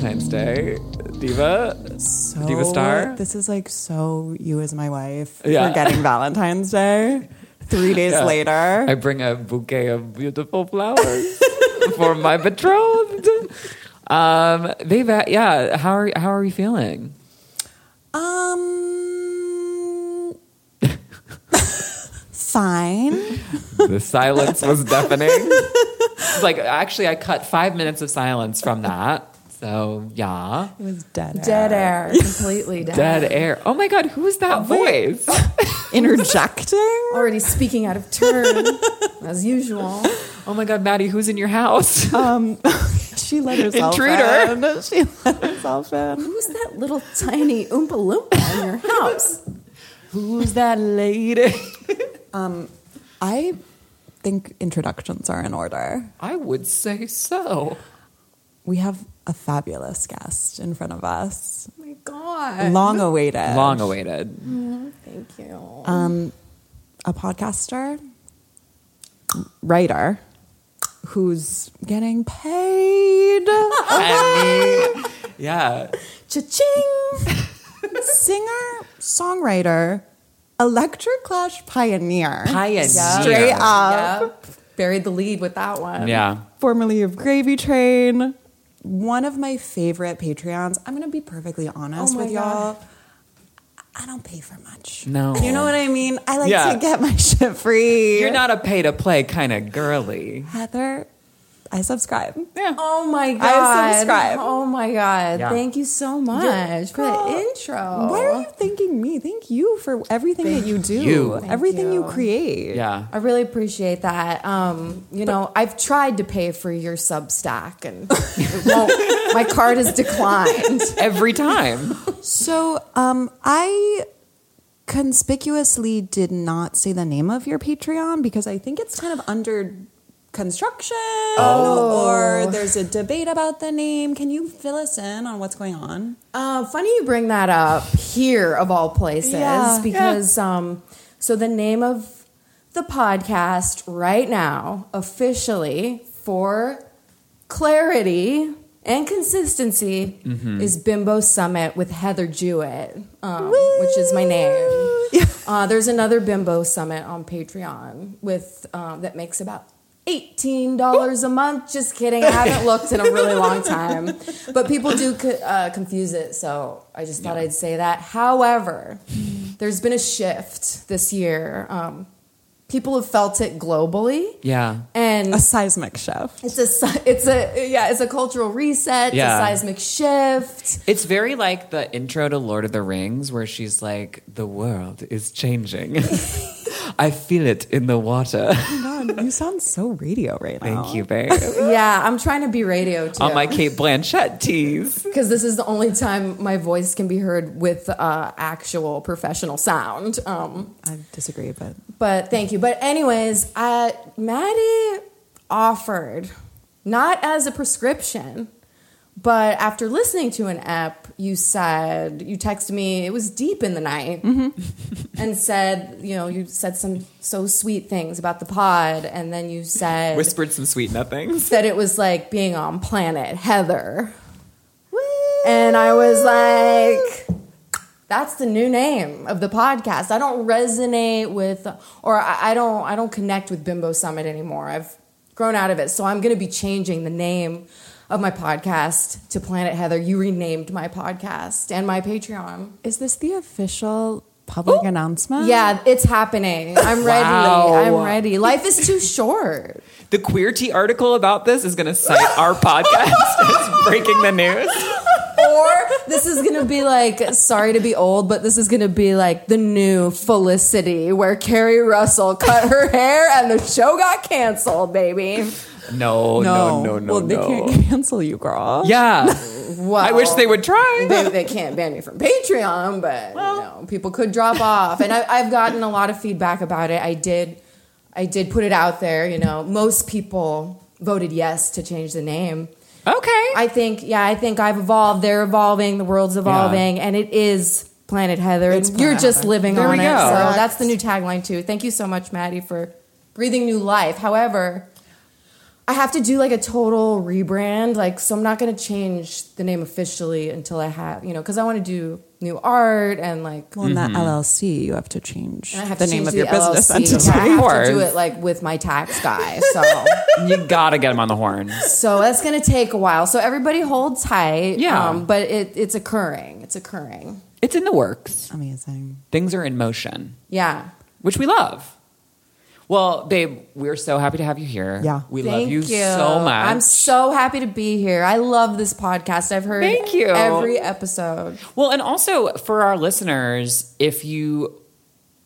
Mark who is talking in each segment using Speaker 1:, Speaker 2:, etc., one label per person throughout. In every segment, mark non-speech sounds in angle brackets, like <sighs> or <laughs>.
Speaker 1: today, diva.
Speaker 2: So
Speaker 1: Diva Star?
Speaker 2: This is like so you as my wife
Speaker 1: Yeah. <laughs>
Speaker 2: forgetting Valentine's Day. Three days
Speaker 1: Yeah.
Speaker 2: later.
Speaker 1: I bring a bouquet of beautiful <laughs> flowers for my betrothed. Um, they've yeah. How are how are you feeling? <laughs>
Speaker 2: um fine.
Speaker 1: The silence was deafening. <laughs> It's like actually, I cut five minutes of silence from that. So yeah,
Speaker 2: It was dead.
Speaker 3: Dead air, <laughs> completely dead.
Speaker 1: dead air. Oh my god, who is that voice? <laughs>
Speaker 2: Interjecting?
Speaker 3: Already speaking out of turn, as usual.
Speaker 1: Oh my god, Maddie, who's in your house?
Speaker 2: Um <laughs> she let herself
Speaker 1: Intruder.
Speaker 2: in. She let herself in.
Speaker 3: Who's that little tiny Oompa Loompa in your <laughs> house?
Speaker 1: <laughs> who's that lady?
Speaker 2: I think introductions are in order.
Speaker 1: I would say so.
Speaker 2: We have a fabulous guest in front of us.
Speaker 3: Oh my God.
Speaker 2: Long awaited.
Speaker 1: Long awaited. <laughs>
Speaker 3: Thank you.
Speaker 2: um, a podcaster, writer, who's getting paid,
Speaker 1: I mean, yeah.
Speaker 3: Cha-ching!
Speaker 2: <laughs> singer, songwriter, electric clash pioneer,
Speaker 1: Pioneer.
Speaker 2: straight up,
Speaker 3: Yep. Buried the lead with that one.
Speaker 1: Yeah.
Speaker 2: formerly of Gravy Train. One of my favorite Patreons. I'm gonna be perfectly honest
Speaker 3: Oh my
Speaker 2: with y'all. I don't pay for much.
Speaker 1: No.
Speaker 2: You know what I mean? I like
Speaker 1: Yeah.
Speaker 2: to get my <laughs> shit free.
Speaker 1: You're not a pay to play kind of girly.
Speaker 2: Heather, I subscribe.
Speaker 1: Yeah.
Speaker 3: Oh my God.
Speaker 2: subscribe.
Speaker 3: Oh my God.
Speaker 1: Yeah.
Speaker 3: Thank you so much for
Speaker 2: Girl,
Speaker 3: the intro.
Speaker 2: Why are you thanking me? Thank you for everything that you do,
Speaker 1: you. Thank
Speaker 2: everything you,
Speaker 3: you.
Speaker 2: create.
Speaker 1: Yeah.
Speaker 3: I really appreciate that. Um, you know, I've tried to pay for your
Speaker 1: <laughs>
Speaker 3: Substack, and it won't. my card is declined.
Speaker 1: <laughs> Every time.
Speaker 2: So, um, I conspicuously did not say the name of your Patreon because I think it's kind of under construction or there's a debate about the name. Can you fill us in on what's going on?
Speaker 3: Uh, funny you bring that up here of all places
Speaker 2: Yeah.
Speaker 3: because um, so the name of the podcast right now officially for clarity and consistency
Speaker 2: Mm-hmm.
Speaker 3: is Bimbo Summit with Heather Jewett, um, which is
Speaker 2: <laughs>
Speaker 3: my name. <laughs> Uh, there's another Bimbo Summit on Patreon with um, that makes about eighteen dollars a month. Just kidding, I haven't looked in a really
Speaker 1: <laughs>
Speaker 3: long time, but people do co- uh, confuse it, so I just thought I'd say that. However, there's been a shift this year. Um, people have felt it globally,
Speaker 1: Yeah.
Speaker 3: and
Speaker 2: A
Speaker 1: <laughs>
Speaker 2: seismic shift.
Speaker 3: it's a si- it's a yeah it's a cultural reset,
Speaker 1: Yeah.
Speaker 3: it's a seismic shift.
Speaker 1: It's very like the intro to Lord of the Rings where she's like, the world is changing. <laughs> I feel it in the water.
Speaker 2: Oh my God, you sound so radio right now.
Speaker 1: Thank you, babe.
Speaker 3: Yeah, I'm trying to be radio too.
Speaker 1: On my Kate Blanchett tees.
Speaker 3: because this is the only time my voice can be heard with uh, actual professional sound. Um,
Speaker 2: I disagree, but
Speaker 3: but thank you. But anyways, uh, Maddie offered not as a prescription, but after listening to an app, you said you texted me. It was deep in the night, and said you know you said some so sweet things about the pod, and then you said
Speaker 1: Whispered some sweet nothings.
Speaker 3: that it was like being on planet Heather. And I was like, that's the new name of the podcast. I don't resonate with or I, I don't I don't connect with Bimbo Summit anymore. I've grown out of it. So I'm gonna be changing the name of my podcast to Planet Heather. You renamed my podcast and my Patreon.
Speaker 2: is this the official public announcement?
Speaker 3: Yeah, it's happening. I'm ready.
Speaker 1: Wow.
Speaker 3: I'm ready. Life is too short.
Speaker 1: The Queerty article about this is going to cite our podcast <laughs> as breaking the news.
Speaker 3: or this is gonna be like sorry to be old but this is gonna be like the new felicity where carrie russell cut her hair and the show got canceled baby
Speaker 1: No, Oh, no, no, no,
Speaker 2: Well, they
Speaker 1: no.
Speaker 2: can't <laughs> cancel you, girl.
Speaker 1: <laughs> yeah.
Speaker 3: well,
Speaker 1: I wish they would try.
Speaker 3: they, they can't ban me from patreon but you know people could drop off and I, i've gotten a lot of feedback about it i did i did put it out there you know most people voted yes to change the name
Speaker 1: Okay.
Speaker 3: I think, yeah, I think I've evolved. They're evolving. The world's evolving, and it is Planet Heather.
Speaker 2: It's
Speaker 3: and you're
Speaker 2: Planet
Speaker 3: just
Speaker 2: Heather.
Speaker 3: living
Speaker 1: There
Speaker 3: on
Speaker 1: we
Speaker 3: it.
Speaker 1: go.
Speaker 3: So
Speaker 1: Correct.
Speaker 3: that's the new tagline too. Thank you so much, Maddie, for breathing new life. However, I have to do like a total rebrand. Like, so I'm not going to change the name officially until I have, you know, because I want to do new art and like.
Speaker 2: Well, in
Speaker 1: Mm-hmm.
Speaker 2: that LLC, you have to change
Speaker 3: and I have
Speaker 2: the
Speaker 3: to
Speaker 2: name
Speaker 3: change
Speaker 2: of
Speaker 3: the
Speaker 2: your business
Speaker 3: LLC.
Speaker 2: entity.
Speaker 3: Yeah, <laughs> I have
Speaker 1: course.
Speaker 3: to do it like with my tax guy. So,
Speaker 2: <laughs>
Speaker 1: You gotta get him on the horn.
Speaker 3: so that's going to take a while. So everybody hold tight. um,
Speaker 1: Yeah.
Speaker 3: but it, it's occurring. It's occurring.
Speaker 1: It's in the works.
Speaker 2: Amazing.
Speaker 1: Things are in motion,
Speaker 3: Yeah.
Speaker 1: which we love. Well, babe, we're so happy to have you here.
Speaker 2: Yeah.
Speaker 1: we love you, so much.
Speaker 3: I'm so happy to be here. I love this podcast. I've heard
Speaker 1: Thank you.
Speaker 3: every episode.
Speaker 1: Well, and also for our listeners, if you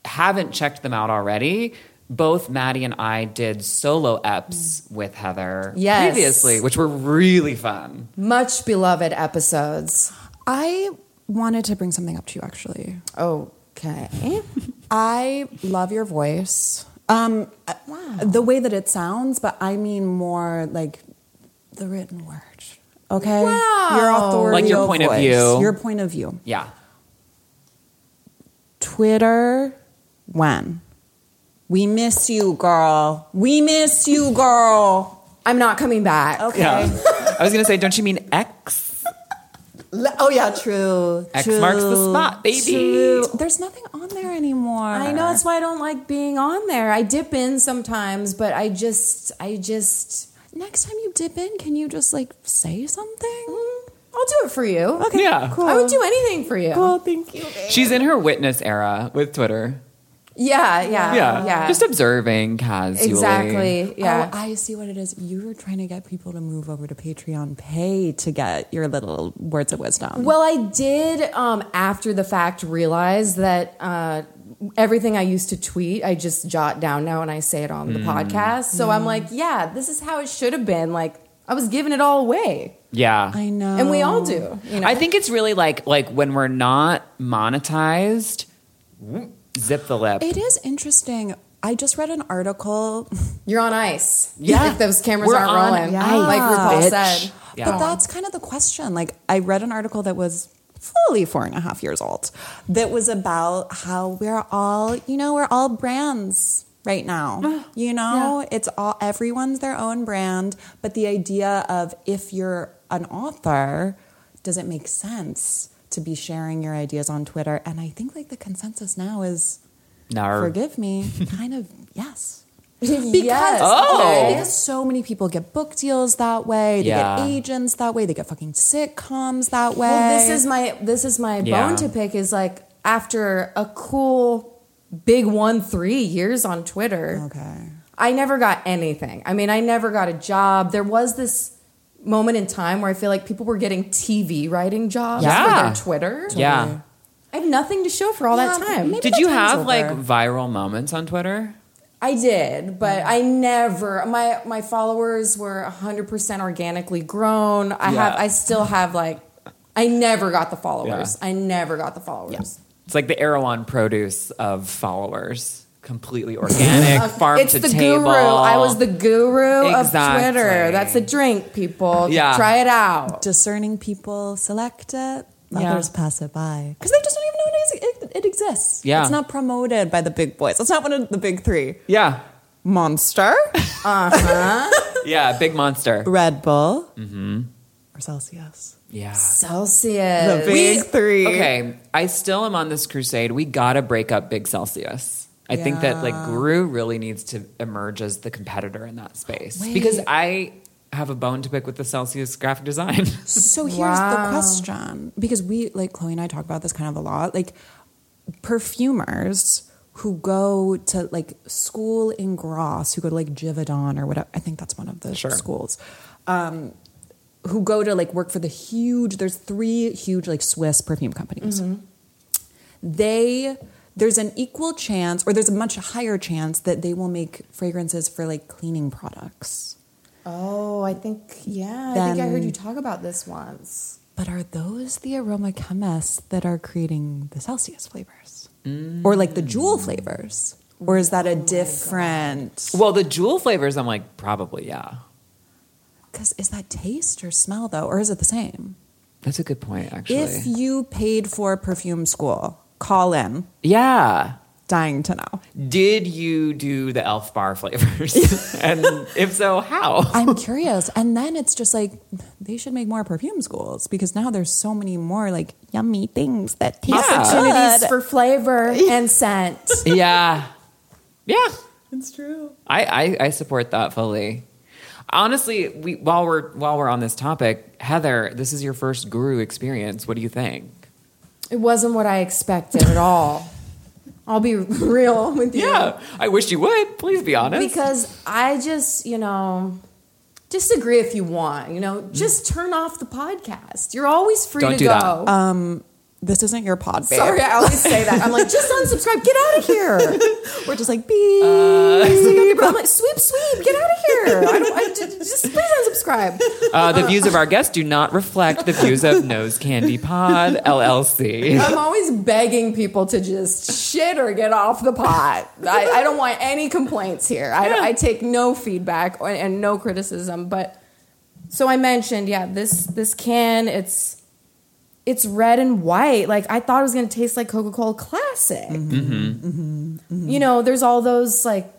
Speaker 1: haven't checked them out already, both Maddie and I did solo eps with Heather
Speaker 3: Yes.
Speaker 1: previously, which were really fun.
Speaker 3: Much beloved episodes.
Speaker 2: I wanted to bring something up to you actually.
Speaker 3: Okay.
Speaker 2: I love your voice. Um,
Speaker 3: Wow.
Speaker 2: The way that it sounds, but I mean more like the written word. Okay.
Speaker 3: Wow.
Speaker 2: Your authorial
Speaker 1: Like your point of
Speaker 2: voice.
Speaker 1: view.
Speaker 2: Your point of view.
Speaker 1: Yeah.
Speaker 2: Twitter, when? We miss you, girl. We miss you, girl.
Speaker 3: I'm not coming back.
Speaker 2: Okay.
Speaker 1: Yeah. I was going to say, don't you mean X?
Speaker 2: Le- Oh yeah, true.
Speaker 1: X
Speaker 2: true,
Speaker 1: marks the spot, baby.
Speaker 2: true. There's nothing on there anymore.
Speaker 3: I know that's why I don't like being on there. I dip in sometimes, but I just I just
Speaker 2: Next time you dip in, can you just like say something?
Speaker 3: I'll do it for you.
Speaker 2: Okay.
Speaker 1: Yeah.
Speaker 2: Cool.
Speaker 3: I would do anything for you.
Speaker 2: Cool. Thank you.
Speaker 1: She's in her witness era with Twitter.
Speaker 3: Yeah, yeah.
Speaker 1: Yeah.
Speaker 3: Um, Yeah.
Speaker 1: Just observing casually.
Speaker 3: exactly. Yeah.
Speaker 2: Oh, I see what it is. You were trying to get people to move over to Patreon Pay to get your little words of wisdom.
Speaker 3: Well, I did um, after the fact realize that uh, everything I used to tweet, I just jot down now and I say it
Speaker 1: Mm.
Speaker 3: on the podcast. So I'm like, yeah, this is how it should have been. Like I was giving it all away,
Speaker 1: Yeah.
Speaker 2: I know.
Speaker 3: and we all do. You know,
Speaker 1: I think it's really like like when we're not monetized, zip the lip.
Speaker 2: It is interesting. I just read an article,
Speaker 3: you're on ice.
Speaker 1: Yeah.
Speaker 3: <laughs> if those cameras
Speaker 1: We're
Speaker 3: aren't
Speaker 1: on
Speaker 3: rolling,
Speaker 1: ice,
Speaker 3: like RuPaul
Speaker 1: bitch.
Speaker 3: said.
Speaker 1: Yeah.
Speaker 2: but that's kind of the question. Like, I read an article that was fully four and a half years old that was about how we're all, you know, we're all brands right now. You know, it's all, everyone's their own brand. But the idea of if you're an author, does it make sense to be sharing your ideas on Twitter? And I think like the consensus now is
Speaker 1: Nar-
Speaker 2: forgive me, kind of yes.
Speaker 3: Yes.
Speaker 2: Because
Speaker 1: Oh.
Speaker 2: okay, because so many people get book deals that way, they
Speaker 1: Yeah.
Speaker 2: get agents that way, they get fucking sitcoms that way.
Speaker 3: Well, this is my this is my
Speaker 1: Yeah.
Speaker 3: bone to pick is like after a cool big one three years on Twitter.
Speaker 2: okay.
Speaker 3: I never got anything. I mean, I never got a job. There was this moment in time where I feel like people were getting TV writing jobs
Speaker 1: Yeah.
Speaker 3: for their Twitter.
Speaker 1: Yeah.
Speaker 3: I have nothing to show for all
Speaker 2: Yeah,
Speaker 3: that time.
Speaker 2: maybe-
Speaker 1: Did you
Speaker 2: the time's
Speaker 1: have
Speaker 2: over.
Speaker 1: like viral moments on Twitter?
Speaker 3: I did, but I never my my followers were 100% organically grown. I
Speaker 1: Yeah.
Speaker 3: have I still have like I never got the followers.
Speaker 1: Yeah.
Speaker 3: I never got the followers.
Speaker 1: It's like the Erewhon produce of followers, completely organic, farm
Speaker 3: It's
Speaker 1: to
Speaker 3: the
Speaker 1: table.
Speaker 3: guru. I was the guru of
Speaker 1: Exactly.
Speaker 3: Twitter. That's a drink, people.
Speaker 1: Yeah.
Speaker 3: Try it out.
Speaker 2: Discerning people select it,
Speaker 1: Yeah.
Speaker 2: others pass it by. Because they just don't even know it, is, it, it exists.
Speaker 1: Yeah.
Speaker 2: It's not promoted by the big boys. It's not one of the big three.
Speaker 1: yeah,
Speaker 2: Monster,
Speaker 1: yeah, big monster.
Speaker 2: Red Bull, or Celsius.
Speaker 1: Yeah.
Speaker 2: The
Speaker 3: Celsius.
Speaker 2: big three.
Speaker 1: Okay, I still am on this crusade. We gotta break up Big Celsius. I think that like Guru really needs to emerge as the competitor in that space because
Speaker 2: Wait.
Speaker 1: I have a bone to pick with the Celsius graphic design.
Speaker 2: So here's the
Speaker 3: Wow.
Speaker 2: question because we, like Chloe and I, talk about this kind of a lot. Like perfumers who go to like school in Gross, who go to like Givadon or whatever. I think that's one of the
Speaker 1: Sure.
Speaker 2: schools. Um, who go to like work for the huge? There's three huge like Swiss perfume companies. They there's an equal chance, or there's a much higher chance that they will make fragrances for like cleaning products.
Speaker 3: Oh, I think yeah. I think I heard you talk about this once.
Speaker 2: But are those the aroma chemists that are creating the Celsius flavors?
Speaker 3: Mm.
Speaker 2: Or like the jewel flavors? Or is
Speaker 3: Oh
Speaker 2: that a different?
Speaker 1: well, the jewel flavors, I'm like probably yeah.
Speaker 2: Because is that taste or smell though? Or is it the same?
Speaker 1: That's a good point, actually.
Speaker 2: If you paid for perfume school, call in.
Speaker 1: yeah,
Speaker 2: Dying to know.
Speaker 1: Did you do the elf bar flavors? and if so, how?
Speaker 3: <laughs>
Speaker 2: I'm curious. And then it's just like they should make more perfume schools because now there's so many more like yummy things that taste
Speaker 1: Yeah.
Speaker 3: Opportunities
Speaker 2: good.
Speaker 3: for flavor and scent.
Speaker 1: yeah. Yeah.
Speaker 2: It's true.
Speaker 1: I, I, I support that fully. Honestly, we while we're while we're on this topic, Heather, this is your first guru experience. What do you think?
Speaker 3: It wasn't what I expected at all. I'll be real with you.
Speaker 1: Yeah. I wish you would. Please be honest.
Speaker 3: Because I just, you know, disagree if you want. You know, just turn off the podcast. You're always free
Speaker 1: Don't do
Speaker 3: to go.
Speaker 1: that.
Speaker 2: This isn't your pod, babe.
Speaker 3: Sorry, I always say that. I'm like, just unsubscribe. Get out of here.
Speaker 2: We're just like beep.
Speaker 3: <laughs> I'm like, sweep, sweep. Get out of here. I don't, I, just, just please unsubscribe.
Speaker 1: uh, the views of our guests do not reflect the views of Nose Candy Pod
Speaker 2: <laughs>
Speaker 1: LLC.
Speaker 3: I'm always begging people to just shit or get off the pot. I, I don't want any complaints here. I, I take no feedback or, and no criticism. But so I mentioned, yeah, this this can it's it's red and white. Like I thought it was gonna taste like Coca Cola Classic. You know, there's all those like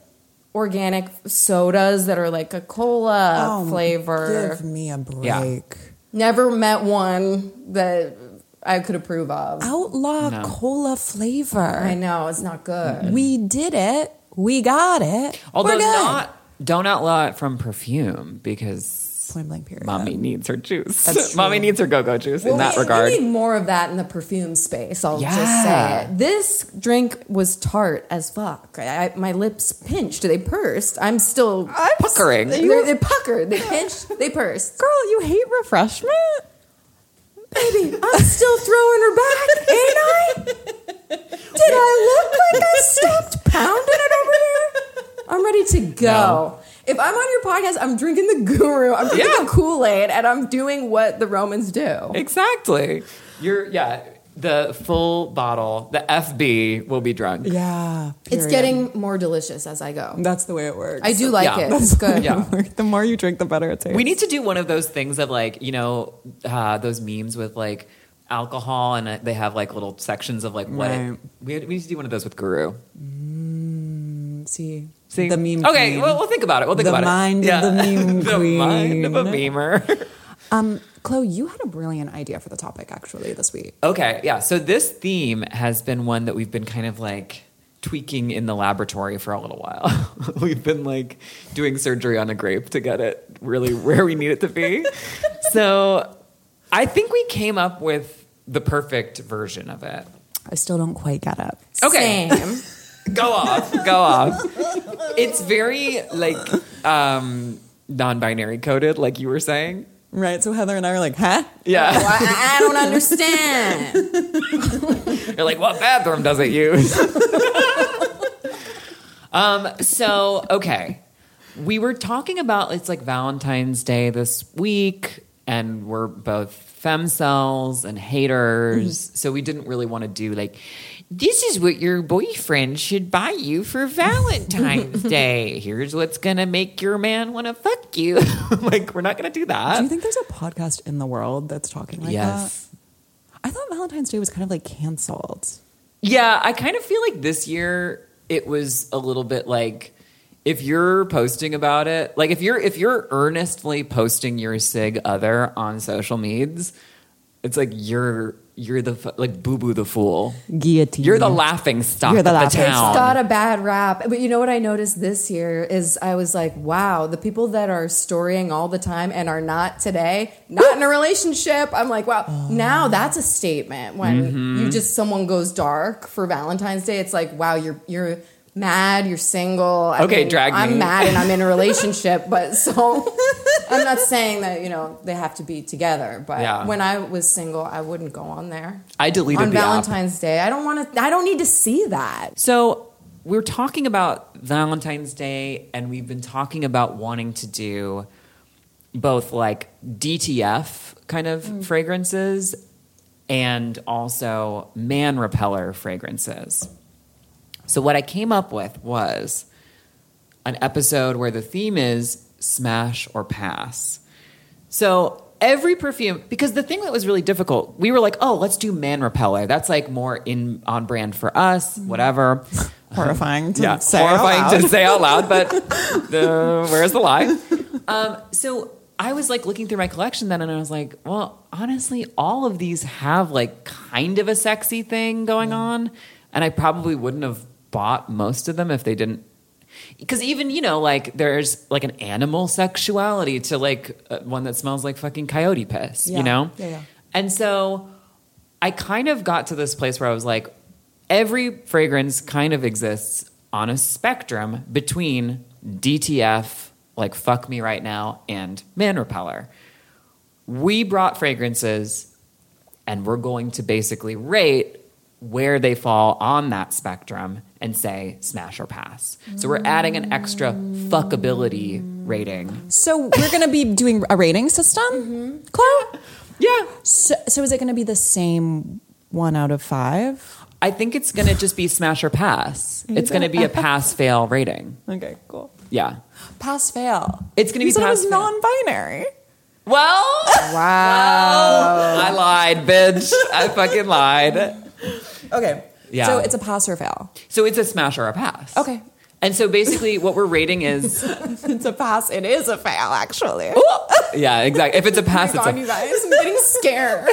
Speaker 3: organic sodas that are like a cola
Speaker 2: Oh,
Speaker 3: flavor.
Speaker 2: Give me a break.
Speaker 3: Never met one that I could approve of.
Speaker 2: Outlaw
Speaker 1: No.
Speaker 2: cola flavor.
Speaker 3: I know it's not
Speaker 1: Mm-hmm.
Speaker 3: good.
Speaker 2: We did it. We got it.
Speaker 1: Although
Speaker 2: We're good.
Speaker 1: not don't outlaw it from perfume because
Speaker 2: point blank period.
Speaker 1: mommy needs her juice.
Speaker 2: That's true.
Speaker 1: <laughs> mommy needs her go-go juice in that
Speaker 3: we,
Speaker 1: regard.
Speaker 3: we need more of that in the perfume space. I'll just
Speaker 1: Yeah.
Speaker 3: say it. This drink was tart as fuck. I, I, my lips pinched. They pursed. I'm still
Speaker 1: I'm puckering.
Speaker 3: They, they puckered. They pinched. They pursed.
Speaker 2: Girl, you hate refreshment?
Speaker 3: Baby, I'm still throwing her back, ain't I? Did I look like I stopped pounding it over here? I'm ready to go.
Speaker 1: No.
Speaker 3: If I'm on your podcast, I'm drinking the guru. I'm drinking
Speaker 1: Yeah.
Speaker 3: the Kool Aid, and I'm doing what the Romans do.
Speaker 1: Exactly. You're yeah. The full bottle, the FB will be drunk.
Speaker 2: Yeah.
Speaker 3: It's
Speaker 2: period.
Speaker 3: getting more delicious as I go.
Speaker 2: That's the way it works.
Speaker 3: I
Speaker 2: <laughs>
Speaker 3: do like
Speaker 1: Yeah.
Speaker 3: it. It's
Speaker 1: <laughs>
Speaker 3: good.
Speaker 1: Yeah.
Speaker 2: the more you drink, the better it tastes.
Speaker 1: We need to do one of those things of like you know uh, those memes with like alcohol and uh, they have like little sections of like what it,
Speaker 2: Right.
Speaker 1: we had- we need to do one of those with Guru.
Speaker 2: see,
Speaker 1: See?
Speaker 2: the meme.
Speaker 1: Okay,
Speaker 2: queen.
Speaker 1: well we'll think about it. We'll think
Speaker 2: The
Speaker 1: about
Speaker 2: mind
Speaker 1: it.
Speaker 2: of the meme
Speaker 1: <laughs> the mind of a
Speaker 2: queen.
Speaker 1: memer. <laughs>
Speaker 2: um, Chloe, you had a brilliant idea for the topic actually this week.
Speaker 1: Okay, yeah. So this theme has been one that we've been kind of like tweaking in the laboratory for a little while. <laughs> we've been like doing surgery on a grape to get it really where we need it to be. so I think we came up with the perfect version of it.
Speaker 2: I still don't quite get it.
Speaker 1: Okay.
Speaker 3: Same.
Speaker 1: Go off, go off. It's very like um non-binary coded like you were saying.
Speaker 2: Right. So Heather and I were like, huh?
Speaker 1: Yeah.
Speaker 3: Well, I, I don't understand.
Speaker 1: You're like, what bathroom does it use? <laughs> um, so, okay. We were talking about it's like Valentine's Day this week, and we're both femme cells and haters. So we didn't really want to do like, this is what your boyfriend should buy you for Valentine's Day. Here's what's gonna make your man wanna fuck you. <laughs> like, we're not gonna do that.
Speaker 2: Do you think there's a podcast in the world that's talking like
Speaker 1: yes.
Speaker 2: that? I thought Valentine's Day was kind of like canceled.
Speaker 1: Uh-huh. Yeah, I kind of feel like this year it was a little bit like if you're posting about it, like if you're if you're earnestly posting your sig other on social medias, it's like you're you're the fu- like boo boo the fool.
Speaker 2: Guillotine.
Speaker 1: You're the laughing stock
Speaker 2: You're the
Speaker 1: of
Speaker 2: laughing
Speaker 1: the town.
Speaker 2: stock.
Speaker 3: Got a bad rap. But you know what I noticed this year is I was like, wow, the people that are storying all the time and are not today, not in a relationship. I'm like, wow, now that's a statement. When
Speaker 1: Mm-hmm.
Speaker 3: you just someone goes dark for Valentine's Day, it's like, wow, you're you're mad, you're single. I
Speaker 1: Okay, drag
Speaker 3: I'm
Speaker 1: me.
Speaker 3: mad and I'm in
Speaker 1: <laughs>
Speaker 3: a relationship, but so I'm not saying that you know they have to be together. But
Speaker 1: Yeah.
Speaker 3: when I was single, I wouldn't go on there.
Speaker 1: I deleted
Speaker 3: on
Speaker 1: the app.
Speaker 3: Valentine's Day. I don't want to. I don't need to see that.
Speaker 1: So we're talking about Valentine's Day, and we've been talking about wanting to do both like DTF kind of fragrances and also man repeller fragrances. So what I came up with was an episode where the theme is smash or pass. So every perfume, because the thing that was really difficult, we were like, oh, let's do man repeller. That's like more in on brand for us, whatever.
Speaker 2: horrifying to
Speaker 1: yeah,
Speaker 2: say. out
Speaker 1: horrifying
Speaker 2: loud.
Speaker 1: to say out loud,
Speaker 2: <laughs>
Speaker 1: but uh, where's the lie? Um, so I was like looking through my collection then, and I was like, well, honestly, all of these have like kind of a sexy thing going on, and I probably wouldn't have bought most of them if they didn't. Because even you know, like there's like an animal sexuality to like uh, one that smells like fucking coyote piss,
Speaker 2: Yeah.
Speaker 1: you know.
Speaker 2: Yeah, yeah.
Speaker 1: And so I kind of got to this place where I was like, every fragrance kind of exists on a spectrum between DTF, like fuck me right now, and man repeller. We brought fragrances and we're going to basically rate where they fall on that spectrum and say smash or pass. So we're adding an extra fuckability rating.
Speaker 2: So we're going to be doing a rating system, Mm-hmm. Clara.
Speaker 1: Yeah.
Speaker 2: So, so is it going to be the same one out of five?
Speaker 1: I think it's going to just be smash or pass. It's going to be a pass fail rating.
Speaker 2: Okay, cool.
Speaker 1: Yeah.
Speaker 2: Pass fail.
Speaker 1: It's gonna be
Speaker 2: You said it was
Speaker 1: pass-fail.
Speaker 2: non-binary.
Speaker 1: Well,
Speaker 3: Wow.
Speaker 1: I lied, bitch. I fucking lied.
Speaker 2: Okay.
Speaker 1: Yeah.
Speaker 2: So it's a pass or fail.
Speaker 1: So it's a smash or a pass.
Speaker 2: Okay.
Speaker 1: And so basically, what we're rating is
Speaker 2: <laughs> It's a pass. It is a fail, actually.
Speaker 1: yeah, exactly. If it's a pass, it's a,
Speaker 2: guys, I'm getting
Speaker 1: <laughs>
Speaker 2: scared.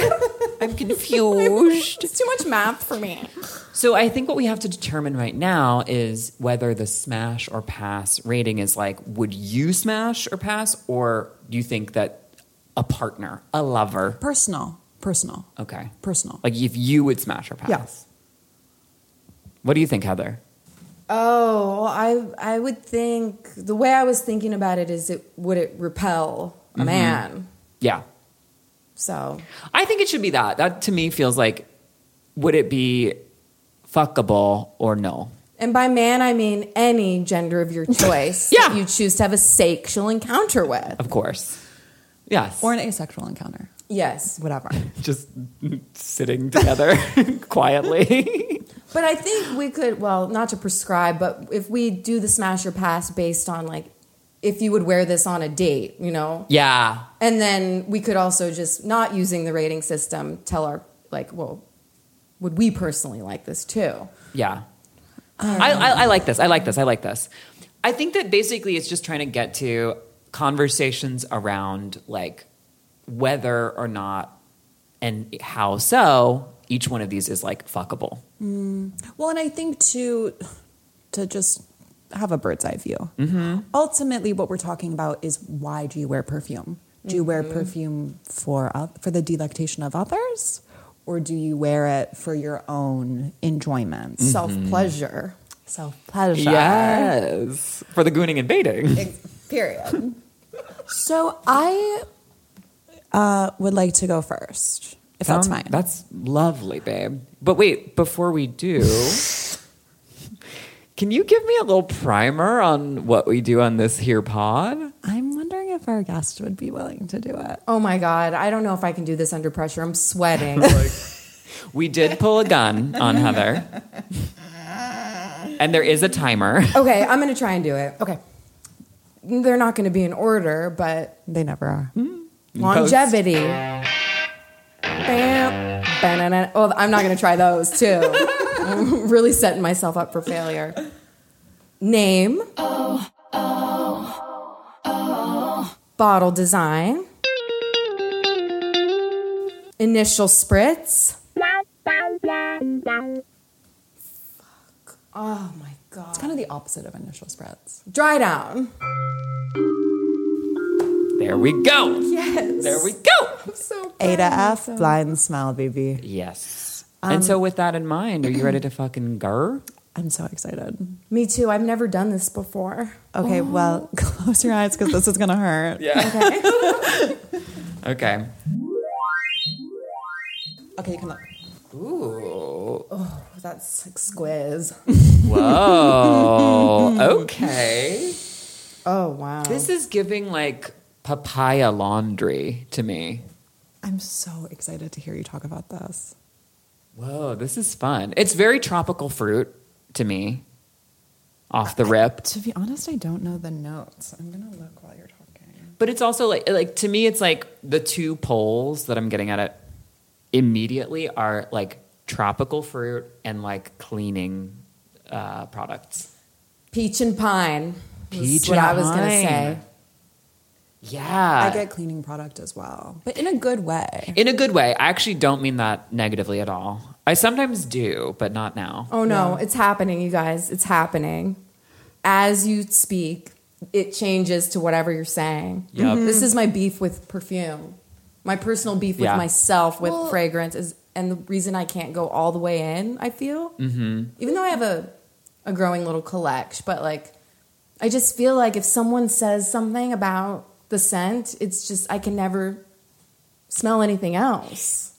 Speaker 2: <laughs>
Speaker 1: I'm confused.
Speaker 2: It's too much math for me.
Speaker 1: So I think what we have to determine right now is whether the smash or pass rating is like, would you smash or pass, or do you think that a partner, a lover,
Speaker 2: Personal, personal,
Speaker 1: okay,
Speaker 2: personal.
Speaker 1: like if you would smash or pass?
Speaker 2: Yeah.
Speaker 1: What do you think, Heather?
Speaker 3: Oh, well, I I would think the way I was thinking about it is it would it repel a
Speaker 1: Mm-hmm.
Speaker 3: man.
Speaker 1: Yeah.
Speaker 3: So
Speaker 1: I think it should be that. That to me feels like would it be fuckable or no?
Speaker 3: and by man I mean any gender of
Speaker 1: <laughs>
Speaker 3: your choice
Speaker 1: Yeah.
Speaker 3: that you choose to have a sexual encounter with.
Speaker 1: Of course. Yes.
Speaker 2: or an asexual encounter,
Speaker 3: Yes.
Speaker 2: whatever.
Speaker 1: <laughs> just sitting together <laughs>
Speaker 2: <laughs>
Speaker 1: quietly.
Speaker 3: But I think we could well, not to prescribe, but if we do the smash or pass based on like if you would wear this on a date, you know?
Speaker 1: yeah.
Speaker 3: And then we could also just not using the rating system tell our like, well, would we personally like this too?
Speaker 1: Yeah. I, I, I like this. I like this. I like this. I think that basically it's just trying to get to conversations around like whether or not and how so each one of these is like fuckable.
Speaker 2: Well, and I think to to just have a bird's eye view. Ultimately, what we're talking about is why do you wear perfume? Do you wear perfume for oth- for the delectation of others, or do you wear it for your own enjoyment,
Speaker 3: Self pleasure.
Speaker 2: self pleasure?
Speaker 1: Yes. For the gooning and baiting.
Speaker 3: Period.
Speaker 2: So I uh, would like to go first, if that's
Speaker 1: Sound-
Speaker 2: fine.
Speaker 1: Um, That's lovely, babe. But wait, before we do,
Speaker 2: <laughs>
Speaker 1: can you give me a little primer on what we do on this here pod?
Speaker 2: I'm wondering if our guest would be willing to do it.
Speaker 3: <laughs> oh my God. I don't know if I can do this under pressure. I'm sweating.
Speaker 1: We did pull a gun on Heather. And there is a timer.
Speaker 3: okay, I'm going to try and do it. Okay. They're not going to be in order, but
Speaker 2: They never are.
Speaker 3: longevity. Bam. Ba-na-na. Oh, I'm not going to try those too. <laughs> I'm really setting myself up for failure. Name. Bottle design. Initial spritz. Oh my god.
Speaker 2: It's kind of the opposite of initial spreads.
Speaker 3: Dry down.
Speaker 1: There we go.
Speaker 3: Yes.
Speaker 1: There we go.
Speaker 3: So
Speaker 2: A to F, blind smile, baby.
Speaker 1: Yes. and so, with that in mind, are you ready to fucking go?
Speaker 2: I'm so excited.
Speaker 3: Me too. I've never done this before.
Speaker 2: Okay, well, <laughs> close your eyes because this is gonna hurt.
Speaker 3: <laughs>
Speaker 1: Okay.
Speaker 2: Okay, you can look.
Speaker 1: Ooh.
Speaker 3: That's like squiz.
Speaker 1: Whoa. okay.
Speaker 3: Oh wow.
Speaker 1: This is giving like papaya laundry to me.
Speaker 2: I'm so excited to hear you talk about this.
Speaker 1: Whoa, this is fun. It's very tropical fruit to me. Off the rip.
Speaker 2: To be honest, I don't know the notes. I'm gonna look while you're talking.
Speaker 1: But it's also like like to me it's like the two poles that I'm getting at it immediately are like tropical fruit and like cleaning uh, products.
Speaker 3: Peach and pine. was
Speaker 1: Peach
Speaker 3: what
Speaker 1: and
Speaker 3: I was gonna
Speaker 1: pine.
Speaker 3: say.
Speaker 1: Yeah.
Speaker 2: I get cleaning product as well, but in a good way.
Speaker 1: In a good way. I actually don't mean that negatively at all. I sometimes do, but not now.
Speaker 3: Oh no, it's happening, you guys. It's happening. As you speak, it changes to whatever you're saying.
Speaker 1: Yep. Mm-hmm.
Speaker 3: This is my beef with perfume. My personal beef with
Speaker 1: Yeah.
Speaker 3: myself with
Speaker 2: Well-
Speaker 3: fragrance is and the reason I can't go all the way in, I feel. Mm-hmm. Even though I have a a growing little collect, but like I just feel like if someone says something about the scent, it's just I can never smell anything else.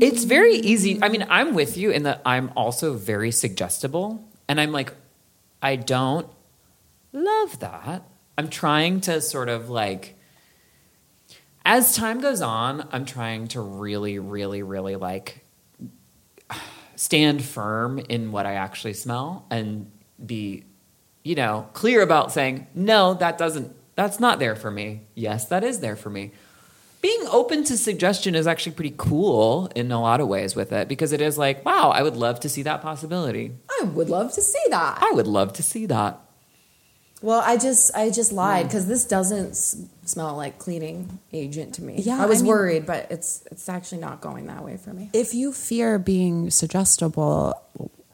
Speaker 1: It's very easy. I mean, I'm with you in that I'm also very suggestible. And I'm like, I don't love that. I'm trying to sort of like, as time goes on, I'm trying to really, really, really like stand firm in what I actually smell and be, you know, clear about saying, no, that doesn't, that's not there for me. Yes, that is there for me. Being open to suggestion is actually pretty cool in a lot of ways with it because it is like, wow, I would love to see that possibility.
Speaker 3: I would love to see that.
Speaker 1: I would love to see that.
Speaker 3: Well, I just I just lied because this doesn't s- smell like cleaning agent to me.
Speaker 2: Yeah,
Speaker 3: I was
Speaker 2: I mean-
Speaker 3: worried, but it's it's actually not going that way for me.
Speaker 2: If you fear being suggestible,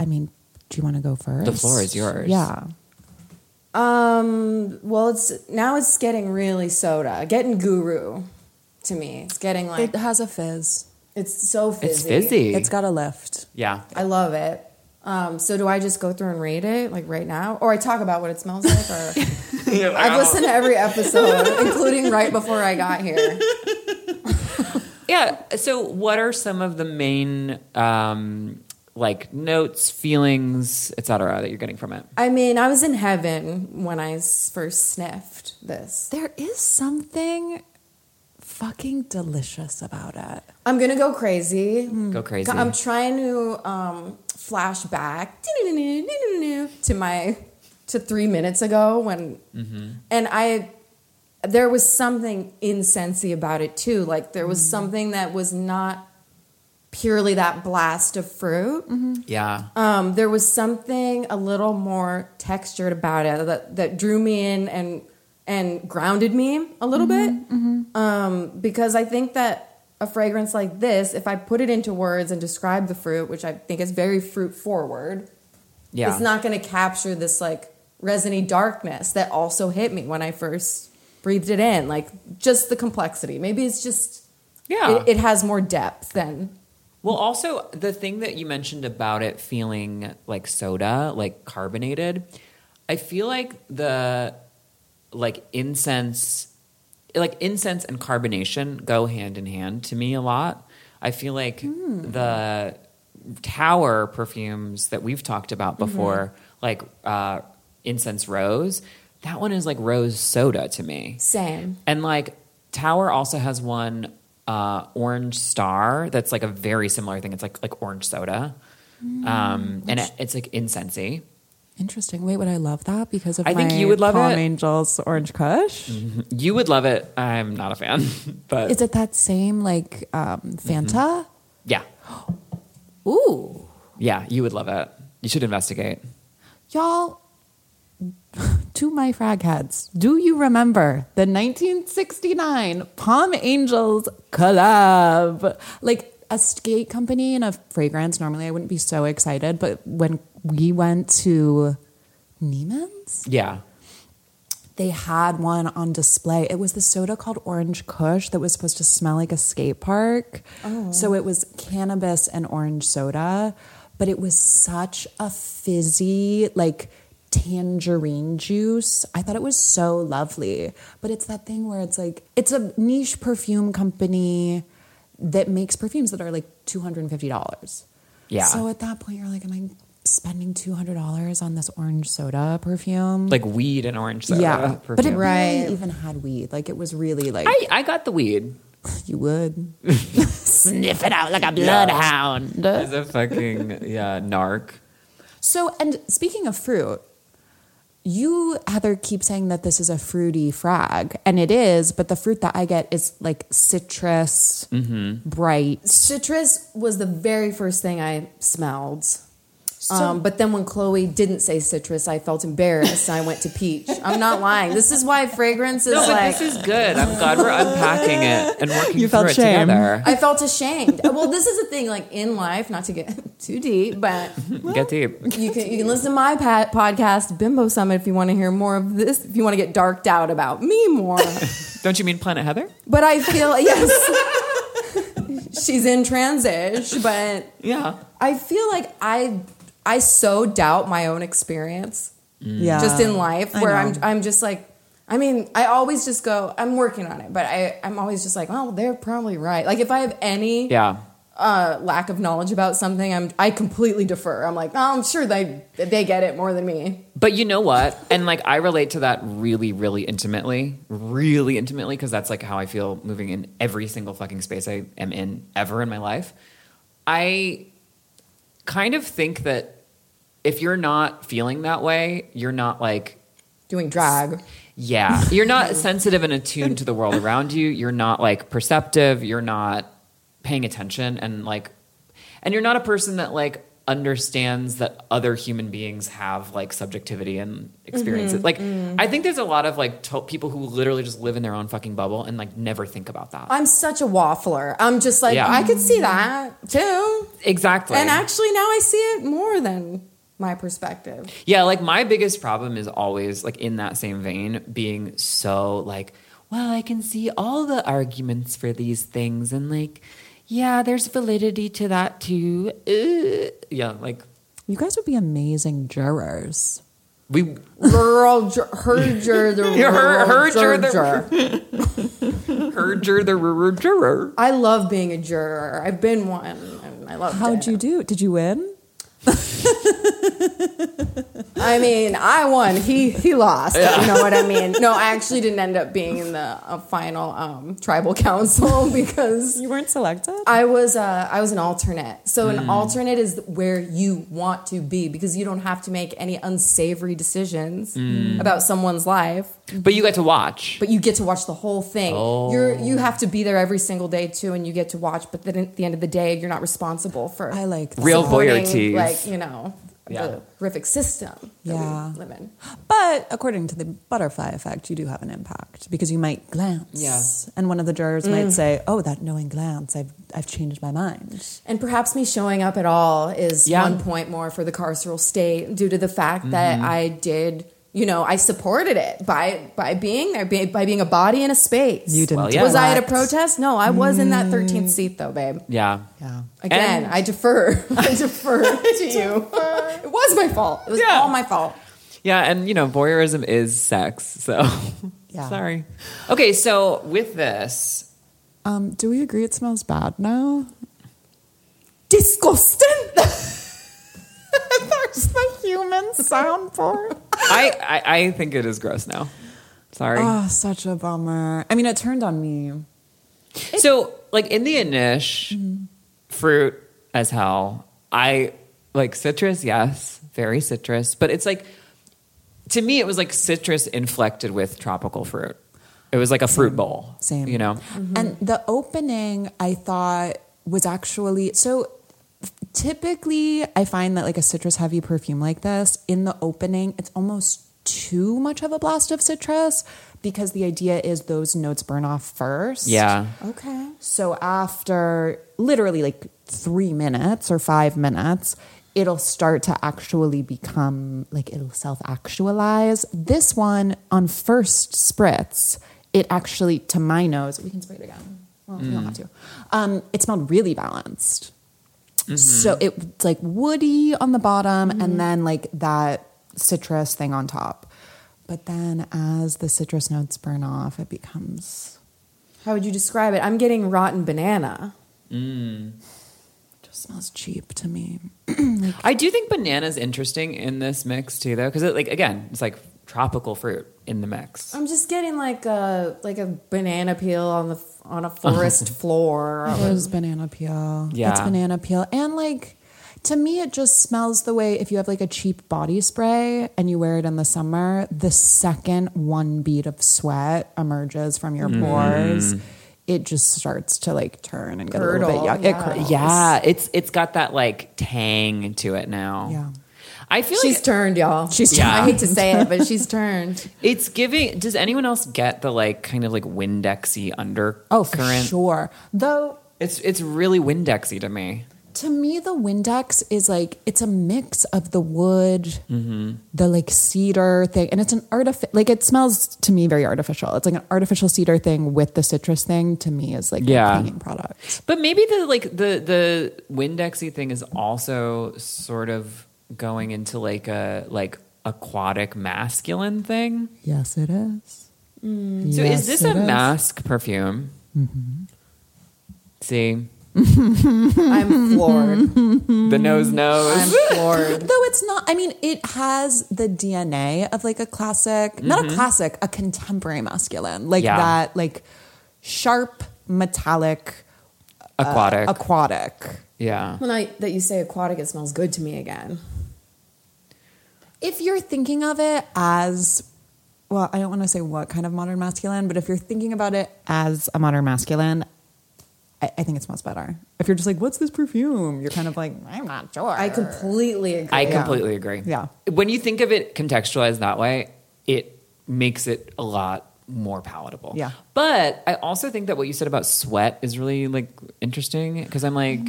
Speaker 2: I mean, do you want to go first?
Speaker 1: The floor is yours.
Speaker 2: Yeah.
Speaker 3: Um, well, it's now it's getting really soda, getting guru to me. It's getting like
Speaker 2: It has a fizz.
Speaker 3: it's so
Speaker 1: It's
Speaker 3: fizzy.
Speaker 1: fizzy.
Speaker 2: It's got a lift.
Speaker 1: yeah.
Speaker 3: I love it. Um, so do I just go through and rate it like right now, or I talk about what it smells like? Or I've listened to every episode, including right before I got here.
Speaker 1: Yeah. So, what are some of the main um, like notes, feelings, etc., that you're getting from it?
Speaker 3: I mean, I was in heaven when I s- first sniffed this.
Speaker 2: There is something fucking delicious about it.
Speaker 3: I'm gonna go crazy.
Speaker 1: Hmm. Go crazy.
Speaker 3: I'm trying to um, flash back to my to three minutes ago when,
Speaker 1: Mm-hmm.
Speaker 3: and I there was something incensey about it too. Like there was
Speaker 1: Mm-hmm.
Speaker 3: something that was not purely that blast of fruit.
Speaker 1: Mm-hmm. yeah.
Speaker 3: Um, there was something a little more textured about it that, that drew me in and and grounded me a little
Speaker 1: Mm-hmm,
Speaker 3: bit Um, because I think that a fragrance like this, if I put it into words and describe the fruit, which I think is very fruit forward,
Speaker 1: Yeah.
Speaker 3: it's not going to capture this like resiny darkness that also hit me when I first breathed it in. Like just the complexity. Maybe it's just
Speaker 1: Yeah.
Speaker 3: it, it has more depth than
Speaker 1: Well, also the thing that you mentioned about it feeling like soda, like carbonated, I feel like the like incense, like incense and carbonation go hand in hand to me a lot. I feel like the tower perfumes that we've talked about before, like uh, incense rose, that one is like rose soda to me.
Speaker 3: same.
Speaker 1: And like Tower also has one uh, orange star that's like a very similar thing. It's like like orange soda, um, and it, it's like incensey.
Speaker 2: Interesting. Wait, would I love that because of
Speaker 1: I think
Speaker 2: my
Speaker 1: you would love
Speaker 2: Palm
Speaker 1: it.
Speaker 2: Angels Orange Kush?
Speaker 1: You would love it. I'm not a fan, <laughs> but
Speaker 2: Is it that same like um, Fanta?
Speaker 1: yeah,
Speaker 2: Ooh,
Speaker 1: yeah, you would love it. You should investigate.
Speaker 2: y'all. <laughs> To my frag heads, do you remember the 1969 Palm Angels collab? Like a skate company and a fragrance. Normally, I wouldn't be so excited, but when we went to Neiman's,
Speaker 1: Yeah,
Speaker 2: they had one on display. It was the soda called Orange Kush that was supposed to smell like a skate park. Oh. So it was cannabis and orange soda, but it was such a fizzy, like tangerine juice. I thought it was so lovely. But it's that thing where it's like, it's a niche perfume company that makes perfumes that are like $250.
Speaker 1: Yeah.
Speaker 2: So at that point, you're like, am I spending $200 on this orange soda perfume?
Speaker 1: like weed and orange soda.
Speaker 2: yeah, but it
Speaker 1: perfume.
Speaker 2: really
Speaker 3: Right.
Speaker 2: even had weed. Like it was really like
Speaker 1: I I got the weed.
Speaker 2: you would.
Speaker 1: Sniff it out like a bloodhound. As a fucking yeah narc.
Speaker 2: So, and speaking of fruit, you Heather keep saying that this is a fruity frag, and it is. But the fruit that I get is like citrus, bright.
Speaker 3: Citrus was the very first thing I smelled. um, but then when Chloe didn't say citrus, I felt embarrassed. I went to peach. I'm not lying. This is why fragrance is
Speaker 1: No, but
Speaker 3: like.
Speaker 1: this is good. I'm glad we're unpacking it and working
Speaker 2: You
Speaker 1: through
Speaker 2: felt
Speaker 1: it
Speaker 2: shame.
Speaker 1: together.
Speaker 3: I felt ashamed. well, this is the thing. Like in life, not to get <laughs> too deep, but
Speaker 1: Get deep.
Speaker 3: you can you can listen to my pa- podcast Bimbo Summit if you want to hear more of this. If you want to get darked out about me more,
Speaker 1: Don't you mean Planet Heather?
Speaker 3: but I feel <laughs> yes, she's in transish, but.
Speaker 1: Yeah.
Speaker 3: I feel like I I so doubt my own experience
Speaker 2: Yeah.
Speaker 3: just in life
Speaker 2: Uh, I
Speaker 3: where
Speaker 2: know.
Speaker 3: I'm I'm just like I mean, I always just go, I'm working on it, but I, I'm always just like, oh, they're probably right. Like if I have any
Speaker 1: Yeah.
Speaker 3: uh, lack of knowledge about something, I'm I completely defer. I'm like, oh, I'm sure they they get it more than me.
Speaker 1: But you know what? And like I relate to that really, really intimately, really intimately, because that's like how I feel moving in every single fucking space I am in ever in my life. I kind of think that if you're not feeling that way, you're not like
Speaker 3: Doing drag. <laughs>
Speaker 1: Yeah. You're not sensitive and attuned to the world around you. You're not like perceptive. You're not paying attention and like and you're not a person that like understands that other human beings have like subjectivity and experiences.
Speaker 3: Mm-hmm.
Speaker 1: Like I think there's a lot of like to- people who literally just live in their own fucking bubble and like never think about that.
Speaker 3: I'm such a waffler. I'm just like,
Speaker 1: Yeah.
Speaker 3: I could see that too.
Speaker 1: exactly.
Speaker 3: And actually, now I see it more than my perspective.
Speaker 1: Yeah, like my biggest problem is always like in that same vein being so like, well, I can see all the arguments for these things and like, yeah, there's validity to that too. Uh, yeah, like
Speaker 2: you guys would be amazing jurors.
Speaker 1: we
Speaker 3: Girl, ger-
Speaker 1: <laughs>
Speaker 3: herger the
Speaker 1: her, her,
Speaker 3: rural
Speaker 1: her, the, her, ger- the rer- juror.
Speaker 3: I love being a juror. I've been one, and I love.
Speaker 2: How'd you do? Did you win?
Speaker 3: I mean, I won. He he lost. You know what I mean?
Speaker 1: <laughs>
Speaker 3: No, I actually didn't end up being in the uh, final um, tribal <laughs> council because
Speaker 2: You weren't selected?
Speaker 3: I was uh, I was an alternate. So
Speaker 1: Hmm.
Speaker 3: an alternate is where you want to be because you don't have to make any unsavory decisions
Speaker 1: Hmm.
Speaker 3: about someone's life.
Speaker 1: But you got to watch.
Speaker 3: but you get to watch the whole thing.
Speaker 1: Oh.
Speaker 3: You're you have to be there every single day too, and you get to watch. But then at the end of the day, you're not responsible for
Speaker 2: I like that.
Speaker 1: Real
Speaker 3: supporting,
Speaker 1: voyeur
Speaker 3: like you know,
Speaker 1: Yeah.
Speaker 3: the horrific system that
Speaker 2: Yeah.
Speaker 3: we live in.
Speaker 2: But according to the butterfly effect, you do have an impact because you might glance.
Speaker 1: Yeah.
Speaker 2: And one of the jurors might say, Oh, that knowing glance, I've, I've changed my mind.
Speaker 3: And perhaps me showing up at all is
Speaker 1: Yeah.
Speaker 3: one point more for the carceral state due to the fact that
Speaker 1: Mm-hmm.
Speaker 3: I did. You know, I supported it by by being there, be- by being a body in a space.
Speaker 2: You didn't Mm.
Speaker 1: Well, yeah.
Speaker 3: Was I at a
Speaker 2: elect.
Speaker 3: protest? No, I was in that 13th seat though, babe.
Speaker 1: Yeah.
Speaker 2: Yeah.
Speaker 3: Again,
Speaker 1: And-
Speaker 3: I defer. <laughs> I defer to you. It was my fault. It was
Speaker 1: Yeah.
Speaker 3: all my fault.
Speaker 1: Yeah, and you know, voyeurism is sex, so <laughs>
Speaker 2: Yeah.
Speaker 1: sorry. Okay, so with this,
Speaker 2: Um, do we agree it smells bad now?
Speaker 3: Disgusting.
Speaker 2: There's the human soundboard.
Speaker 1: I, I, I think it is gross now. Sorry.
Speaker 2: oh, such a bummer. I mean, it turned on me.
Speaker 1: so, like in the Anish,
Speaker 2: Mm-hmm.
Speaker 1: fruit as hell. I like citrus, yes, very citrus, but it's like to me, it was like citrus inflected with tropical fruit. It was like a fruit bowl.
Speaker 2: Same.
Speaker 1: You know?
Speaker 2: And the opening, I thought, was actually so. Typically, I find that like a citrus heavy perfume like this in the opening, it's almost too much of a blast of citrus because the idea is those notes burn off first.
Speaker 1: Yeah.
Speaker 2: Okay. So after literally like three minutes or five minutes, it'll start to actually become like it'll self actualize. This one on first spritz, it actually, to my nose, we can spray it again. Well, we don't have to. Um, it smelled really balanced. So it it's like woody on the bottom and then like that citrus thing on top. But then as the citrus notes burn off, it becomes
Speaker 3: How would you describe it? I'm getting rotten banana.
Speaker 2: just smells cheap to me.
Speaker 1: I do think banana's interesting in this mix too, though, because it, like, again, it's like tropical fruit in the mix.
Speaker 2: Um,
Speaker 3: I'm just getting like a like a banana peel on the on <laughs> a forest floor.
Speaker 2: It was banana peel. It's
Speaker 1: Yeah.
Speaker 2: banana peel. And like to me it just smells the way if you have like a cheap body spray and you wear it in the
Speaker 1: Mm-hmm.
Speaker 2: summer, the second one bead of sweat emerges from your pores. it just starts to like turn and get a
Speaker 3: Curdle,
Speaker 2: little bit yuck.
Speaker 3: yeah.
Speaker 2: It curdles.
Speaker 1: Yeah, it's it's got that like tang to it now.
Speaker 2: Yeah.
Speaker 1: I feel
Speaker 3: She's
Speaker 1: like
Speaker 3: turned, y'all.
Speaker 2: She's
Speaker 1: Yeah.
Speaker 3: I hate to say it, but she's turned.
Speaker 1: it's giving. Does anyone else get the like kind of like Windexy undercurrent?
Speaker 2: Oh, for sure. Though
Speaker 1: It's it's really Windexy to me.
Speaker 2: to me, the Windex is like it's a mix of the wood,
Speaker 1: Mm-hmm.
Speaker 2: the like cedar thing, and it's an artificial. Like it smells to me very artificial. It's like an artificial cedar thing with the citrus thing. To me, is like
Speaker 1: Yeah.
Speaker 2: a cleaning product.
Speaker 1: But maybe the like the the Windexy thing is also sort of going into like a like aquatic masculine thing.
Speaker 2: Yes, it is.
Speaker 1: So is
Speaker 2: Yes,
Speaker 1: this
Speaker 2: it
Speaker 1: a
Speaker 2: is. Mm-hmm.
Speaker 1: mask perfume? See
Speaker 3: I'm floored.
Speaker 1: the nose
Speaker 3: I'm <laughs>
Speaker 1: nose.
Speaker 3: floored.
Speaker 2: Though it's not, I mean, it has the DNA of like a classic, not a classic, a contemporary masculine, like
Speaker 1: Mm-hmm. Yeah.
Speaker 2: that, like sharp, metallic, Uh,
Speaker 1: Aquatic.
Speaker 2: aquatic.
Speaker 1: yeah.
Speaker 3: Well, now that you say aquatic, it smells good to me again.
Speaker 2: If you're thinking of it as, well, I don't want to say what kind of modern masculine, but if you're thinking about it as a modern masculine, I, I think it smells better. If you're just like, what's this perfume? You're kind of like, I'm not sure.
Speaker 3: I completely agree.
Speaker 1: I completely agree.
Speaker 2: Yeah.
Speaker 1: When you think of it contextualized that way, it makes it a lot more palatable.
Speaker 2: Yeah.
Speaker 1: But I also think that what you said about sweat is really like interesting because I'm like,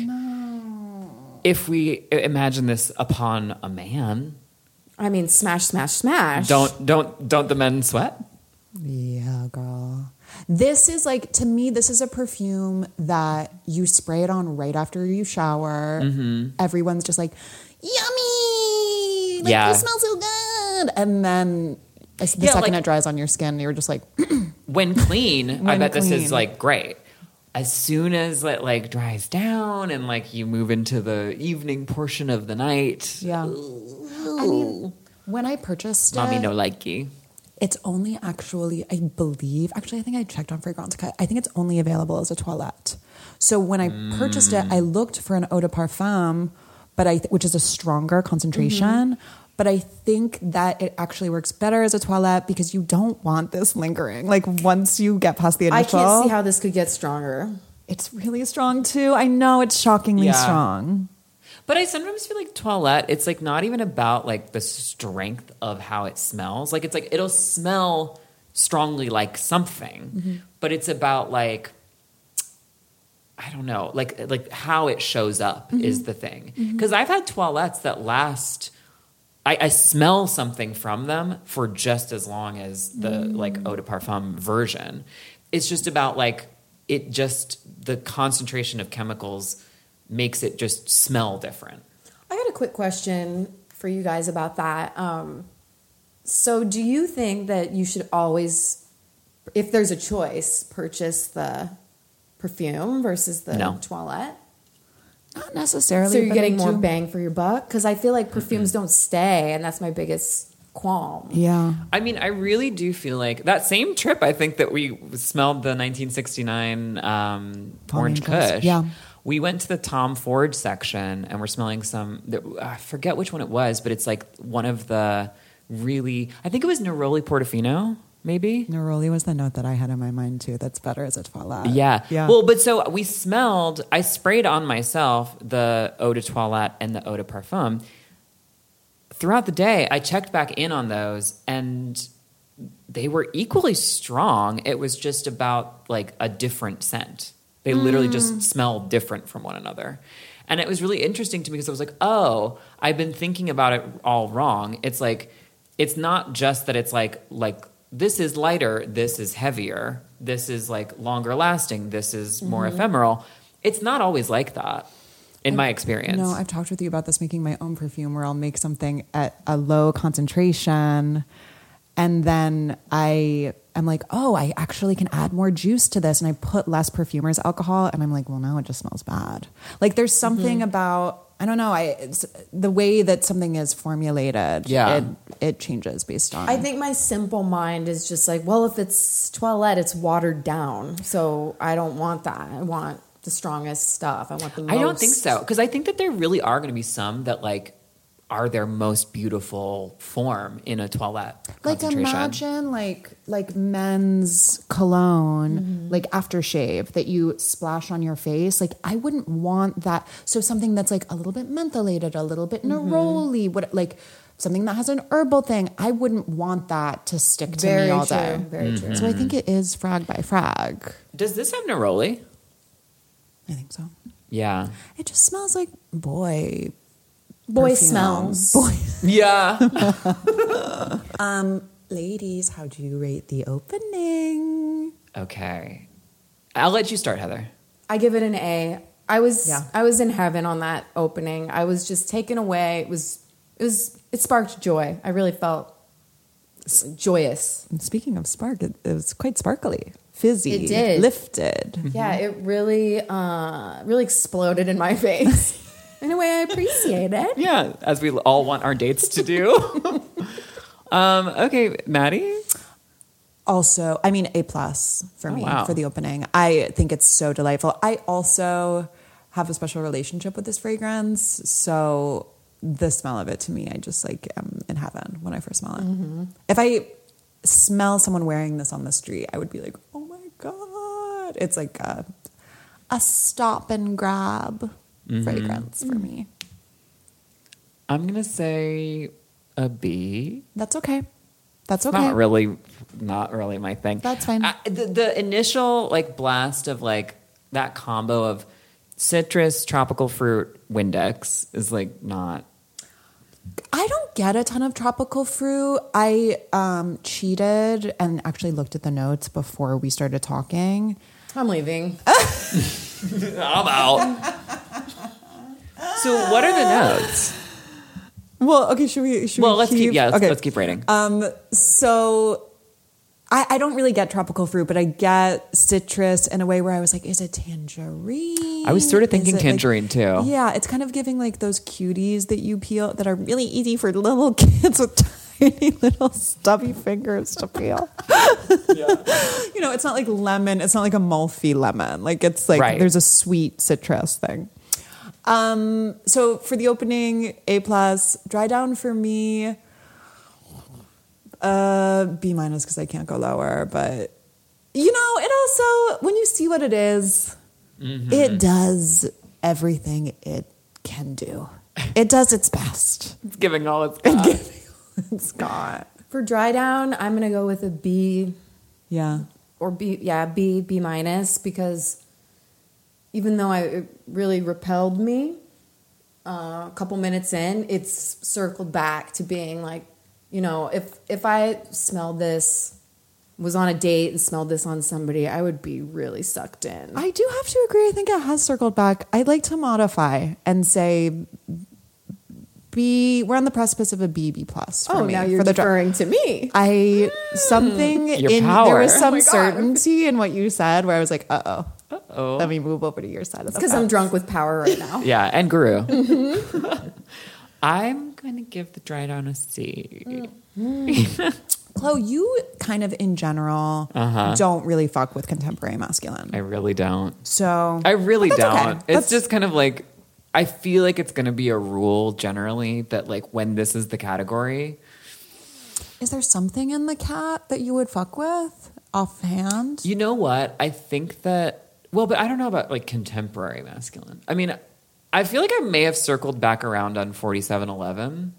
Speaker 1: if we i- imagine this upon a man,
Speaker 3: I mean, smash, smash, smash.
Speaker 1: don't don't don't the men sweat?
Speaker 2: Yeah, girl. This is like to me, this is a perfume that you spray it on right after you shower.
Speaker 1: Mm-hmm.
Speaker 2: Everyone's just like, yummy! Like
Speaker 1: Yeah.
Speaker 2: you smell so good. And then as- the
Speaker 1: Yeah,
Speaker 2: second
Speaker 1: like-
Speaker 2: it dries on your skin, you're just like,
Speaker 1: When clean, I
Speaker 2: <laughs> When
Speaker 1: bet this is
Speaker 2: clean.
Speaker 1: like great. As soon as it like dries down and like you move into the evening portion of the night,
Speaker 2: yeah. I mean, when I purchased
Speaker 1: mommy
Speaker 2: it,
Speaker 1: no likey.
Speaker 2: it's only actually, I believe, actually, I think I checked on Fragrantica. I think it's only available as a toilette. So when I purchased it, I looked for an eau de parfum, but I th- which is a stronger concentration.
Speaker 3: Mm-hmm.
Speaker 2: But I think that it actually works better as a toilette because you don't want this lingering. Like once you get past the
Speaker 3: I
Speaker 2: initial,
Speaker 3: can't see how this could get stronger.
Speaker 2: it's really strong too. I know it's shockingly
Speaker 1: Yeah.
Speaker 2: strong.
Speaker 1: But I sometimes feel like toilette, it's like not even about like the strength of how it smells. Like it's like it'll smell strongly like something, but it's about like I don't know, like like how it shows up is the thing. Because I've had toilettes that last I, I smell something from them for just as long as the like eau de parfum version. It's just about like it just the concentration of chemicals makes it just smell different.
Speaker 3: I got a quick question for you guys about that. Um, so, do you think that you should always, if there's a choice, purchase the perfume versus the
Speaker 1: No.
Speaker 3: toilette?
Speaker 2: Not necessarily.
Speaker 3: So you're
Speaker 2: but
Speaker 3: getting
Speaker 2: I
Speaker 3: more
Speaker 2: do-
Speaker 3: bang for your buck? Because I feel like perfumes don't stay, and that's my biggest qualm.
Speaker 2: Yeah.
Speaker 1: I mean, I really do feel like that same trip. I think that we smelled the 1969 um,
Speaker 2: Palm
Speaker 1: orange
Speaker 2: Angels,
Speaker 1: kush.
Speaker 2: yeah.
Speaker 1: We went to the Tom Ford section and we're smelling some. That, I forget which one it was, but it's like one of the really. I think it was Neroli Portofino, maybe.
Speaker 2: Neroli was the note that I had in my mind too. That's better as a toilette.
Speaker 1: Yeah.
Speaker 2: Yeah.
Speaker 1: Well, but so we smelled, I sprayed on myself the eau de toilette and the eau de parfum. Throughout the day, I checked back in on those and they were equally strong. It was just about like a different scent. They literally just smell different from one another. And it was really interesting to me because I was like, oh, I've been thinking about it all wrong. It's like, it's not just that it's like, like, this is lighter, this is heavier, this is like longer lasting, this is more ephemeral. It's not always like that in my experience.
Speaker 2: No, I've talked with you about this making my own perfume where I'll make something at a low concentration and then I am like, oh, I actually can add more juice to this and I put less perfumer's alcohol and I'm like, well, now it just smells bad. Like there's
Speaker 1: Mm-hmm.
Speaker 2: something about I don't know. I it's the way that something is formulated.
Speaker 1: Yeah.
Speaker 2: it, it changes based on.
Speaker 3: I think my simple mind is just like, well, if it's toilette, it's watered down. So I don't want that. I want the strongest stuff. I want the most.
Speaker 1: I don't think so because I think that there really are going to be some that like are their most beautiful form in a toilette
Speaker 2: Like
Speaker 1: concentration.
Speaker 2: imagine like like men's cologne,
Speaker 3: Mm-hmm.
Speaker 2: like aftershave that you splash on your face. Like I wouldn't want that. So something that's like a little bit mentholated, a little bit
Speaker 3: Mm-hmm.
Speaker 2: neroli, what like something that has an herbal thing. I wouldn't want that to stick to me all day.
Speaker 3: Very true. Mm-hmm.
Speaker 2: So I think it is frag by frag.
Speaker 1: Does this have neroli?
Speaker 2: I think so.
Speaker 1: Yeah.
Speaker 2: It just smells like boy.
Speaker 3: Boy
Speaker 2: perfume.
Speaker 3: smells.
Speaker 2: Boy.
Speaker 1: Yeah.
Speaker 2: Um, Ladies, how do you rate the opening?
Speaker 1: okay. I'll let you start, Heather.
Speaker 3: I give it an A. I was
Speaker 2: Yeah.
Speaker 3: I was in heaven on that opening. I was just taken away. It was it was it sparked joy. I really felt s- joyous.
Speaker 2: And speaking of spark, it, it was quite sparkly, fizzy,
Speaker 3: It did.
Speaker 2: lifted.
Speaker 3: Yeah, it really uh really exploded in my <laughs> face. in a way I
Speaker 1: <laughs>
Speaker 3: appreciate it.
Speaker 1: Yeah, as we all want our dates to do. um, okay, Maddie.
Speaker 2: Also, I mean, a plus for
Speaker 1: Oh,
Speaker 2: me
Speaker 1: wow.
Speaker 2: for the opening. I think it's so delightful. I also have a special relationship with this fragrance, so the smell of it to me, I just like am in heaven when I first smell it.
Speaker 3: Mm-hmm.
Speaker 2: If I smell someone wearing this on the street, I would be like, oh my god! It's like a a stop and grab
Speaker 1: Mm-hmm.
Speaker 2: fragrance
Speaker 3: Mm.
Speaker 2: for me.
Speaker 1: I'm gonna say a B.
Speaker 2: That's okay. That's
Speaker 1: It's
Speaker 2: okay.
Speaker 1: Not really, not really my thing.
Speaker 2: That's fine.
Speaker 1: I, the, the initial like blast of like that combo of citrus, tropical fruit, Windex is like not.
Speaker 2: I don't get a ton of tropical fruit. I um, cheated and actually looked at the notes before we started talking.
Speaker 3: I'm leaving.
Speaker 1: I'm out. so what are the notes?
Speaker 2: Well, okay, should we? Should
Speaker 1: Well,
Speaker 2: we
Speaker 1: let's keep. Yeah, let's,
Speaker 2: okay.
Speaker 1: let's keep rating.
Speaker 2: Um, so I, I don't really get tropical fruit, but I get citrus in a way where I was like, is it tangerine?
Speaker 1: I was sort of thinking
Speaker 2: Is it,
Speaker 1: tangerine, too.
Speaker 2: Yeah, it's kind of giving like those cuties that you peel that are really easy for little <laughs> kids with tiny little stubby fingers to peel. you know, it's not like lemon. It's not like a Malfi lemon. Like it's like
Speaker 1: Right.
Speaker 2: there's a sweet citrus thing. Um, so for the opening, A plus. Dry down for me. Uh, B minus because I can't go lower. But you know, it also when you see what it is,
Speaker 1: Mm-hmm.
Speaker 2: it does everything it can do. It does its best.
Speaker 1: It's giving all its. <laughs>
Speaker 2: <laughs>
Speaker 1: got.
Speaker 2: It's got
Speaker 3: For dry down, I'm gonna go with a B
Speaker 2: yeah.
Speaker 3: or B, yeah, B, B minus, because even though I, it really repelled me uh, a couple minutes in, it's circled back to being like, you know, if if I smelled this, was on a date and smelled this on somebody, I would be really sucked in.
Speaker 2: I do have to agree. I think it has circled back. I'd like to modify and say B. We're on the precipice of a B B plus. For
Speaker 3: oh,
Speaker 2: me,
Speaker 3: now you're
Speaker 2: for the dri-
Speaker 3: deferring to <laughs> me.
Speaker 2: I something
Speaker 1: Your
Speaker 2: in there
Speaker 1: power.
Speaker 2: was
Speaker 1: Oh
Speaker 2: some
Speaker 1: my God.
Speaker 2: certainty in what you said where I was like, uh oh, uh oh. Let me move over to your side of the
Speaker 3: Because I'm
Speaker 2: fence.
Speaker 3: drunk with power right <laughs> now.
Speaker 1: Yeah, and Guru.
Speaker 2: Mm-hmm.
Speaker 1: <laughs> I'm gonna give the dry down a C.
Speaker 2: Mm. Chloe, you kind of in general don't really fuck with contemporary masculine.
Speaker 1: Uh-huh. I really don't.
Speaker 2: so
Speaker 1: I really
Speaker 2: but that's okay.
Speaker 1: don't. It's
Speaker 2: That's-
Speaker 1: just kind of like I feel like it's gonna be a rule generally that like when this is the category.
Speaker 2: Is there something in the cat that you would fuck with offhand?
Speaker 1: You know what? I think that well, but I don't know about like contemporary masculine. I mean, I feel like I may have circled back around on 4711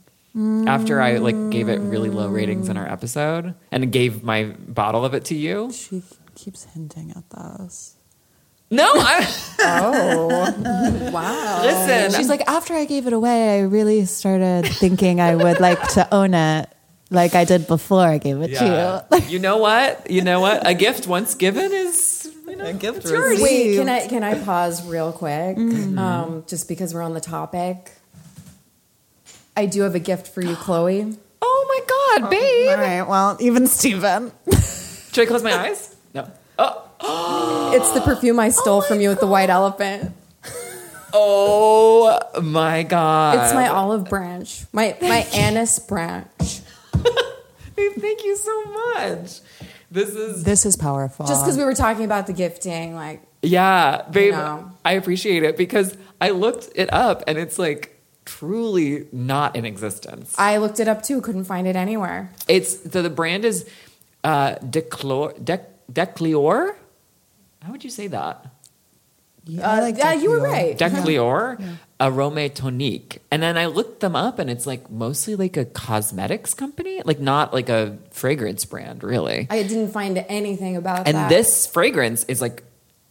Speaker 1: after I like gave it really low ratings in our episode and gave my bottle of it to you.
Speaker 2: She keeps hinting at this. <laughs>
Speaker 1: No, I
Speaker 3: Oh,
Speaker 1: <laughs>
Speaker 3: wow.
Speaker 1: listen.
Speaker 2: She's like, after I gave it away, I really started thinking I would like to own it like I did before I gave it
Speaker 1: Yeah.
Speaker 2: to you.
Speaker 1: you know what? You know what? A gift once given is you know, it's yours.
Speaker 3: Wait,
Speaker 2: Received.
Speaker 3: can I can I pause real quick? Um, just because we're on the topic, I do have a gift <gasps> for you, Chloe.
Speaker 1: Oh my god,
Speaker 2: <laughs>
Speaker 1: babe!
Speaker 2: All right, well, even Steven.
Speaker 1: Should I close my eyes? No. Oh,
Speaker 3: It's the perfume I stole from you at the White Elephant.
Speaker 1: oh my god!
Speaker 3: It's my olive branch, my
Speaker 1: <laughs>
Speaker 3: my anise branch.
Speaker 1: Babe, Thank you so much. This is
Speaker 2: This is powerful.
Speaker 3: Just because we
Speaker 1: Um,
Speaker 3: were talking about the gifting, like
Speaker 1: yeah, babe.
Speaker 3: know.
Speaker 1: I appreciate it because I looked it up and it's like truly not in existence.
Speaker 3: I looked it up too, couldn't find it anywhere.
Speaker 1: It's so the brand is uh, Declor, Dec, Declior. How would you say that?
Speaker 2: Yeah, I
Speaker 3: Uh,
Speaker 2: like
Speaker 3: yeah, you were
Speaker 2: Tokyo.
Speaker 3: right.
Speaker 1: Mm-hmm. Declior Arome Tonique. And then I looked them up and it's like mostly like a cosmetics company, like not like a fragrance brand, really.
Speaker 3: I didn't find anything about
Speaker 1: and
Speaker 3: that.
Speaker 1: this fragrance is like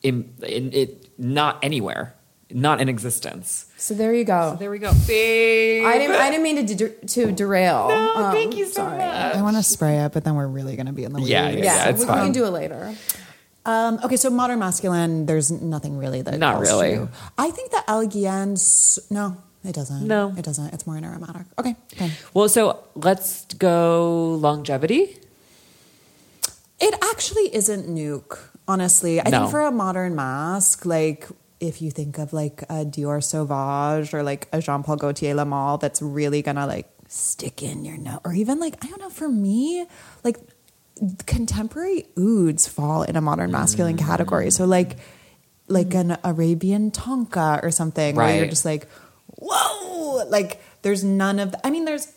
Speaker 1: in, in it not anywhere, not in existence.
Speaker 3: So there you go.
Speaker 1: So there we go. Babe. Oh,
Speaker 3: I didn't. I didn't mean to de- to derail.
Speaker 1: No,
Speaker 3: Um,
Speaker 1: thank you so much.
Speaker 2: I want to spray it, but then we're really going to be in the weeds.
Speaker 1: Yeah, yeah,
Speaker 3: Yeah,
Speaker 1: it's
Speaker 3: we, we
Speaker 1: fine.
Speaker 3: can do it later.
Speaker 2: Um, okay, so modern masculine, there's nothing really that.
Speaker 1: Not
Speaker 2: calls
Speaker 1: really.
Speaker 2: to- I think the elegance. No, it doesn't.
Speaker 1: No.
Speaker 2: it doesn't. It's more an aromatic. Okay, fine.
Speaker 1: Well, so let's go longevity.
Speaker 2: It actually isn't nuke, honestly. I
Speaker 1: No.
Speaker 2: think for a modern mask, like if you think of like a Dior Sauvage or like a Jean Paul Gaultier Le Male, that's really gonna like stick in your nose, or even like I don't know. For me, like contemporary ouds fall in a modern masculine category. So like like an Arabian tonka or something, where
Speaker 1: Right.
Speaker 2: you're just like, whoa, like there's none of. I mean, there's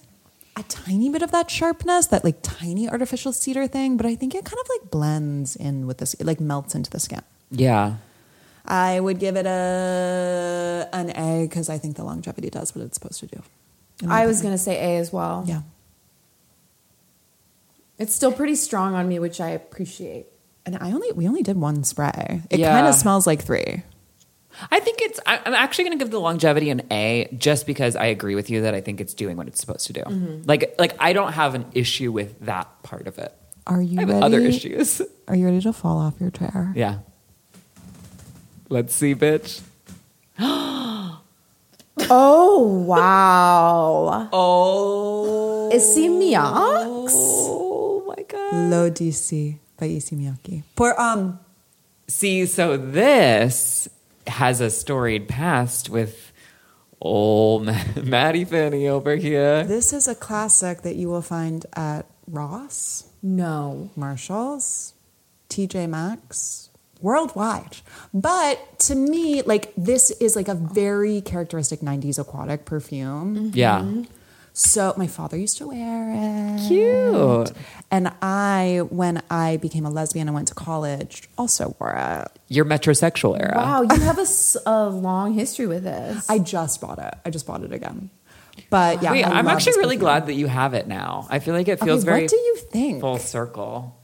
Speaker 2: a tiny bit of that sharpness, that like tiny artificial cedar thing, but I think it kind of like blends in with this, it like melts into the skin.
Speaker 1: Yeah.
Speaker 2: I would give it a an A because I think the longevity does what it's supposed to do.
Speaker 3: I was gonna say A as
Speaker 1: Oh.
Speaker 3: well.
Speaker 2: Yeah.
Speaker 3: It's still pretty strong on me, which I appreciate.
Speaker 2: And I only we only did one spray. It
Speaker 1: Yeah.
Speaker 2: kind of smells like three.
Speaker 1: I think it's. I, I'm actually going to give the longevity an A, just because I agree with you that I think it's doing what it's supposed to do.
Speaker 2: Mm-hmm.
Speaker 1: Like, like I don't have an issue with that part of it.
Speaker 2: Are you
Speaker 1: I have
Speaker 2: ready?
Speaker 1: other issues. <laughs>
Speaker 2: Are you ready to fall off your chair?
Speaker 1: yeah. Let's see, bitch.
Speaker 3: Oh wow!
Speaker 1: Oh,
Speaker 3: Is he Miox?
Speaker 1: oh my god.
Speaker 2: Low DC by Issey Miyake. For um
Speaker 1: See, so this has a storied past with old Maddie Fanny over here.
Speaker 2: this is a classic that you will find at Ross.
Speaker 3: No.
Speaker 2: Marshalls, TJ Maxx, worldwide. But to me, like this is like a very characteristic 90s aquatic perfume.
Speaker 1: Yeah.
Speaker 2: So my father used to wear it.
Speaker 1: Cute.
Speaker 2: And I, when I became a lesbian and went to college, also wore it.
Speaker 1: Your metrosexual era.
Speaker 3: Wow, you have a, s- a long history with this.
Speaker 2: I just bought it. I just bought it again. But yeah,
Speaker 1: Wait,
Speaker 2: I
Speaker 1: I'm
Speaker 2: love
Speaker 1: actually
Speaker 2: this
Speaker 1: really
Speaker 2: perfume.
Speaker 1: glad that you have it now. I feel like it
Speaker 2: Okay,
Speaker 1: feels very
Speaker 2: What do you think?
Speaker 1: full circle.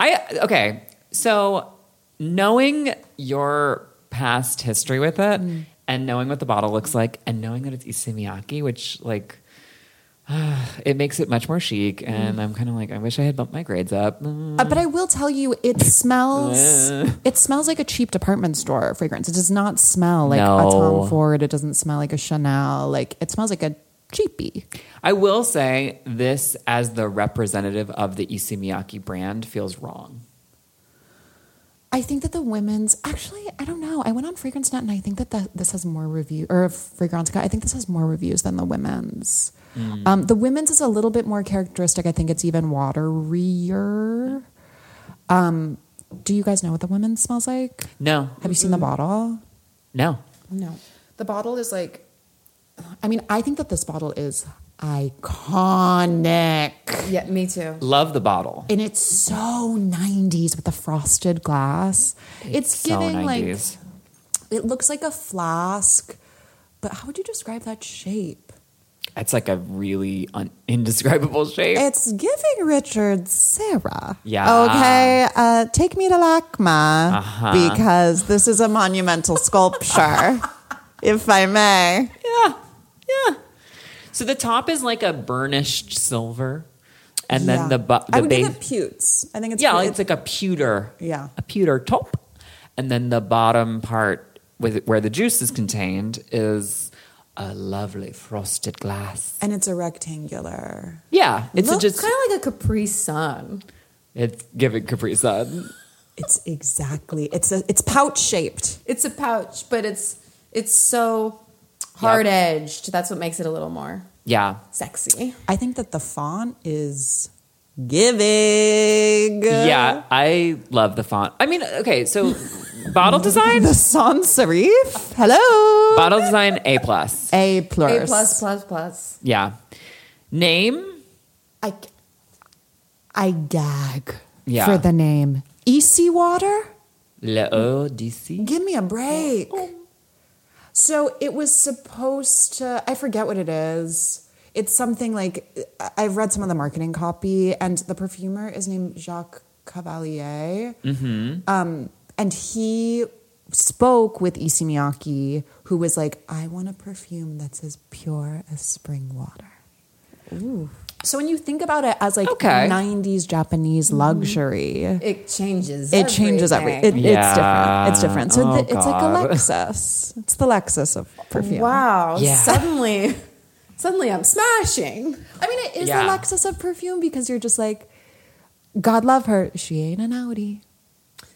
Speaker 1: I okay. So knowing your past history with it
Speaker 2: Mm.
Speaker 1: and knowing what the bottle looks like and knowing that it's Isimiyaki, which like <sighs> it makes it much more chic
Speaker 2: Mm.
Speaker 1: and I'm kind of like I wish I had bumped my grades up. Mm.
Speaker 2: Uh, but I will tell you, it smells. it smells like a cheap department store fragrance. It does not smell like a
Speaker 1: No.
Speaker 2: Tom Ford. It doesn't smell like a Chanel. Like it smells like a cheapie.
Speaker 1: I will say this as the representative of the Isimiyaki brand feels wrong.
Speaker 2: I think that the women's actually, I don't know. I went on FragranceNet and I think that the, this has more review or Fragrantica. I think this has more reviews than the women's. Um, the women's is a little bit more characteristic. I think it's even waterier. Um, do you guys know what the women's smells like?
Speaker 1: No.
Speaker 2: Have you seen the bottle?
Speaker 1: No.
Speaker 3: no.
Speaker 2: The bottle is like, I mean, I think that this bottle is iconic.
Speaker 3: Yeah, me too.
Speaker 1: Love the bottle.
Speaker 2: And it's so 90s with the frosted glass. It's,
Speaker 1: so
Speaker 2: giving like,
Speaker 1: 90s.
Speaker 2: it looks like a flask, but how would you describe that shape?
Speaker 1: It's like a really un- indescribable shape.
Speaker 2: It's giving Richard Sarah.
Speaker 1: Yeah. Uh-huh.
Speaker 2: Okay. Uh, take me to LACMA because this is a monumental
Speaker 1: <laughs>
Speaker 2: sculpture, if I may.
Speaker 1: yeah, yeah. So the top is like a burnished silver, and then the bu- the
Speaker 2: I would
Speaker 1: base.
Speaker 2: give it putes. I think it's
Speaker 1: yeah,
Speaker 2: pu-
Speaker 1: it's like a pewter.
Speaker 2: Yeah.
Speaker 1: a pewter top, and then the bottom part with where the juice is contained is a lovely frosted glass.
Speaker 2: and it's a rectangular.
Speaker 1: Yeah, it's a
Speaker 3: Looks
Speaker 1: just
Speaker 3: kind of like a Capri Sun.
Speaker 1: it's giving Capri Sun.
Speaker 2: It's exactly. It's a. It's pouch shaped.
Speaker 3: It's a pouch, but it's it's so hard edged. That's what makes it a little more
Speaker 1: Yeah,
Speaker 3: sexy.
Speaker 2: I think that the font is giving.
Speaker 1: yeah. I love the font. I mean, okay, so
Speaker 2: <laughs>
Speaker 1: Bottle design?
Speaker 2: The sans serif. Hello.
Speaker 1: Bottle design A plus.
Speaker 2: A
Speaker 3: A
Speaker 2: plus.
Speaker 3: plus plus plus.
Speaker 1: Yeah. Name?
Speaker 2: I, I gag
Speaker 1: Yeah.
Speaker 2: for the name. EC Water?
Speaker 1: Le eau d'ici?
Speaker 2: Give me a break. So it was supposed to, I forget what it is. It's something like, I- I've read some of the marketing copy, and the perfumer is named Jacques Cavalier. Um, and he spoke with Issey Miyake, who was like, I want a perfume that's as pure as spring water. So when you think about it as like
Speaker 1: Okay.
Speaker 2: 90s Japanese luxury,
Speaker 3: It changes.
Speaker 2: it changes every. It,
Speaker 3: everything.
Speaker 2: It's
Speaker 1: Yeah.
Speaker 2: different. It's different. So
Speaker 1: Oh,
Speaker 2: the, it's like a
Speaker 1: God.
Speaker 2: Lexus. It's the Lexus of perfume.
Speaker 3: wow.
Speaker 1: Yeah.
Speaker 3: Suddenly, suddenly I'm smashing.
Speaker 2: I mean, it is
Speaker 1: Yeah.
Speaker 2: the Lexus of perfume because you're just like, God love her. She ain't an Audi.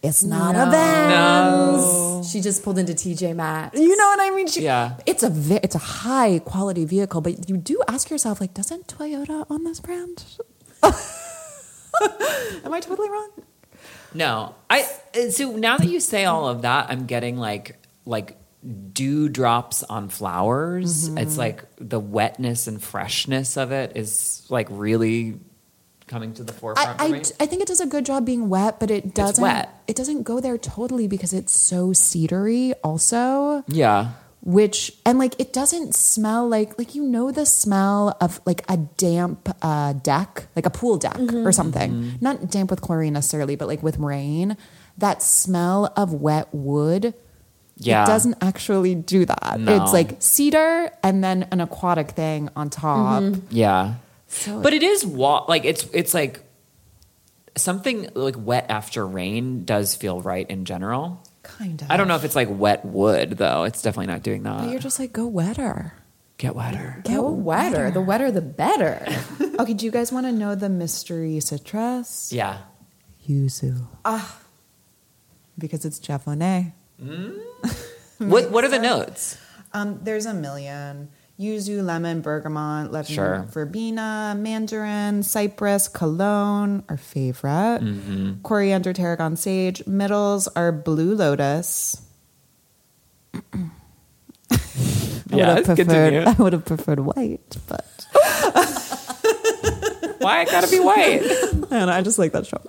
Speaker 2: It's not a
Speaker 3: No.
Speaker 2: van.
Speaker 1: No.
Speaker 3: She just pulled into TJ Maxx.
Speaker 2: You know what I mean? She,
Speaker 1: Yeah.
Speaker 2: It's a ve- it's a high quality vehicle, but you do ask yourself like, doesn't Toyota own this brand? <laughs> Am I totally wrong?
Speaker 1: No. I uh, so now that you say all of that, I'm getting like like dew drops on flowers.
Speaker 2: Mm-hmm.
Speaker 1: It's like the wetness and freshness of it is like really coming to the
Speaker 2: I,
Speaker 1: forefront for
Speaker 2: I,
Speaker 1: me.
Speaker 2: I think it does a good job being wet, but it doesn't.
Speaker 1: wet.
Speaker 2: It doesn't go there totally because it's so cedary. Also,
Speaker 1: yeah.
Speaker 2: which and like it doesn't smell like like you know the smell of like a damp uh, deck, like a pool deck
Speaker 1: Mm-hmm.
Speaker 2: or something. Not damp with chlorine necessarily, but like with rain, that smell of wet wood.
Speaker 1: Yeah.
Speaker 2: it doesn't actually do that.
Speaker 1: No.
Speaker 2: It's like cedar and then an aquatic thing on top.
Speaker 1: Mm-hmm. Yeah.
Speaker 2: So
Speaker 1: but it is wa- like it's it's like something like wet after rain does feel right in general.
Speaker 2: Kind of.
Speaker 1: I don't know if it's like wet wood though. It's definitely not doing
Speaker 2: But you're
Speaker 1: that.
Speaker 2: just like go wetter.
Speaker 1: Get wetter.
Speaker 3: Get wetter. The wetter, the better.
Speaker 2: Okay, do you guys want to know the mystery citrus?
Speaker 1: Yeah.
Speaker 2: Yuzu. Ah. Because it's Japonet.
Speaker 1: What what are the notes?
Speaker 2: Um, there's a million. Yuzu, lemon, bergamot, lemon,
Speaker 1: Sure.
Speaker 2: verbena, mandarin, cypress, cologne, our favorite. Mm-hmm. Coriander, tarragon, sage. Middles are blue lotus. I would have preferred. <laughs> I would have preferred white, but
Speaker 1: Why it gotta be white?
Speaker 2: <laughs> I don't know. I just like that show.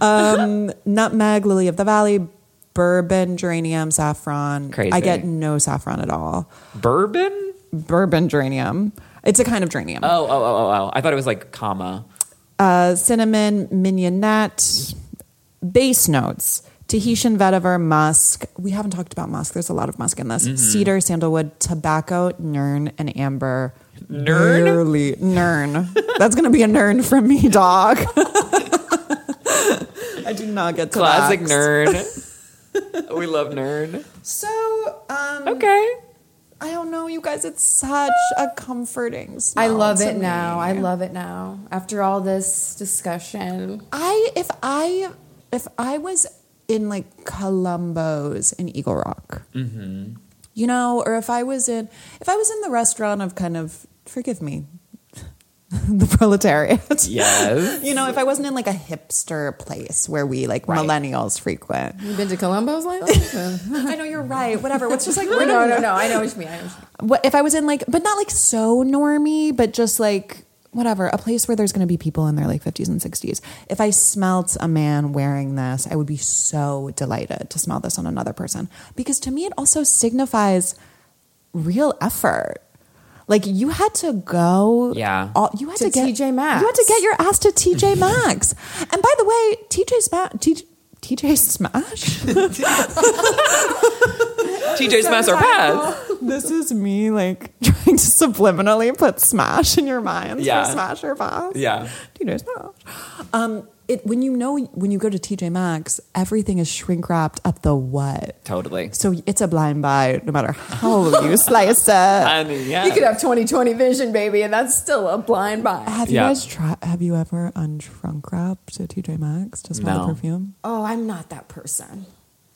Speaker 2: Um, nutmeg, lily of the valley, bourbon, geranium, saffron.
Speaker 1: Crazy.
Speaker 2: I get no saffron at all.
Speaker 1: Bourbon?
Speaker 2: Bourbon geranium. It's a kind of geranium.
Speaker 1: Oh, oh, oh, oh, oh. I thought it was like comma.
Speaker 2: Uh, cinnamon, mignonette, base notes. Tahitian vetiver, musk. We haven't talked about musk. There's a lot of musk in
Speaker 1: Mm-hmm.
Speaker 2: this. Cedar, sandalwood, tobacco, nern, and amber.
Speaker 1: Nern?
Speaker 2: Barely- nern. That's gonna be a nern from me, dog. <laughs> I do not get to
Speaker 1: Classic
Speaker 2: wax.
Speaker 1: nerd. we love nerd.
Speaker 2: So, um,
Speaker 1: Okay.
Speaker 2: I don't know, you guys. It's such a comforting. Smell
Speaker 3: I love
Speaker 2: to
Speaker 3: it now.
Speaker 2: me.
Speaker 3: I love it now. After all this discussion,
Speaker 2: I if I if I was in like Columbo's in Eagle Rock,
Speaker 3: Mm-hmm.
Speaker 2: you know, or if I was in if I was in the restaurant of kind of forgive me, <laughs> the proletariat.
Speaker 1: Yes.
Speaker 2: <laughs> You know, if I wasn't in like a hipster place where we like
Speaker 1: Right.
Speaker 2: millennials
Speaker 3: <laughs>
Speaker 2: frequent.
Speaker 3: you been to Columbo's <laughs> lately?
Speaker 2: I know you're right. Whatever. What's just like
Speaker 3: <laughs> no, no, no. I know what you mean. I know what you mean.
Speaker 2: what if I was in like, but not like so normy, but just like whatever, a place where there's going to be people in their like 50s and 60s. If I smelt a man wearing this, I would be so delighted to smell this on another person because to me it also signifies real effort. Like you had to go,
Speaker 1: Yeah.
Speaker 2: All, you had to,
Speaker 3: To
Speaker 2: get
Speaker 3: TJ Maxx.
Speaker 2: You had to get your ass to TJ Maxx. and by the way, TJ Smash, TJ Smash.
Speaker 1: TJ's Master Pass.
Speaker 2: This is me like <laughs> trying to subliminally put smash in your minds
Speaker 1: Yeah.
Speaker 2: for smash or pass.
Speaker 1: Yeah.
Speaker 2: TJ Smash. Um, it when you know when you go to TJ Maxx, everything is shrink wrapped up the what.
Speaker 1: Totally.
Speaker 2: So it's a blind buy no matter how
Speaker 1: <laughs>
Speaker 2: you slice it.
Speaker 1: I mean, yeah.
Speaker 3: You could have 2020 vision, baby, and that's still a blind buy.
Speaker 2: Have
Speaker 1: Yeah.
Speaker 2: you guys tried have you ever unshrunk wrapped a TJ Maxx to smell
Speaker 1: No.
Speaker 2: the perfume?
Speaker 3: Oh, I'm not that person.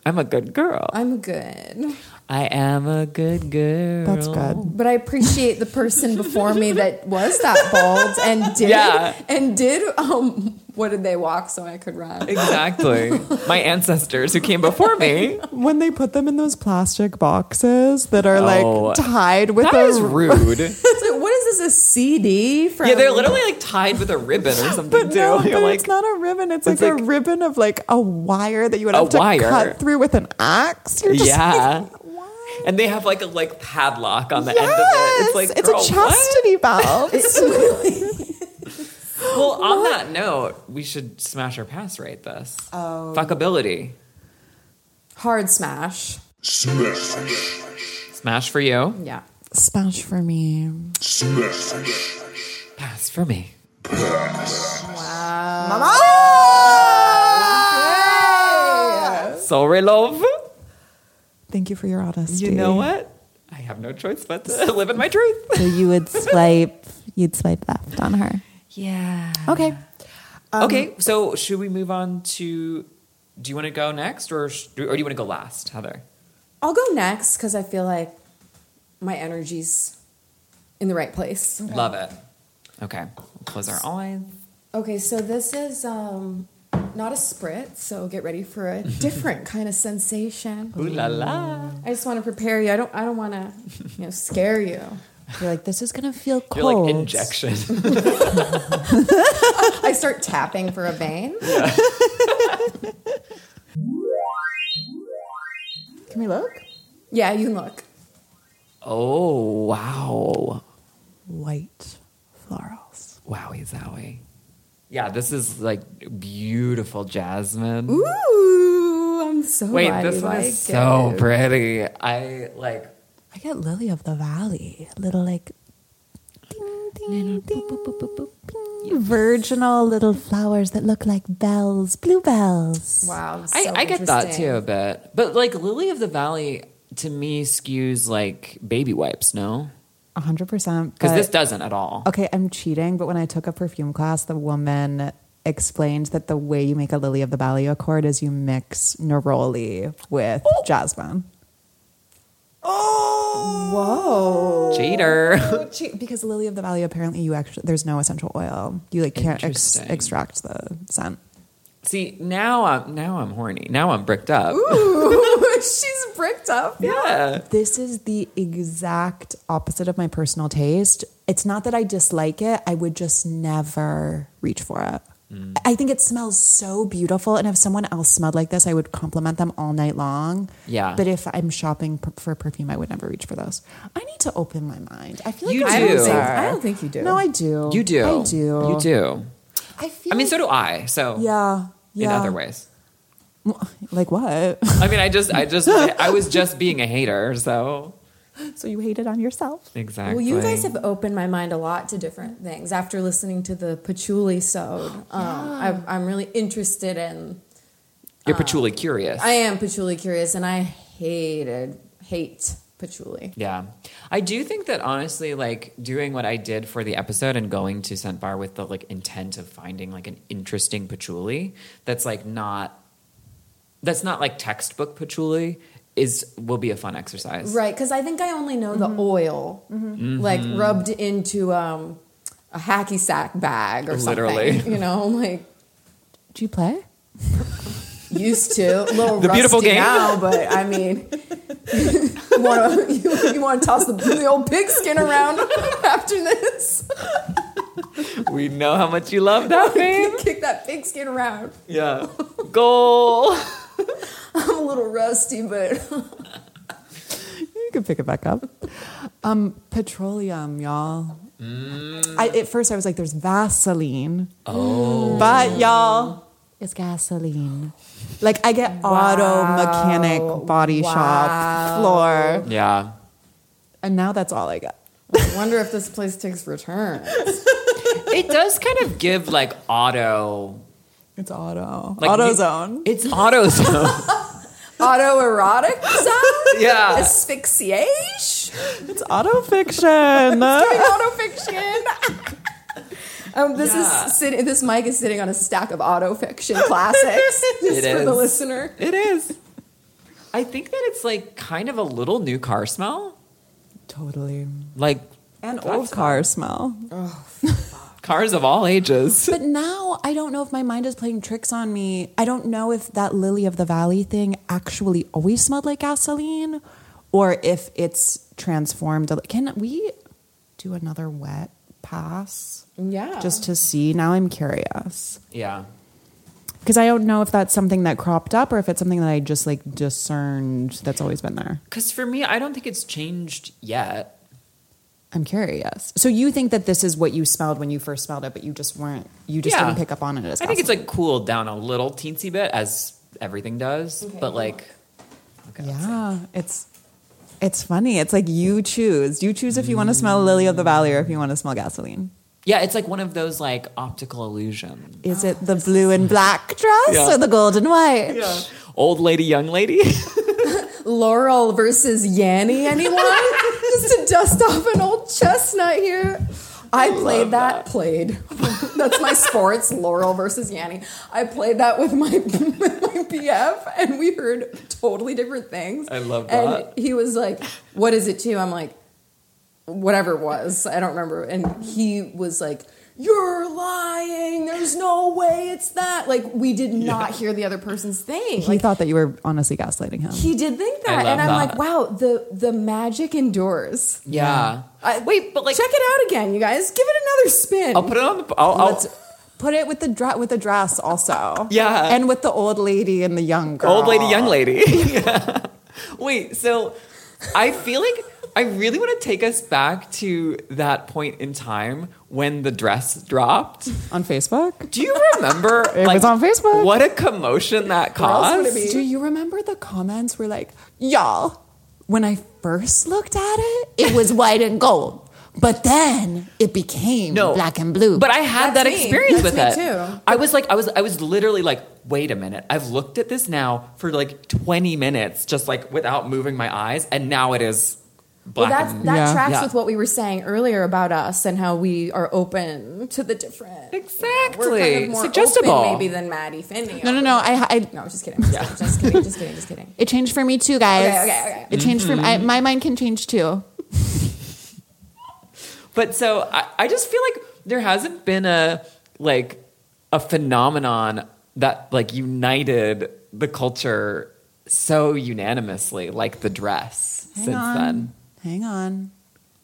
Speaker 1: I'm a good girl.
Speaker 3: I'm good.
Speaker 1: I am a good girl.
Speaker 2: That's good.
Speaker 3: But I appreciate the person before me that was that bold and did
Speaker 1: Yeah.
Speaker 3: and did um
Speaker 2: what did they walk so I could run?
Speaker 1: Exactly. My ancestors who came before me.
Speaker 2: When they put them in those plastic boxes that are
Speaker 1: Oh.
Speaker 2: like tied with
Speaker 1: That
Speaker 2: a
Speaker 1: is rude.
Speaker 3: So what is this? A CD from?
Speaker 1: Yeah, they're literally like tied with a ribbon or something
Speaker 2: But
Speaker 1: too.
Speaker 2: no,
Speaker 1: <laughs> You're
Speaker 2: but
Speaker 1: like,
Speaker 2: it's not a ribbon. It's,
Speaker 1: It's
Speaker 2: like, a
Speaker 1: like-
Speaker 2: ribbon of like a wire that you would
Speaker 1: A
Speaker 2: have to
Speaker 1: wire.
Speaker 2: cut through with an axe. You're just
Speaker 1: yeah.
Speaker 2: like, why?
Speaker 1: and they have like a like padlock on the end of it.
Speaker 2: Yes,
Speaker 1: It's like girl,
Speaker 2: a
Speaker 1: what? <laughs>
Speaker 2: chastity belt. <laughs>
Speaker 1: Well, on that note, we should smash or pass rate this. Oh. Fuckability.
Speaker 3: hard smash.
Speaker 4: Smash.
Speaker 1: Smash for you.
Speaker 3: Yeah.
Speaker 2: Smash for me.
Speaker 4: Smash.
Speaker 1: Pass for me. Sorry, love.
Speaker 2: Thank you for your honesty.
Speaker 1: You know what? I have no choice but to <laughs> live in my truth.
Speaker 2: So you would swipe, you'd swipe left on her.
Speaker 1: <laughs> Yeah.
Speaker 2: Okay.
Speaker 1: okay, so should we move on to? Do you want to go next, or sh- or do you want to go last, Heather?
Speaker 3: I'll go next because I feel like my energy's in the right place.
Speaker 1: Love it. Okay, we'll close our eyes.
Speaker 3: Okay, so this is um, not a spritz, so get ready
Speaker 1: <laughs>
Speaker 3: for a different kind of sensation.
Speaker 1: Ooh la la!
Speaker 3: I just want to prepare you. I don't. I don't want to, you know, scare you.
Speaker 2: You're like, this is going to feel cold.
Speaker 1: You're like injection. <laughs>
Speaker 3: I start tapping for a <laughs> vein.
Speaker 2: Can we look?
Speaker 3: Yeah, you can look.
Speaker 1: oh wow!
Speaker 2: White florals.
Speaker 1: Wowie zowie! Yeah, this is like beautiful jasmine.
Speaker 3: Ooh, I'm so
Speaker 1: Wait,
Speaker 3: glad
Speaker 1: this
Speaker 3: you
Speaker 1: one
Speaker 3: like
Speaker 1: is so
Speaker 3: it.
Speaker 1: pretty. I like.
Speaker 2: I get lily of the valley. A little like ding, ding, ding, ping. virginal little flowers that look like bells, bluebells.
Speaker 3: Wow,
Speaker 1: I,
Speaker 3: so
Speaker 1: I get that
Speaker 3: interesting.
Speaker 1: too a bit, but like Lily of the Valley to me skews like baby wipes. No,
Speaker 2: 100%.
Speaker 1: because
Speaker 2: but-
Speaker 1: this doesn't at all.
Speaker 2: Okay, I'm cheating, but when I took a perfume class, the woman explained that the way you make a Lily of the Valley accord is you mix neroli with
Speaker 1: Oh!
Speaker 2: jasmine.
Speaker 1: Oh!
Speaker 3: Whoa.
Speaker 1: Cheater. <laughs>
Speaker 2: Because Lily of the Valley, apparently, you actually there's no essential oil. You like can't ex-
Speaker 1: Interesting.
Speaker 2: extract the scent.
Speaker 1: See now I'm now I'm horny. Now I'm bricked up.
Speaker 3: She's bricked up.
Speaker 1: <laughs> Yeah.
Speaker 2: This is the exact opposite of my personal taste. It's not that I dislike it, I would just never reach for it.
Speaker 1: Mm.
Speaker 2: I think it smells so beautiful. And if someone else smelled like this, I would compliment them all night long.
Speaker 1: Yeah.
Speaker 2: But if I'm shopping per- for perfume, I would never reach for those. I need to open my mind. I feel like
Speaker 1: You
Speaker 2: I'm
Speaker 1: do.
Speaker 2: a loser.
Speaker 1: I
Speaker 3: don't think you do.
Speaker 2: No, I do.
Speaker 1: You do.
Speaker 2: I do.
Speaker 1: You do.
Speaker 2: I feel
Speaker 1: I mean,
Speaker 2: like-
Speaker 1: so do I. So
Speaker 2: Yeah. Yeah.
Speaker 1: in other ways.
Speaker 2: Like what?
Speaker 1: I mean, I just, I just, I was just being a hater. So
Speaker 2: so you hate it on yourself?
Speaker 1: exactly.
Speaker 3: Well, you guys have opened my mind a lot to different things after listening to the patchouli sode. Um, I, I'm really interested in.
Speaker 1: You're patchouli curious.
Speaker 3: uh, I am patchouli curious, and I hated hate patchouli.
Speaker 1: Yeah. I do think that honestly, like doing what I did for the episode and going to Scent Bar with the like intent of finding like an interesting patchouli that's like not that's not like textbook patchouli is will be a fun exercise.
Speaker 3: Right, because I think I only know the oil, like
Speaker 1: Mm-hmm.
Speaker 3: rubbed into um, a hacky sack bag or
Speaker 1: Literally.
Speaker 3: something. <laughs> You know, I'm like
Speaker 2: Do you play?
Speaker 3: used to.
Speaker 1: <laughs>
Speaker 3: A little
Speaker 1: The
Speaker 3: rusty
Speaker 1: beautiful game.
Speaker 3: now, but I mean, <laughs> you want to you, you wanna <laughs> toss the, the old pigskin around <laughs> after this?
Speaker 1: We know how much you love that
Speaker 3: <laughs>
Speaker 1: babe.
Speaker 3: Kick that pigskin around.
Speaker 1: yeah. Goal.
Speaker 3: I'm a little rusty, but
Speaker 2: You can pick it back up. Um, petroleum, y'all.
Speaker 1: Mm.
Speaker 2: I, at first, I was like, "There's Vaseline," oh. but y'all, it's gasoline. Like I get auto mechanic body shop floor,
Speaker 1: Yeah.
Speaker 2: and now that's all I get.
Speaker 3: <laughs> I wonder if this place takes return.
Speaker 1: It does kind of give like auto
Speaker 2: It's auto
Speaker 1: like
Speaker 2: AutoZone.
Speaker 1: It's AutoZone. <laughs>
Speaker 3: Autoerotic sound?
Speaker 1: Yeah.
Speaker 3: Asphyxiation?
Speaker 2: it's auto
Speaker 1: <laughs>
Speaker 2: fiction.
Speaker 3: Auto fiction? <laughs> Um, this
Speaker 1: Yeah.
Speaker 3: is sitting. This mic is sitting on a stack of auto fiction classics.
Speaker 1: <laughs>
Speaker 3: just
Speaker 1: It
Speaker 3: for the
Speaker 1: is.
Speaker 3: listener.
Speaker 1: it is. I think that it's like kind of a little new car smell.
Speaker 2: totally.
Speaker 1: Like
Speaker 2: And
Speaker 1: That's
Speaker 2: old car smell.
Speaker 1: Cars of all ages.
Speaker 2: But now I don't know if my mind is playing tricks on me. I don't know if that Lily of the Valley thing actually always smelled like gasoline or if it's transformed. Can we do another wet pass
Speaker 3: Yeah.
Speaker 2: just to see? Now I'm curious.
Speaker 1: Yeah.
Speaker 2: Because I don't know if that's something that cropped up or if it's something that I just like discerned that's always been there.
Speaker 1: Because for me, I don't think it's changed yet.
Speaker 2: I'm curious. So you think that this is what you smelled when you first smelled it, but you just weren't, you just
Speaker 1: Yeah.
Speaker 2: didn't pick up on it as
Speaker 1: I think it's
Speaker 2: gasoline.
Speaker 1: like cooled down a little teensy bit as everything does. but like, okay, let's see.
Speaker 2: Yeah, it's it's funny. It's like you choose. You choose if you want to smell lily of the valley or if you want to smell gasoline.
Speaker 1: yeah, it's like one of those like optical illusions.
Speaker 2: Is it the blue and black dress
Speaker 1: Yeah.
Speaker 2: or the gold and white?
Speaker 1: Old lady, young lady.
Speaker 3: Laurel versus Yanny, anyone? Just to dust off an old chestnut here. I played that, Played. <laughs> That's my sports. Laurel versus Yanny. I played that with my <laughs> with my PF, and we heard totally different things.
Speaker 1: I love that.
Speaker 3: And he was like, "What is it to?" you?" I'm like, "Whatever it was, I don't remember." And he was like. You're lying. There's no way it's that. Like we did not hear the other person's thing.
Speaker 2: He
Speaker 3: Like,
Speaker 2: thought that you were honestly gaslighting him.
Speaker 3: he did think
Speaker 1: I
Speaker 3: that,
Speaker 1: love
Speaker 3: and I'm
Speaker 1: that.
Speaker 3: like, wow, the the magic endures.
Speaker 1: yeah.
Speaker 3: I,
Speaker 1: Wait, but like,
Speaker 3: check it out again, you guys. Give it another spin.
Speaker 1: I'll put it on the. I'll, I'll,
Speaker 2: Let's put it with the dra- with the dress also.
Speaker 1: Yeah.
Speaker 2: and with the old lady and the young girl.
Speaker 1: old lady, young lady. <laughs>
Speaker 3: <laughs>
Speaker 1: Wait, so I feel like I really want to take us back to that point in time when the dress dropped.
Speaker 2: on Facebook.
Speaker 1: Do you remember?
Speaker 2: <laughs> It was on Facebook.
Speaker 1: What a commotion that
Speaker 3: else would it
Speaker 1: caused.
Speaker 3: be?
Speaker 2: Do you remember the comments were like, y'all, when I first looked at it, it was white and gold. But then it became
Speaker 1: No,
Speaker 2: black and blue.
Speaker 1: But I had
Speaker 3: That's
Speaker 1: that
Speaker 3: me.
Speaker 1: experience with
Speaker 3: That's me
Speaker 1: it.
Speaker 3: too.
Speaker 1: I was like, I was, I was literally like, wait a minute. I've looked at this now for like 20 minutes, just like without moving my eyes, and now it is
Speaker 3: well,
Speaker 1: black.
Speaker 3: that's,
Speaker 1: and-
Speaker 3: that
Speaker 2: Yeah.
Speaker 3: tracks
Speaker 1: Yeah.
Speaker 3: with what we were saying earlier about us and how we are open to the different.
Speaker 1: exactly
Speaker 3: We're kind of more
Speaker 1: suggestible.
Speaker 3: open maybe than Maddie Finney.
Speaker 2: no, no, no. I, I
Speaker 3: No, just kidding. Just, kidding, just kidding. Just kidding. Just kidding.
Speaker 2: it changed for me too, guys.
Speaker 3: Okay, okay, okay.
Speaker 2: It changed for me.
Speaker 1: Mm-hmm.
Speaker 2: I, my mind can change too.
Speaker 1: But so I, I just feel like there hasn't been a like a phenomenon that like united the culture so unanimously like the dress since then.
Speaker 2: Hang on.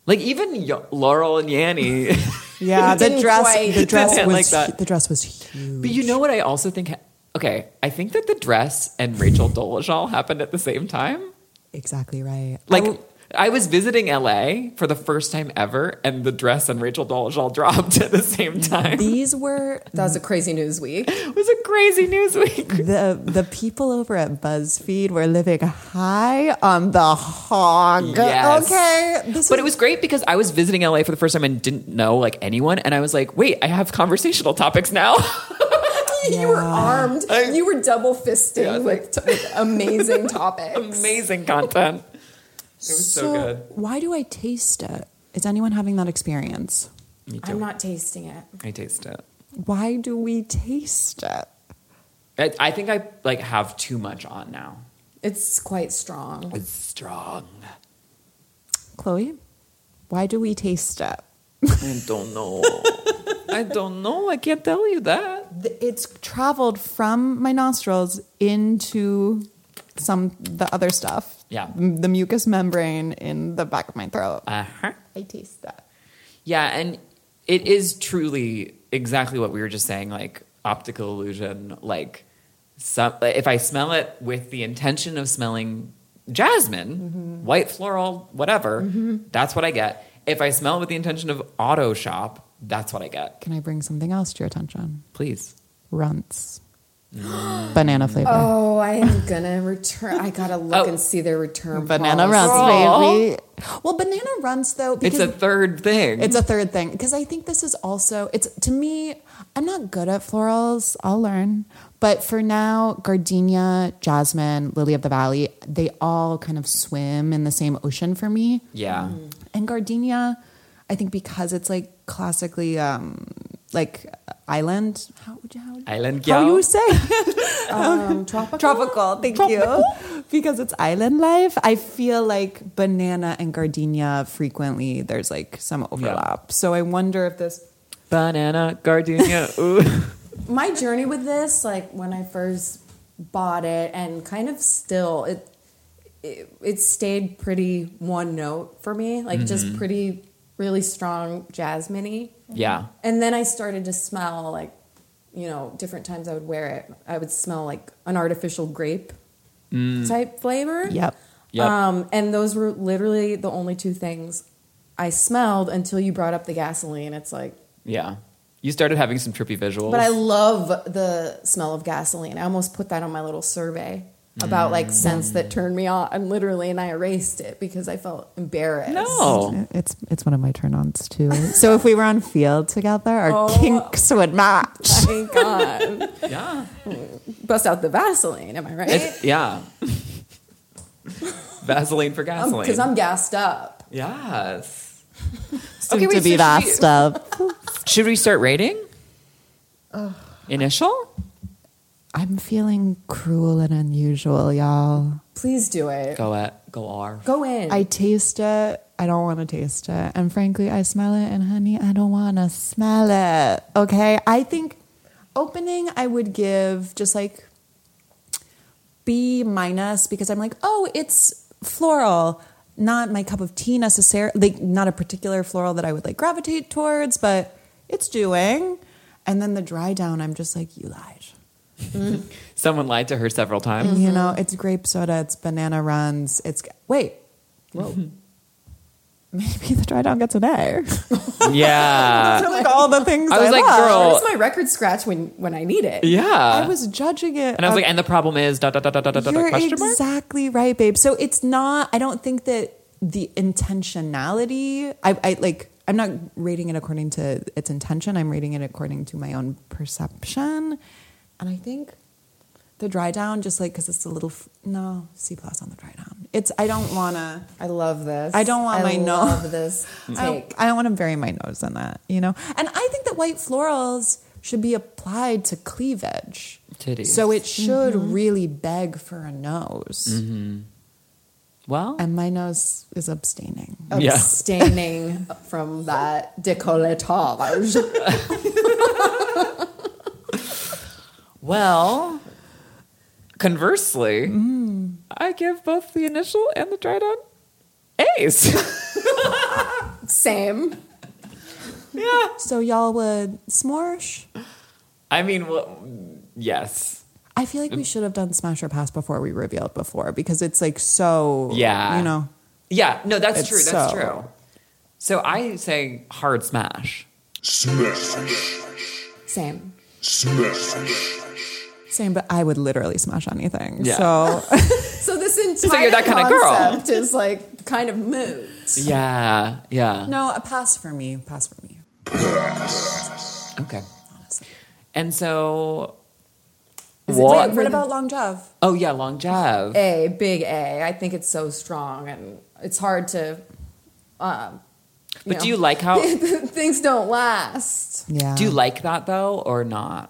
Speaker 1: Like even y- Laurel and Yanni. <laughs>
Speaker 2: Yeah, the
Speaker 3: Didn't
Speaker 2: dress.
Speaker 3: quite-
Speaker 2: The dress was.
Speaker 1: Didn't like that.
Speaker 2: hu- The dress was huge.
Speaker 1: but you know what I also think ha- okay, I think that the dress and Rachel Dolezal happened at the same time.
Speaker 2: Exactly right. Oh,
Speaker 1: Like
Speaker 2: I
Speaker 1: I
Speaker 2: will-
Speaker 1: was visiting LA for the first time ever, and the dress and Rachel Dolezal <laughs> dropped at the same time.
Speaker 2: these were
Speaker 3: That was a crazy news week. <laughs>
Speaker 1: it was a crazy news week.
Speaker 2: the the people over at BuzzFeed were living high on the hog.
Speaker 1: Yes.
Speaker 2: Okay, this
Speaker 1: But it was great because I was visiting LA for the first time and didn't know like anyone, and I was like, "Wait, I have conversational topics now." <laughs>
Speaker 3: You were armed.
Speaker 1: I-
Speaker 3: you were double fisting
Speaker 1: Yeah, I was
Speaker 3: with, t- with
Speaker 1: <laughs>
Speaker 3: amazing topics.
Speaker 1: Amazing <laughs> content. It was so, good.
Speaker 2: Why do I taste it? Is anyone having that experience?
Speaker 1: Me
Speaker 3: I'm not tasting it.
Speaker 1: I taste it.
Speaker 2: Why do we taste it?
Speaker 1: I, I think I like have too much on now.
Speaker 3: It's quite strong.
Speaker 1: It's strong.
Speaker 2: Chloe, why do we taste it?
Speaker 1: I don't know. <laughs> I don't know. I can't tell you that.
Speaker 2: It's traveled from my nostrils into some the other stuff.
Speaker 1: Yeah.
Speaker 2: M- The mucous membrane in the back of my throat.
Speaker 1: Uh huh.
Speaker 2: I taste that.
Speaker 1: Yeah, and it is truly exactly what we were just saying, like optical illusion. Like, some, if I smell it with the intention of smelling jasmine, white floral, whatever, that's what I get. If I smell it with the intention of auto shop, that's what I get.
Speaker 2: Can I bring something else to your attention?
Speaker 1: Please. <gasps>
Speaker 2: Runts. Banana flavor.
Speaker 3: Oh, I am gonna return. I gotta look
Speaker 1: Oh.
Speaker 3: and see their return.
Speaker 2: banana
Speaker 3: policy.
Speaker 2: runts,
Speaker 1: Girl.
Speaker 2: baby. Well, banana runts though because
Speaker 1: Oh. it's a third thing.
Speaker 2: It's a third thing because I think this is also it's to me. I'm not good at florals. I'll learn, but for now, gardenia, jasmine, lily of the valley, they all kind of swim in the same ocean for me.
Speaker 1: yeah.
Speaker 2: And gardenia, I think because it's like classically um, like island. How would you how, would-
Speaker 1: Island
Speaker 2: how
Speaker 1: gal.
Speaker 2: you say
Speaker 3: Um, tropical.
Speaker 2: tropical? Thank you. Because it's island life, I feel like banana and gardenia frequently. There's like some overlap. So I wonder if this
Speaker 1: Banana gardenia. Ooh.
Speaker 3: my journey with this, like when I first bought it, and kind of still it, it, it stayed pretty one note for me,
Speaker 1: Mm-hmm.
Speaker 3: like just pretty, really strong jasmine-y.
Speaker 1: yeah.
Speaker 3: And then I started to smell like, you know, different times I would wear it, I would smell like an artificial grape type flavor.
Speaker 2: Yep.
Speaker 1: Mm. Yep.
Speaker 3: Um, and those were literally the only two things I smelled until you brought up the gasoline. It's like,
Speaker 1: Yeah. You started having some trippy visuals.
Speaker 3: but I love the smell of gasoline. I almost put that on my little survey about like scents that turned me on. And literally, and I erased it because I felt embarrassed.
Speaker 1: no.
Speaker 2: It's it's one of my turn ons <laughs> too. So if we were on field together, our kinks would match.
Speaker 3: Thank God.
Speaker 1: Yeah.
Speaker 3: Bust out the Vaseline. Am I right?
Speaker 1: It's, yeah. <laughs> Vaseline for gasoline.
Speaker 3: Because I'm gassed up.
Speaker 1: yes.
Speaker 2: Soon to be that stuff.
Speaker 1: Should we start rating? Initial?
Speaker 2: I'm feeling cruel and unusual, y'all.
Speaker 3: Please do it. Go,
Speaker 1: Go at go R.
Speaker 3: in.
Speaker 2: I taste it. I don't want to taste it. And frankly, I smell it. And honey, I don't want to smell it. Okay. I think opening, I would give just like B minus because I'm like, oh, it's floral. Not my cup of tea necessarily. Like, not a particular floral that I would like gravitate towards, but it's doing. And then the dry down, I'm just like, you lied.
Speaker 1: Someone lied to her several times.
Speaker 2: You know, it's grape soda, it's banana runs, it's wait. Whoa. <laughs> Maybe the dry down gets an
Speaker 1: <laughs>
Speaker 2: A. <laughs>
Speaker 1: yeah.
Speaker 2: like all the things
Speaker 1: Uh, I was like,
Speaker 2: love.
Speaker 1: girl.
Speaker 3: Where's my record scratch when, when I need it?
Speaker 1: Yeah.
Speaker 2: I was judging it.
Speaker 1: and I was like,
Speaker 2: on-
Speaker 1: and the problem is dot dot dot dot dot dot dot
Speaker 2: you're
Speaker 1: question mark?
Speaker 2: exactly right, babe. So it's not. I don't think that the intentionality. I, I like. I'm not rating it according to its intention. I'm rating it according to my own perception, and I think the dry down just like because it's a little f- no C plus on the dry down. It's I don't want to.
Speaker 3: I love this.
Speaker 2: I don't want my
Speaker 3: I
Speaker 2: nose.
Speaker 3: love this
Speaker 2: I don't- <laughs>
Speaker 3: take.
Speaker 2: I don't want to bury my nose in that, you know. And I think that white florals should be applied to cleavage.
Speaker 1: Titties.
Speaker 2: So it should Mm-hmm. really beg for a nose.
Speaker 1: Well,
Speaker 2: And my nose is abstaining.
Speaker 1: Yeah.
Speaker 3: Abstaining from that décolletage.
Speaker 1: well. Conversely, I give both the initial and the dry down A's. <laughs>
Speaker 3: Same.
Speaker 1: yeah.
Speaker 2: So y'all would smorsh?
Speaker 1: I mean, well, yes.
Speaker 2: I feel like we should have done smash or pass before we revealed before because it's like so
Speaker 1: Yeah.
Speaker 2: you know.
Speaker 1: Yeah. No, that's
Speaker 2: It's
Speaker 1: true. That's
Speaker 2: so-
Speaker 1: true. So I say hard smash.
Speaker 4: Smash.
Speaker 3: Same.
Speaker 4: Smash.
Speaker 2: Same, but I would literally smash anything.
Speaker 1: Yeah.
Speaker 2: So <laughs>
Speaker 3: So this entire
Speaker 1: you're that kinda girl.
Speaker 3: concept is like kind of moot.
Speaker 1: Yeah. Yeah.
Speaker 2: no, a pass for me. Pass for me.
Speaker 1: Okay.
Speaker 2: Honestly.
Speaker 1: And so.
Speaker 2: Is it-
Speaker 1: What?
Speaker 2: Wait, what about long Jeff?
Speaker 1: Oh yeah, long job.
Speaker 3: A big A. I think it's so strong, and it's hard to. Um,
Speaker 1: But do you like how?
Speaker 3: <laughs> things don't last?
Speaker 2: Yeah.
Speaker 1: Do you like that though, or not?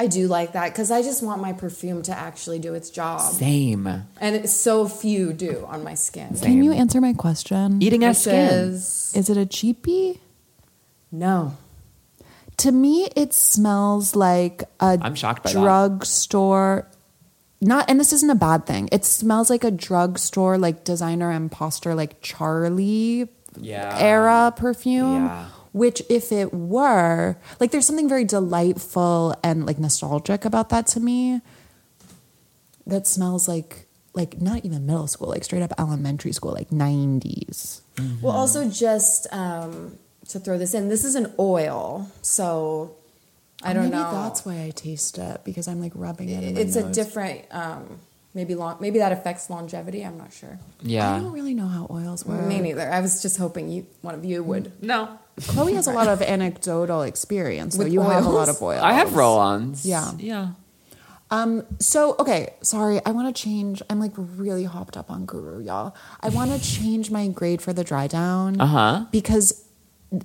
Speaker 3: I do like that because I just want my perfume to actually do its job,
Speaker 1: Same.
Speaker 3: and it's so few do on my skin.
Speaker 2: Can you answer my question?
Speaker 1: Eating
Speaker 3: Which
Speaker 1: ass skin.
Speaker 3: is-
Speaker 2: Is it a cheapie?
Speaker 3: no.
Speaker 2: To me, it smells like a
Speaker 1: I'm shocked by that.
Speaker 2: drugstore. Not, and this isn't a bad thing. It smells like a drugstore, like designer imposter, like Charlie
Speaker 1: Yeah.
Speaker 2: era perfume.
Speaker 1: Yeah.
Speaker 2: Which, if it were, like, there's something very delightful and like nostalgic about that to me. That smells like like not even middle school, like straight up elementary school, like 90s.
Speaker 3: Well, also just um, to throw this in, this is an oil, so I don't
Speaker 2: Oh, Maybe
Speaker 3: know.
Speaker 2: That's why I taste it because I'm like rubbing it. In my
Speaker 3: it's a
Speaker 2: nose.
Speaker 3: different um, maybe long maybe that affects longevity i'm not sure
Speaker 2: I don't
Speaker 1: Yeah.
Speaker 2: really know how oils work.
Speaker 3: me neither i was just hoping you one of you would
Speaker 1: No.
Speaker 2: <laughs> Chloe has a lot of anecdotal experience. Though
Speaker 3: With
Speaker 2: you have a lot
Speaker 3: oils?
Speaker 2: of oils.
Speaker 1: I have roll-ons.
Speaker 2: Yeah.
Speaker 1: Yeah.
Speaker 2: Um. So okay. Sorry. I want to change. I'm like really hopped up on Guru, y'all. I want to change my grade for the dry down.
Speaker 1: Uh-huh.
Speaker 2: Because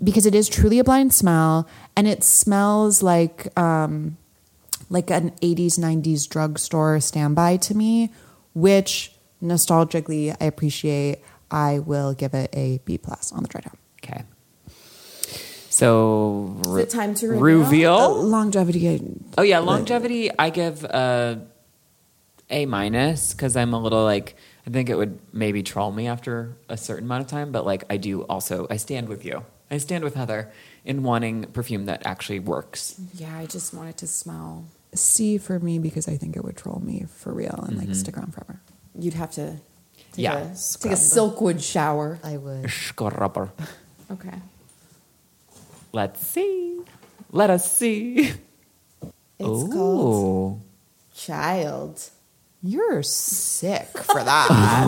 Speaker 2: because it is truly a blind smell, and it smells like um like an 80s 90s drugstore standby to me, which nostalgically I appreciate. I will give it a B plus on the dry down.
Speaker 1: Okay. So
Speaker 3: Is it time to reveal?
Speaker 2: Oh,
Speaker 1: reveal?
Speaker 2: longevity. I-
Speaker 1: Oh yeah, longevity. I give a a minus because I'm a little like I think it would maybe troll me after a certain amount of time, but like I do also I stand with you. I stand with Heather in wanting perfume that actually works.
Speaker 3: Yeah, I just want it to smell.
Speaker 2: C for me because I think it would troll me for real and
Speaker 1: Mm-hmm.
Speaker 2: like stick around forever.
Speaker 3: You'd have to take,
Speaker 1: Yeah.
Speaker 3: a, take a silkwood shower.
Speaker 5: I would.
Speaker 1: Scrubber.
Speaker 3: Okay.
Speaker 1: Let's see. Let us see.
Speaker 5: It's called
Speaker 1: Ooh.
Speaker 5: Child.
Speaker 2: You're s-
Speaker 5: Sick for
Speaker 2: <laughs>
Speaker 5: that.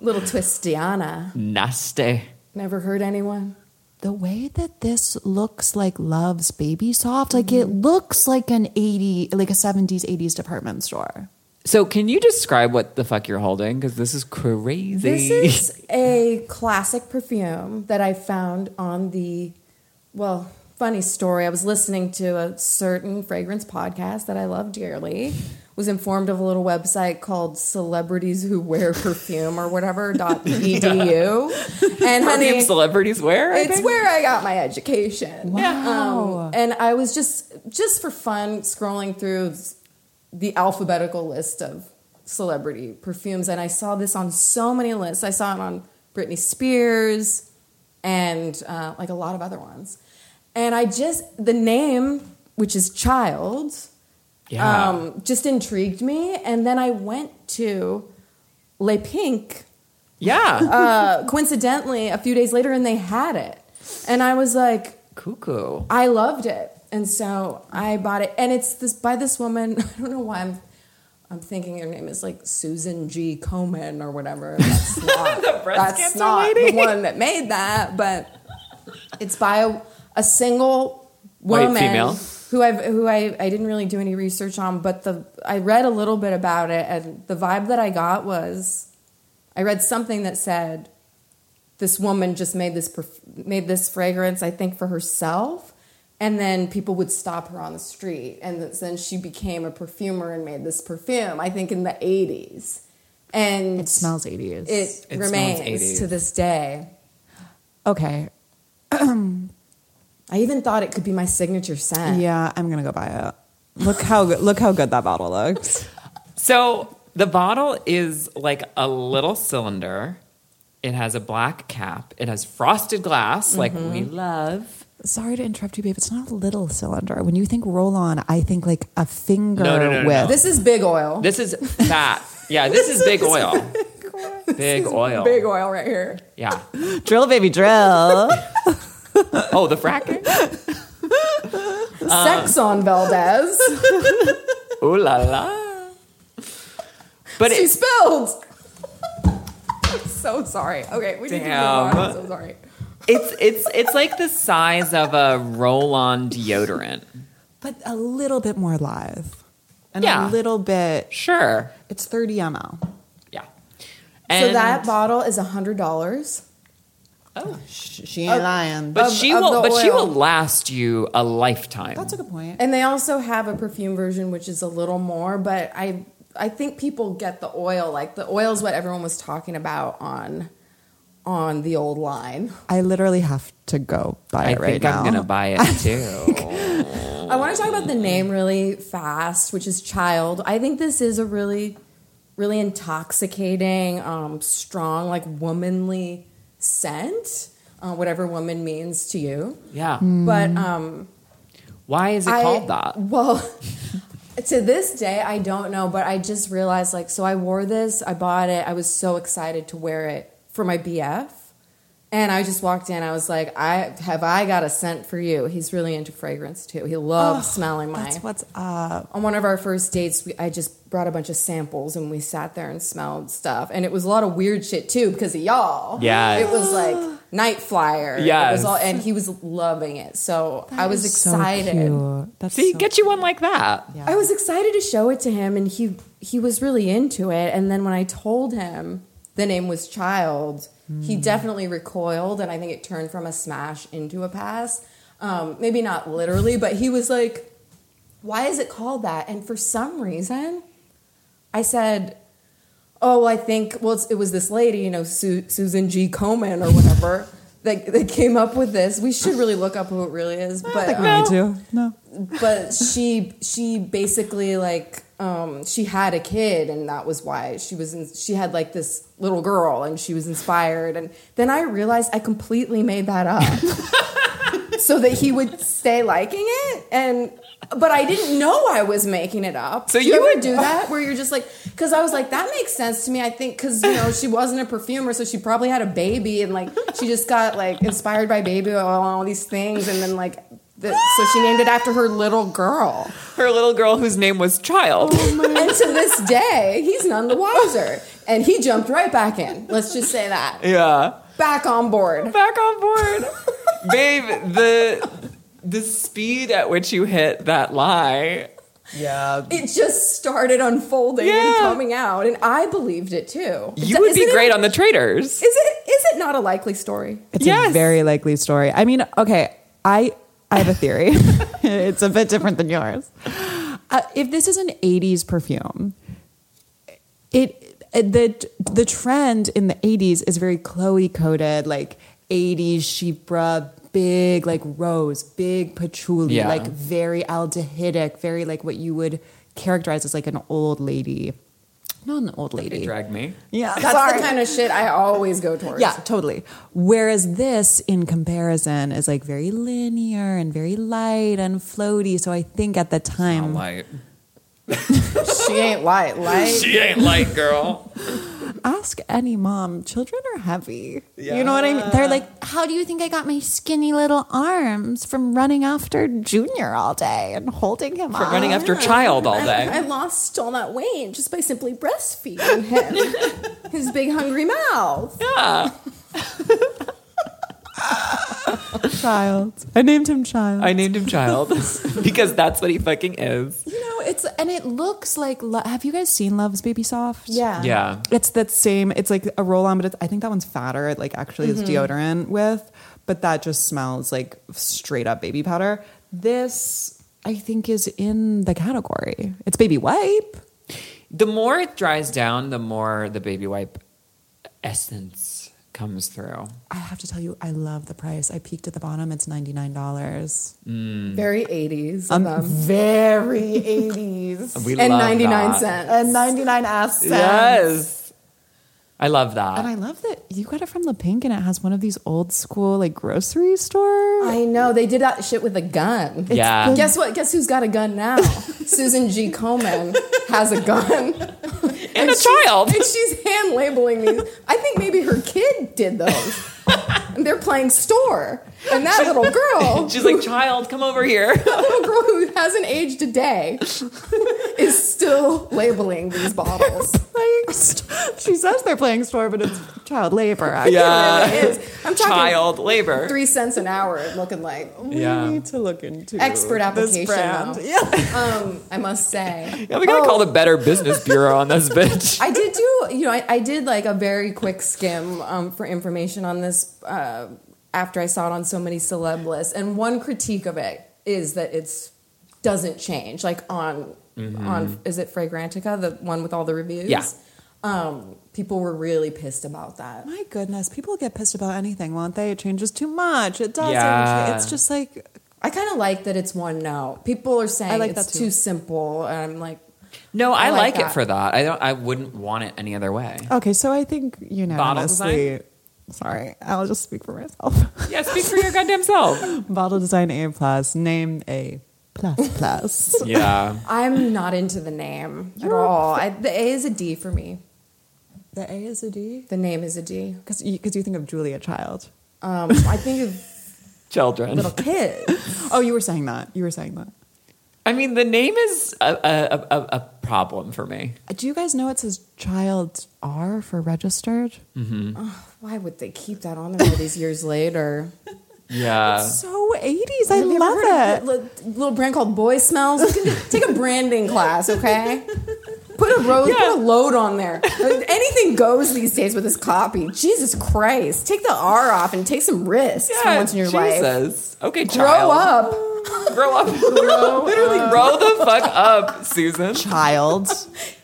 Speaker 3: Little Twistiana.
Speaker 1: nasty.
Speaker 3: Never hurt anyone.
Speaker 2: the way that this
Speaker 5: looks like Love's Baby Soft. Like
Speaker 2: Mm-hmm.
Speaker 5: it looks like an 80, like a 70s, 80s department store.
Speaker 1: So, can you describe what the fuck you're holding? Because this is crazy.
Speaker 3: This is a classic perfume that I found on the, well, funny story. I was listening to a certain fragrance podcast that I love dearly. Was informed of a little website called Celebrities Who Wear Perfume or whatever dot E edu, and
Speaker 1: perfume
Speaker 3: honey,
Speaker 1: celebrities wear. I
Speaker 3: it's
Speaker 1: think?
Speaker 3: where I got my education. Wow. and I was just just for fun scrolling through s- the alphabetical list of celebrity perfumes, and I saw this on so many lists. I saw it on Britney Spears and uh, like a lot of other ones. And I just the name, which is Child,
Speaker 1: Yeah.
Speaker 3: um, just intrigued me. And then I went to Le Pink
Speaker 1: yeah.
Speaker 3: uh, coincidentally a few days later and they had it and i was like
Speaker 1: Cuckoo.
Speaker 3: i loved it and so i bought it and it's this by this woman <laughs> i don't know why i'm i'm thinking her name is like susan g komen or
Speaker 1: <laughs>
Speaker 3: whatever that's not,
Speaker 1: breast
Speaker 3: that's
Speaker 1: cancer
Speaker 3: not
Speaker 1: lady?
Speaker 3: the one that made that but it's by a, a single woman
Speaker 1: female?
Speaker 3: who I've who I, I didn't really do any research on, but the I read a little bit about it and the vibe that I got was I read something that said this woman just made this perf- made this fragrance I think for herself and then people would stop her on the street and th- then she became a perfumer and made this perfume I think in the 80s and
Speaker 5: It smells 80s.
Speaker 3: it,
Speaker 1: It
Speaker 3: remains
Speaker 1: smells 80s.
Speaker 3: to this day.
Speaker 2: okay.
Speaker 3: I even thought it could be my signature scent.
Speaker 2: Yeah, I'm gonna go buy it. Look how good, look how good that bottle looks.
Speaker 1: So the bottle is like a little cylinder. It has a black cap. It has frosted glass, like we love.
Speaker 2: <laughs> Sorry to interrupt you, babe. It's not a little cylinder. When you think roll on, I think like a finger
Speaker 1: No, no, no, no,
Speaker 2: width.
Speaker 3: This is big oil.
Speaker 1: This is fat. Yeah, this, is big oil. Big oil.
Speaker 3: big oil right here.
Speaker 1: Yeah. <gasps>
Speaker 2: Drill, baby, drill.
Speaker 1: Oh, the fracking? Um,
Speaker 3: Sex on Valdez.
Speaker 1: Ooh la la. <laughs> But
Speaker 3: she
Speaker 1: it's.
Speaker 3: spilled. <laughs> I'm so sorry. Okay, we need to move on. I'm
Speaker 1: Damn.
Speaker 3: so sorry.
Speaker 1: It's it's it's like the size of a roll-on deodorant.
Speaker 2: but a little bit more live, and
Speaker 1: Yeah.
Speaker 2: a little bit.
Speaker 1: Sure.
Speaker 2: It's 30 ml.
Speaker 1: Yeah. And,
Speaker 3: so that bottle is hundred dollars.
Speaker 5: She, she
Speaker 2: Oh,
Speaker 5: ain't lying.
Speaker 1: but
Speaker 3: of-
Speaker 1: she
Speaker 3: of
Speaker 1: will
Speaker 3: the
Speaker 1: but she
Speaker 3: oil.
Speaker 1: will last you a lifetime.
Speaker 2: That's a good point.
Speaker 3: And they also have a perfume version which is a little more, but I I think people get the oil. Like the oil is what everyone was talking about on on the old line.
Speaker 2: I literally have to go buy
Speaker 1: I
Speaker 2: it right
Speaker 1: think
Speaker 2: now.
Speaker 1: I'm gonna buy it too.
Speaker 3: I want to talk about the name really fast, which is Child. I think this is a really, really intoxicating, um, strong, like womanly scent, uh, whatever woman means to you.
Speaker 1: yeah.
Speaker 3: But um,
Speaker 1: Why is it
Speaker 3: I-
Speaker 1: called that?
Speaker 3: Well, <laughs> to this day, I don't know, but I just realized like, so I wore this, I bought it, I was so excited to wear it for my BF. And I just walked in. I was like, "I have I got a scent for you." He's really into fragrance too. He loves smelling my
Speaker 2: That's what's up.
Speaker 3: on one of our first dates, we, I just brought a bunch of samples and we sat there and smelled stuff. And it was a lot of weird shit too because of y'all.
Speaker 1: Yes.
Speaker 3: It was like Night Flyer. It
Speaker 1: Yes.
Speaker 3: was all, and he was loving it. So I was
Speaker 2: That is so
Speaker 3: excited.
Speaker 2: cute. That's
Speaker 1: See,
Speaker 2: so
Speaker 1: get you one like that.
Speaker 3: I was excited to show it to him and he he was really into it. And then when I told him the name was Child, he
Speaker 2: Hmm.
Speaker 3: definitely recoiled and I think it turned from a smash into a pass. Um, maybe not literally, but he was like, Why is it called that? And for some reason, I said, Oh, I think, well, it's, it was this lady, you know, Su- Susan G. Komen or whatever. that, that came up with this. We should really look up who it really is, but
Speaker 2: think we
Speaker 3: um,
Speaker 2: need to. No.
Speaker 3: but she she basically like um, she had a kid and that was why she was in, she had like this little girl and she was inspired and then I realized I completely made that up so that he would stay liking it and but I didn't know I was making it up.
Speaker 1: So
Speaker 3: do
Speaker 1: you
Speaker 3: you ever
Speaker 1: would-
Speaker 3: do that where you're just like because I was like that makes sense to me. I think because you know she wasn't a perfumer so she probably had a baby and like she just got like inspired by baby oil and all these things and then like. The, so she named it after her little girl.
Speaker 1: Her little girl whose name was Child.
Speaker 3: And to this day, he's none the wiser. And he jumped right back in. Let's just say that.
Speaker 1: yeah.
Speaker 3: Back on board.
Speaker 1: Back on board. Babe, the the speed at which you hit that lie. Yeah.
Speaker 3: It just started unfolding
Speaker 1: Yeah.
Speaker 3: and coming out, and I believed it too.
Speaker 1: You would be
Speaker 3: Isn't it-
Speaker 1: great on the traders.
Speaker 3: Is it is it not a likely story?
Speaker 2: It's
Speaker 1: Yes.
Speaker 2: a very likely story. I mean, okay, I I have a
Speaker 3: <laughs>
Speaker 2: theory. it's a bit different than yours. Uh, if this is an '80s perfume, it uh, the the trend in the '80s is very Chloe coded, like '80s Shebra, big like rose, big patchouli,
Speaker 1: Yeah.
Speaker 2: like very aldehydic, very like what you would characterize as like an old lady, not an old lady.
Speaker 1: Drag me.
Speaker 2: Yeah,
Speaker 3: That's
Speaker 2: sorry.
Speaker 3: the kind of shit I always go towards.
Speaker 2: Yeah, totally. Whereas this, in comparison, is like very linear and very light and floaty. So I think at the time,
Speaker 1: Light.
Speaker 3: She ain't light. Light.
Speaker 1: She ain't light, girl.
Speaker 2: <laughs> ask any mom, children are heavy. You know what I mean? They're like,
Speaker 5: How do you think I got my skinny little arms from running after Junior all day and holding him
Speaker 1: For
Speaker 5: up?
Speaker 1: <laughs> running after Child all
Speaker 3: <laughs> I
Speaker 1: day.
Speaker 3: lost all that weight just by simply breastfeeding him. <laughs> His big hungry mouth.
Speaker 1: Yeah.
Speaker 2: child. I named him child.
Speaker 1: <laughs> I named him Child <laughs> because that's what he fucking is.
Speaker 2: you know, it's, and it looks like, lo- have you guys seen Love's Baby Soft?
Speaker 3: Yeah.
Speaker 1: Yeah.
Speaker 2: It's that same, it's like a roll on, but it's, I think that one's fatter. It like actually is deodorant with, but that just smells like straight up baby powder. This, I think, is in the category. It's baby wipe.
Speaker 1: The more it dries down, the more the baby wipe essence comes through.
Speaker 2: I have to tell you, I love the price. I peeked at the bottom. It's ninety nine dollars.
Speaker 1: Mm.
Speaker 3: Very 80s. of
Speaker 2: I'm
Speaker 3: them.
Speaker 2: <laughs> very eighties
Speaker 1: We
Speaker 3: and
Speaker 1: love
Speaker 3: 99
Speaker 1: that.
Speaker 3: cents.
Speaker 2: and ninety nine ass cents.
Speaker 1: Yes. I love
Speaker 2: And I
Speaker 1: that.
Speaker 2: love that you got it from La Pink, and it has one of these old school like grocery store. <laughs>
Speaker 3: I know they did that shit with a gun.
Speaker 1: Yeah.
Speaker 3: Guess what? Guess who's got a
Speaker 1: <laughs>
Speaker 3: gun now? Susan G. Komen has a gun
Speaker 1: And a
Speaker 3: she's-
Speaker 1: child.
Speaker 3: <laughs> and she's hand labeling these. I think maybe her kid did those.
Speaker 1: <laughs>
Speaker 3: and they're playing store, and that little
Speaker 1: <laughs>
Speaker 3: girl,
Speaker 1: She's like, child, come over
Speaker 3: <laughs>
Speaker 1: here.
Speaker 3: that little girl who hasn't aged a day, <laughs> is still labeling these bottles.
Speaker 2: <laughs> Like, st- she says they're playing store, but it's child labor. Actually.
Speaker 3: It is. I'm talking
Speaker 1: Uh, Child labor.
Speaker 3: three cents an hour, looking like
Speaker 1: Yeah.
Speaker 2: We need to look into
Speaker 3: expert application.
Speaker 2: This brand.
Speaker 3: though.
Speaker 2: Yeah.
Speaker 3: Um, I must say.
Speaker 1: Yeah, we gotta
Speaker 3: Oh.
Speaker 1: call the Better Business Bureau on
Speaker 3: <laughs>
Speaker 1: this bitch.
Speaker 3: I did do, you know, I, I did like a very quick skim um, for information on this uh, after I saw it on so many celeb lists, and one critique of it is that it's doesn't change. Like on on is it Fragrantica, the one with all the reviews?
Speaker 1: Yeah.
Speaker 3: Um, people were really pissed about that.
Speaker 2: <laughs> My goodness, people get pissed about anything, won't they? It changes too much. It doesn't.
Speaker 1: Yeah.
Speaker 2: It's just like
Speaker 3: I kind of like that it's one note. People are saying
Speaker 2: I like
Speaker 3: it's
Speaker 2: that too.
Speaker 3: too simple, and I'm like,
Speaker 1: No, I,
Speaker 3: I
Speaker 1: like,
Speaker 3: like
Speaker 1: it
Speaker 3: that.
Speaker 1: for that. I don't. I wouldn't want it any other way.
Speaker 2: Okay, so I think you know.
Speaker 1: Bottle design?
Speaker 2: honestly, Sorry, I'll just speak for myself. <laughs>
Speaker 1: Yeah, speak for your goddamn self.
Speaker 2: Bottle design A plus, name A plus plus. <laughs>
Speaker 1: <laughs> Yeah,
Speaker 3: I'm not into the name at all. I, the A is a D for me.
Speaker 2: the A is a D
Speaker 3: The name is a D.
Speaker 2: because you, 'cause you think of Julia Child.
Speaker 3: Um, I think of
Speaker 1: children. <laughs>
Speaker 3: little kids.
Speaker 2: Oh, you were saying that. You were saying that.
Speaker 1: I mean, the name is a, a, a, a- a problem for me.
Speaker 2: Uh, Do you guys know it says Child R for registered?
Speaker 1: Mm.
Speaker 3: Why would they keep that on there all these years later?
Speaker 1: Yeah,
Speaker 2: So eighties. I
Speaker 3: Have you ever
Speaker 2: love
Speaker 3: heard
Speaker 2: it.
Speaker 3: of li- li- little brand called Boy Smells. You can Take a branding class, okay? Put a road, put a load on there. Anything goes these days with this copy. Jesus Christ! Take the R off and take some risks for
Speaker 1: yeah.
Speaker 3: once in your life.
Speaker 1: Jesus. Okay,
Speaker 3: Grow up.
Speaker 1: Grow up. <laughs> Literally, grow the fuck up,
Speaker 2: <laughs>
Speaker 1: Susan.
Speaker 2: Child.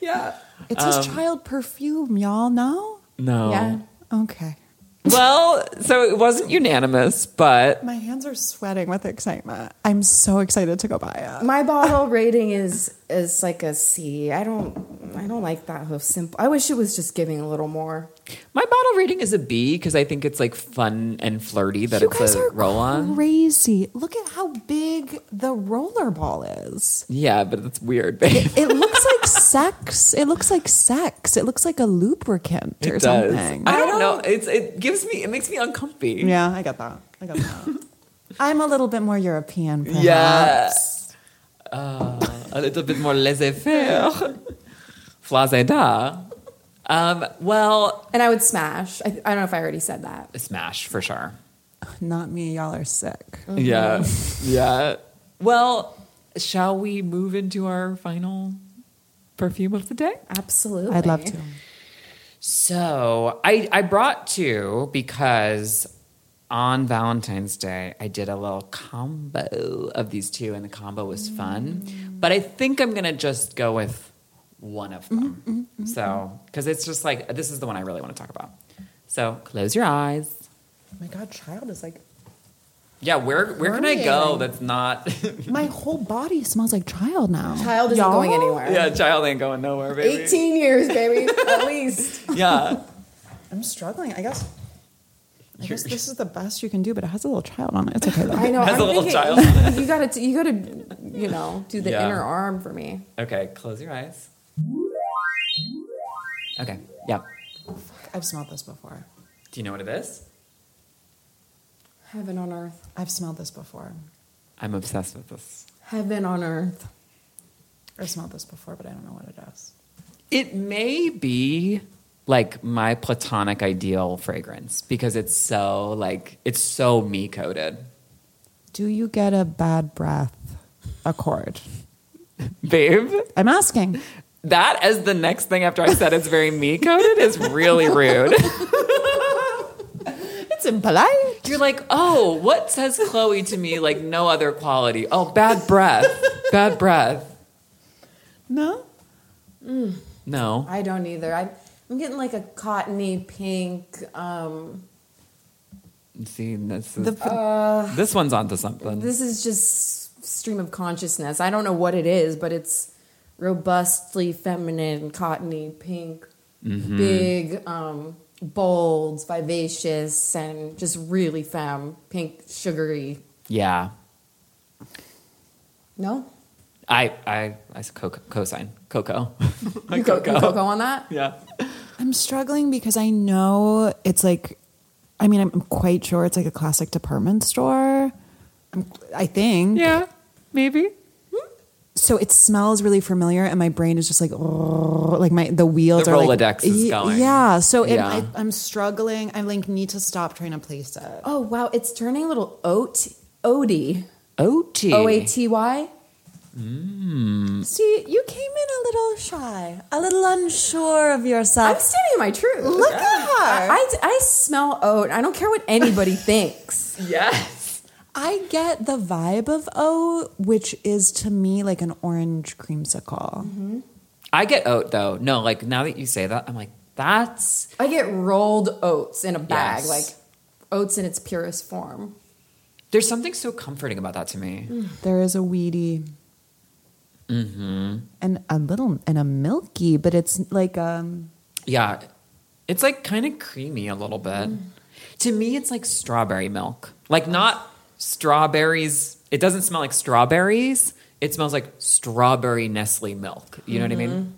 Speaker 3: Yeah.
Speaker 1: Um,
Speaker 2: It says Child perfume. Y'all know?
Speaker 1: No.
Speaker 3: Yeah.
Speaker 2: Okay.
Speaker 1: Well, so it wasn't unanimous, but
Speaker 2: My hands are sweating with excitement. I'm so excited to go buy it.
Speaker 3: My bottle rating is is like a C. I don't I don't like that hoof simple. I wish it was just giving a little more.
Speaker 1: my bottle rating is a B because I think it's like fun and flirty that
Speaker 5: you
Speaker 1: it's
Speaker 5: guys
Speaker 1: a
Speaker 5: are
Speaker 1: roll on.
Speaker 5: crazy.
Speaker 2: Look at how big the rollerball is.
Speaker 1: Yeah, but it's weird, babe.
Speaker 2: It looks
Speaker 1: <laughs>
Speaker 2: like sex. It looks like sex. It looks like a lubricant or
Speaker 1: It does.
Speaker 2: something.
Speaker 1: I don't know. It's it gives me it makes me uncomfy.
Speaker 2: Yeah, I got that. I got that. <laughs> I'm a little bit more European, perhaps.
Speaker 1: Yeah. Uh, a little bit more laissez faire. Flazeda. Um, well,
Speaker 3: And I would smash. I, I don't know if I already said that.
Speaker 1: smash for sure.
Speaker 2: Not me. Y'all are sick.
Speaker 1: Yeah. Mm-hmm. Yeah. Well, shall we move into our final perfume of the day?
Speaker 3: Absolutely.
Speaker 2: I'd love to.
Speaker 1: So I, I brought two because on Valentine's Day I did a little combo of these two, and the combo was fun. But I think I'm gonna just go with one of them. So because it's just like this is the one I really want to talk about. So close your eyes.
Speaker 2: my God, child is <laughs> like
Speaker 1: Yeah, where where can I go? That's not <laughs>
Speaker 5: My whole body smells like child now.
Speaker 3: Child isn't
Speaker 2: Y'all?
Speaker 3: going anywhere.
Speaker 1: yeah. Child ain't going nowhere, baby.
Speaker 3: 18 years, baby, <laughs> at least.
Speaker 1: Yeah,
Speaker 2: I'm struggling. I guess. I guess this is the best you can do, but it has a little child on it. It's okay <laughs> though.
Speaker 3: I know.
Speaker 1: Has
Speaker 3: I'm
Speaker 1: a little
Speaker 3: thinking-
Speaker 1: child.
Speaker 3: <laughs> You gotta, t- you gotta, you know, do the
Speaker 1: Yeah.
Speaker 3: inner arm for me.
Speaker 1: <laughs> okay. Close your eyes. Okay. Yeah.
Speaker 2: I've smelled this before.
Speaker 1: Do you know what it is?
Speaker 3: Heaven on earth.
Speaker 2: I've smelled this before.
Speaker 1: I'm obsessed with this.
Speaker 3: Heaven on earth.
Speaker 2: I've smelled this before, but I don't know what it is.
Speaker 1: It may be like my platonic ideal fragrance because it's so like it's so me coded.
Speaker 2: Do you get a bad breath accord?
Speaker 1: Babe,
Speaker 2: I'm asking.
Speaker 1: that as the next thing after I said it's very me coded is really rude.
Speaker 2: It's impolite.
Speaker 1: <laughs> You're like, oh, what says Chloe to me like no other quality? Oh, bad breath. Bad breath.
Speaker 2: No.
Speaker 1: No.
Speaker 3: I don't either. I, I'm getting like a cottony pink. Um,
Speaker 1: See, this is, uh, this one's onto something.
Speaker 3: this is just stream of consciousness. I don't know what it is, but it's robustly feminine, cottony pink, big, um, bold, vivacious, and just really femme, pink, sugary.
Speaker 1: yeah.
Speaker 3: No,
Speaker 1: I I I s- co- cosign. <laughs> Coco.
Speaker 3: you go, you go on that.
Speaker 1: <laughs> yeah.
Speaker 5: I'm struggling because I know it's like, I mean, I'm I'm quite sure it's like a classic department store. I'm, I think.
Speaker 1: Yeah. Maybe.
Speaker 5: So it smells really familiar, and my brain is just like, oh, like my the wheels
Speaker 1: The
Speaker 5: are
Speaker 1: Rolodex
Speaker 5: like,
Speaker 1: is
Speaker 5: Ye-
Speaker 1: going.
Speaker 5: Yeah. So it,
Speaker 1: Yeah.
Speaker 5: I, I'm struggling. I like need to stop trying to place it.
Speaker 3: Oh wow, it's turning a little oat, oaty,
Speaker 1: OT.
Speaker 3: o a t y.
Speaker 2: See, you came in a little shy, a little unsure of yourself.
Speaker 3: I'm standing my truth. Look
Speaker 2: at her.
Speaker 3: I, I, I smell oat. I don't care what anybody thinks.
Speaker 1: Yes.
Speaker 2: I get the vibe of O, which is to me like an orange creamsicle.
Speaker 1: I get oat though. No, like now that you say that, I'm like, that's
Speaker 3: I get rolled oats in a bag,
Speaker 1: Yes.
Speaker 3: like oats in its purest form.
Speaker 1: there's something so comforting about that to me.
Speaker 5: There is a weedy. And a little and a milky, but it's like um
Speaker 1: Yeah. It's like kind of creamy a little bit. To me, it's like strawberry milk. Like not strawberries. It doesn't smell like strawberries. It smells like strawberry Nestle milk. You know what I mean?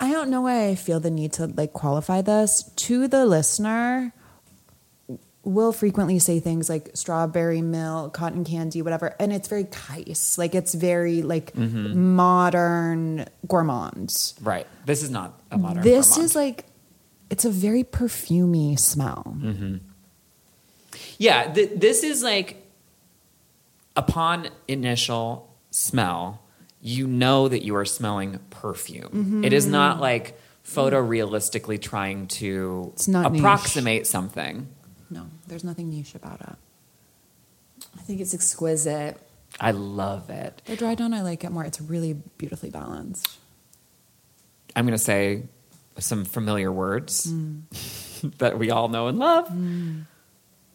Speaker 5: I don't know why I feel the need to like qualify this to the listener. Will frequently say things like strawberry milk, cotton candy, whatever, and it's very kais. Like it's very like modern gourmand.
Speaker 1: Right. This is not a modern.
Speaker 5: this
Speaker 1: gourmand.
Speaker 5: is like it's a very perfumy smell.
Speaker 2: Mm.
Speaker 1: Yeah, th- this is like upon initial smell, you know that you are smelling perfume. It is
Speaker 5: Mm-hmm.
Speaker 1: not like photorealistically trying to
Speaker 5: It's not niche.
Speaker 1: approximate something.
Speaker 5: No, there's nothing niche about it.
Speaker 3: I think it's exquisite.
Speaker 1: I love it.
Speaker 5: The dry down, I like it more. It's really beautifully balanced.
Speaker 1: I'm going to say some familiar words. <laughs> that we all know and love.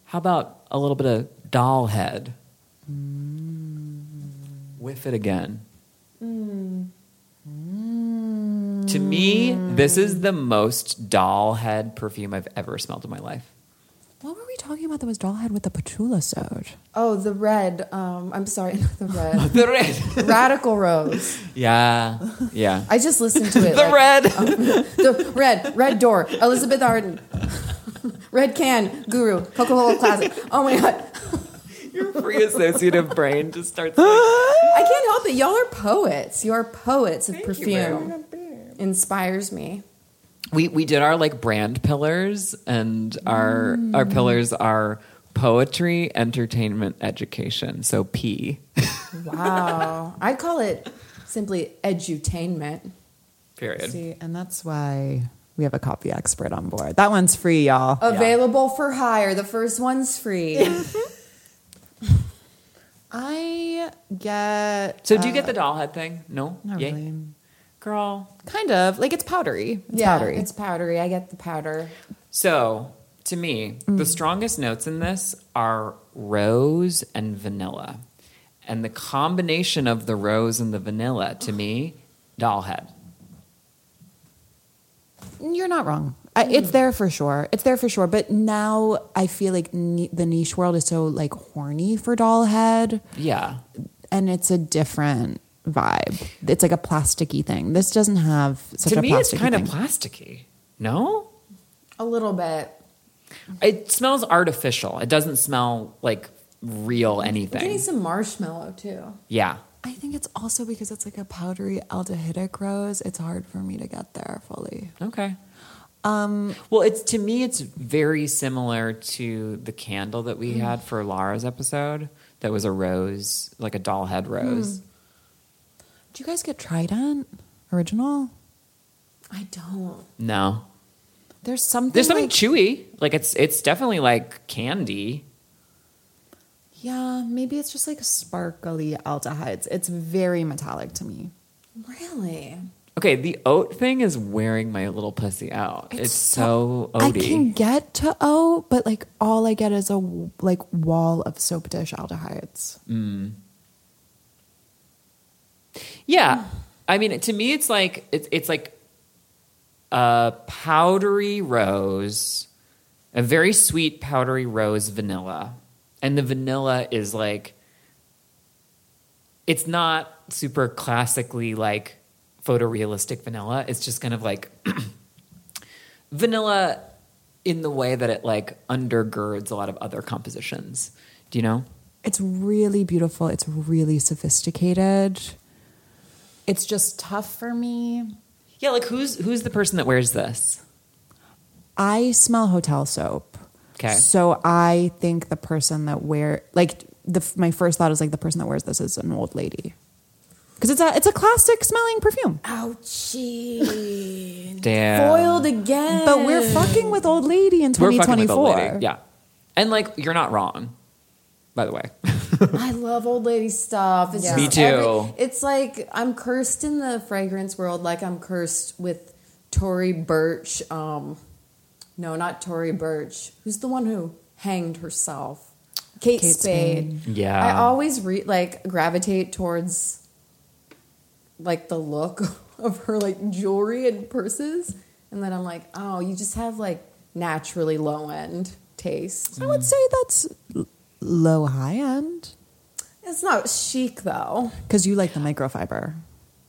Speaker 1: How about a little bit of doll head? Whiff it again. To me, this is the most doll head perfume I've ever smelled in my life.
Speaker 6: What were we talking about that was doll head with the patchouli sode?
Speaker 3: Oh, the red. Um, I'm sorry, <laughs> not the red.
Speaker 1: The red.
Speaker 3: Radical Rose.
Speaker 1: <laughs> Yeah. Yeah.
Speaker 3: I just listened
Speaker 1: <laughs>
Speaker 3: to it.
Speaker 1: the
Speaker 3: like-
Speaker 1: red.
Speaker 3: the red, red door, Elizabeth Arden, <laughs> red can, Guru, Coca-Cola Classic. Oh my god,
Speaker 1: Your free associative brain just <laughs> starts. Like,
Speaker 3: I can't help it. Y'all are poets. You are poets of perfume. Inspires me.
Speaker 1: we we did our like brand pillars, and our
Speaker 2: Mm.
Speaker 1: our pillars are poetry, entertainment, education. So P.
Speaker 3: <laughs> Wow, I call it simply edutainment.
Speaker 1: Period.
Speaker 2: See, and that's why we have a copy expert on board. That one's free, y'all.
Speaker 3: Available for hire. The first one's free.
Speaker 2: I get
Speaker 1: So do you get the doll head thing? No.
Speaker 2: uh, not
Speaker 1: Yay?
Speaker 2: really.
Speaker 1: Girl.
Speaker 2: Kind of like it's powdery. It's
Speaker 3: yeah,
Speaker 2: powdery.
Speaker 3: it's powdery. I get the powder.
Speaker 1: So to me,
Speaker 2: Mm.
Speaker 1: the strongest notes in this are rose and vanilla, and the combination of the rose and the vanilla to me, doll head.
Speaker 2: You're not wrong. I, it's there for sure. It's there for sure. But now I feel like ni- the niche world is so like horny for doll head,
Speaker 1: Yeah.
Speaker 2: and it's a different vibe. It's like a plasticky thing. This doesn't have such
Speaker 1: to
Speaker 2: a
Speaker 1: me,
Speaker 2: plasticky
Speaker 1: it's kind
Speaker 2: thing.
Speaker 1: of plasticky. No.
Speaker 3: A little bit.
Speaker 1: It smells artificial. It doesn't smell like real
Speaker 3: I'm getting
Speaker 1: anything.
Speaker 3: some marshmallow too.
Speaker 1: Yeah.
Speaker 6: I think it's also because it's like a powdery aldehydic rose. It's hard for me to get there fully.
Speaker 1: Okay. Um, well, it's to me, it's very similar to the candle that we had for Lara's episode. That was a rose, like a doll head rose.
Speaker 2: Do you guys get Trident original?
Speaker 3: I don't.
Speaker 1: No,
Speaker 2: There's something.
Speaker 1: there's something
Speaker 2: like-
Speaker 1: chewy. Like it's it's definitely like candy.
Speaker 2: yeah, maybe it's just like sparkly aldehydes. It's very metallic to me.
Speaker 3: Really?
Speaker 1: Okay, the oat thing is wearing my little pussy out. It's, so,
Speaker 2: I
Speaker 1: oaty.
Speaker 2: can get to O, but like all I get is a w- like wall of soap dish aldehydes.
Speaker 1: Yeah. I mean, to me, it's like it's it's like a powdery rose, a very sweet powdery rose vanilla, and the vanilla is like it's not super classically like photorealistic vanilla. It's just kind of like <clears throat> vanilla in the way that it like undergirds a lot of other compositions. Do you know?
Speaker 2: It's really beautiful. It's really sophisticated. It's just tough for me.
Speaker 1: Yeah, like who's who's the person that wears this?
Speaker 2: I smell hotel soap.
Speaker 1: 'Kay.
Speaker 2: So I think the person that wear like the f- my first thought is like the person that wears this is an old lady. Cuz it's a it's a classic smelling perfume. <laughs>
Speaker 3: Ouchie.
Speaker 1: Damn.
Speaker 3: Foiled again.
Speaker 2: But we're fucking with old lady in
Speaker 1: We're fucking with
Speaker 2: 2024.
Speaker 1: old lady. Yeah. And like, you're not wrong, by the way. <laughs>
Speaker 3: I love old lady stuff. It's
Speaker 1: Me
Speaker 3: just
Speaker 1: too.
Speaker 3: every- it's like I'm cursed in the fragrance world, like I'm cursed with Tory Burch. Um, no, not Tory Burch. Who's the one who hanged herself? Kate,
Speaker 2: Kate
Speaker 3: Spade.
Speaker 1: Yeah.
Speaker 3: I always re- like gravitate towards like the look <laughs> of her like jewelry and purses, and then I'm like, oh, you just have like naturally low end taste.
Speaker 2: I would say that's l- low high end
Speaker 3: It's not chic though.
Speaker 2: because you like the microfiber.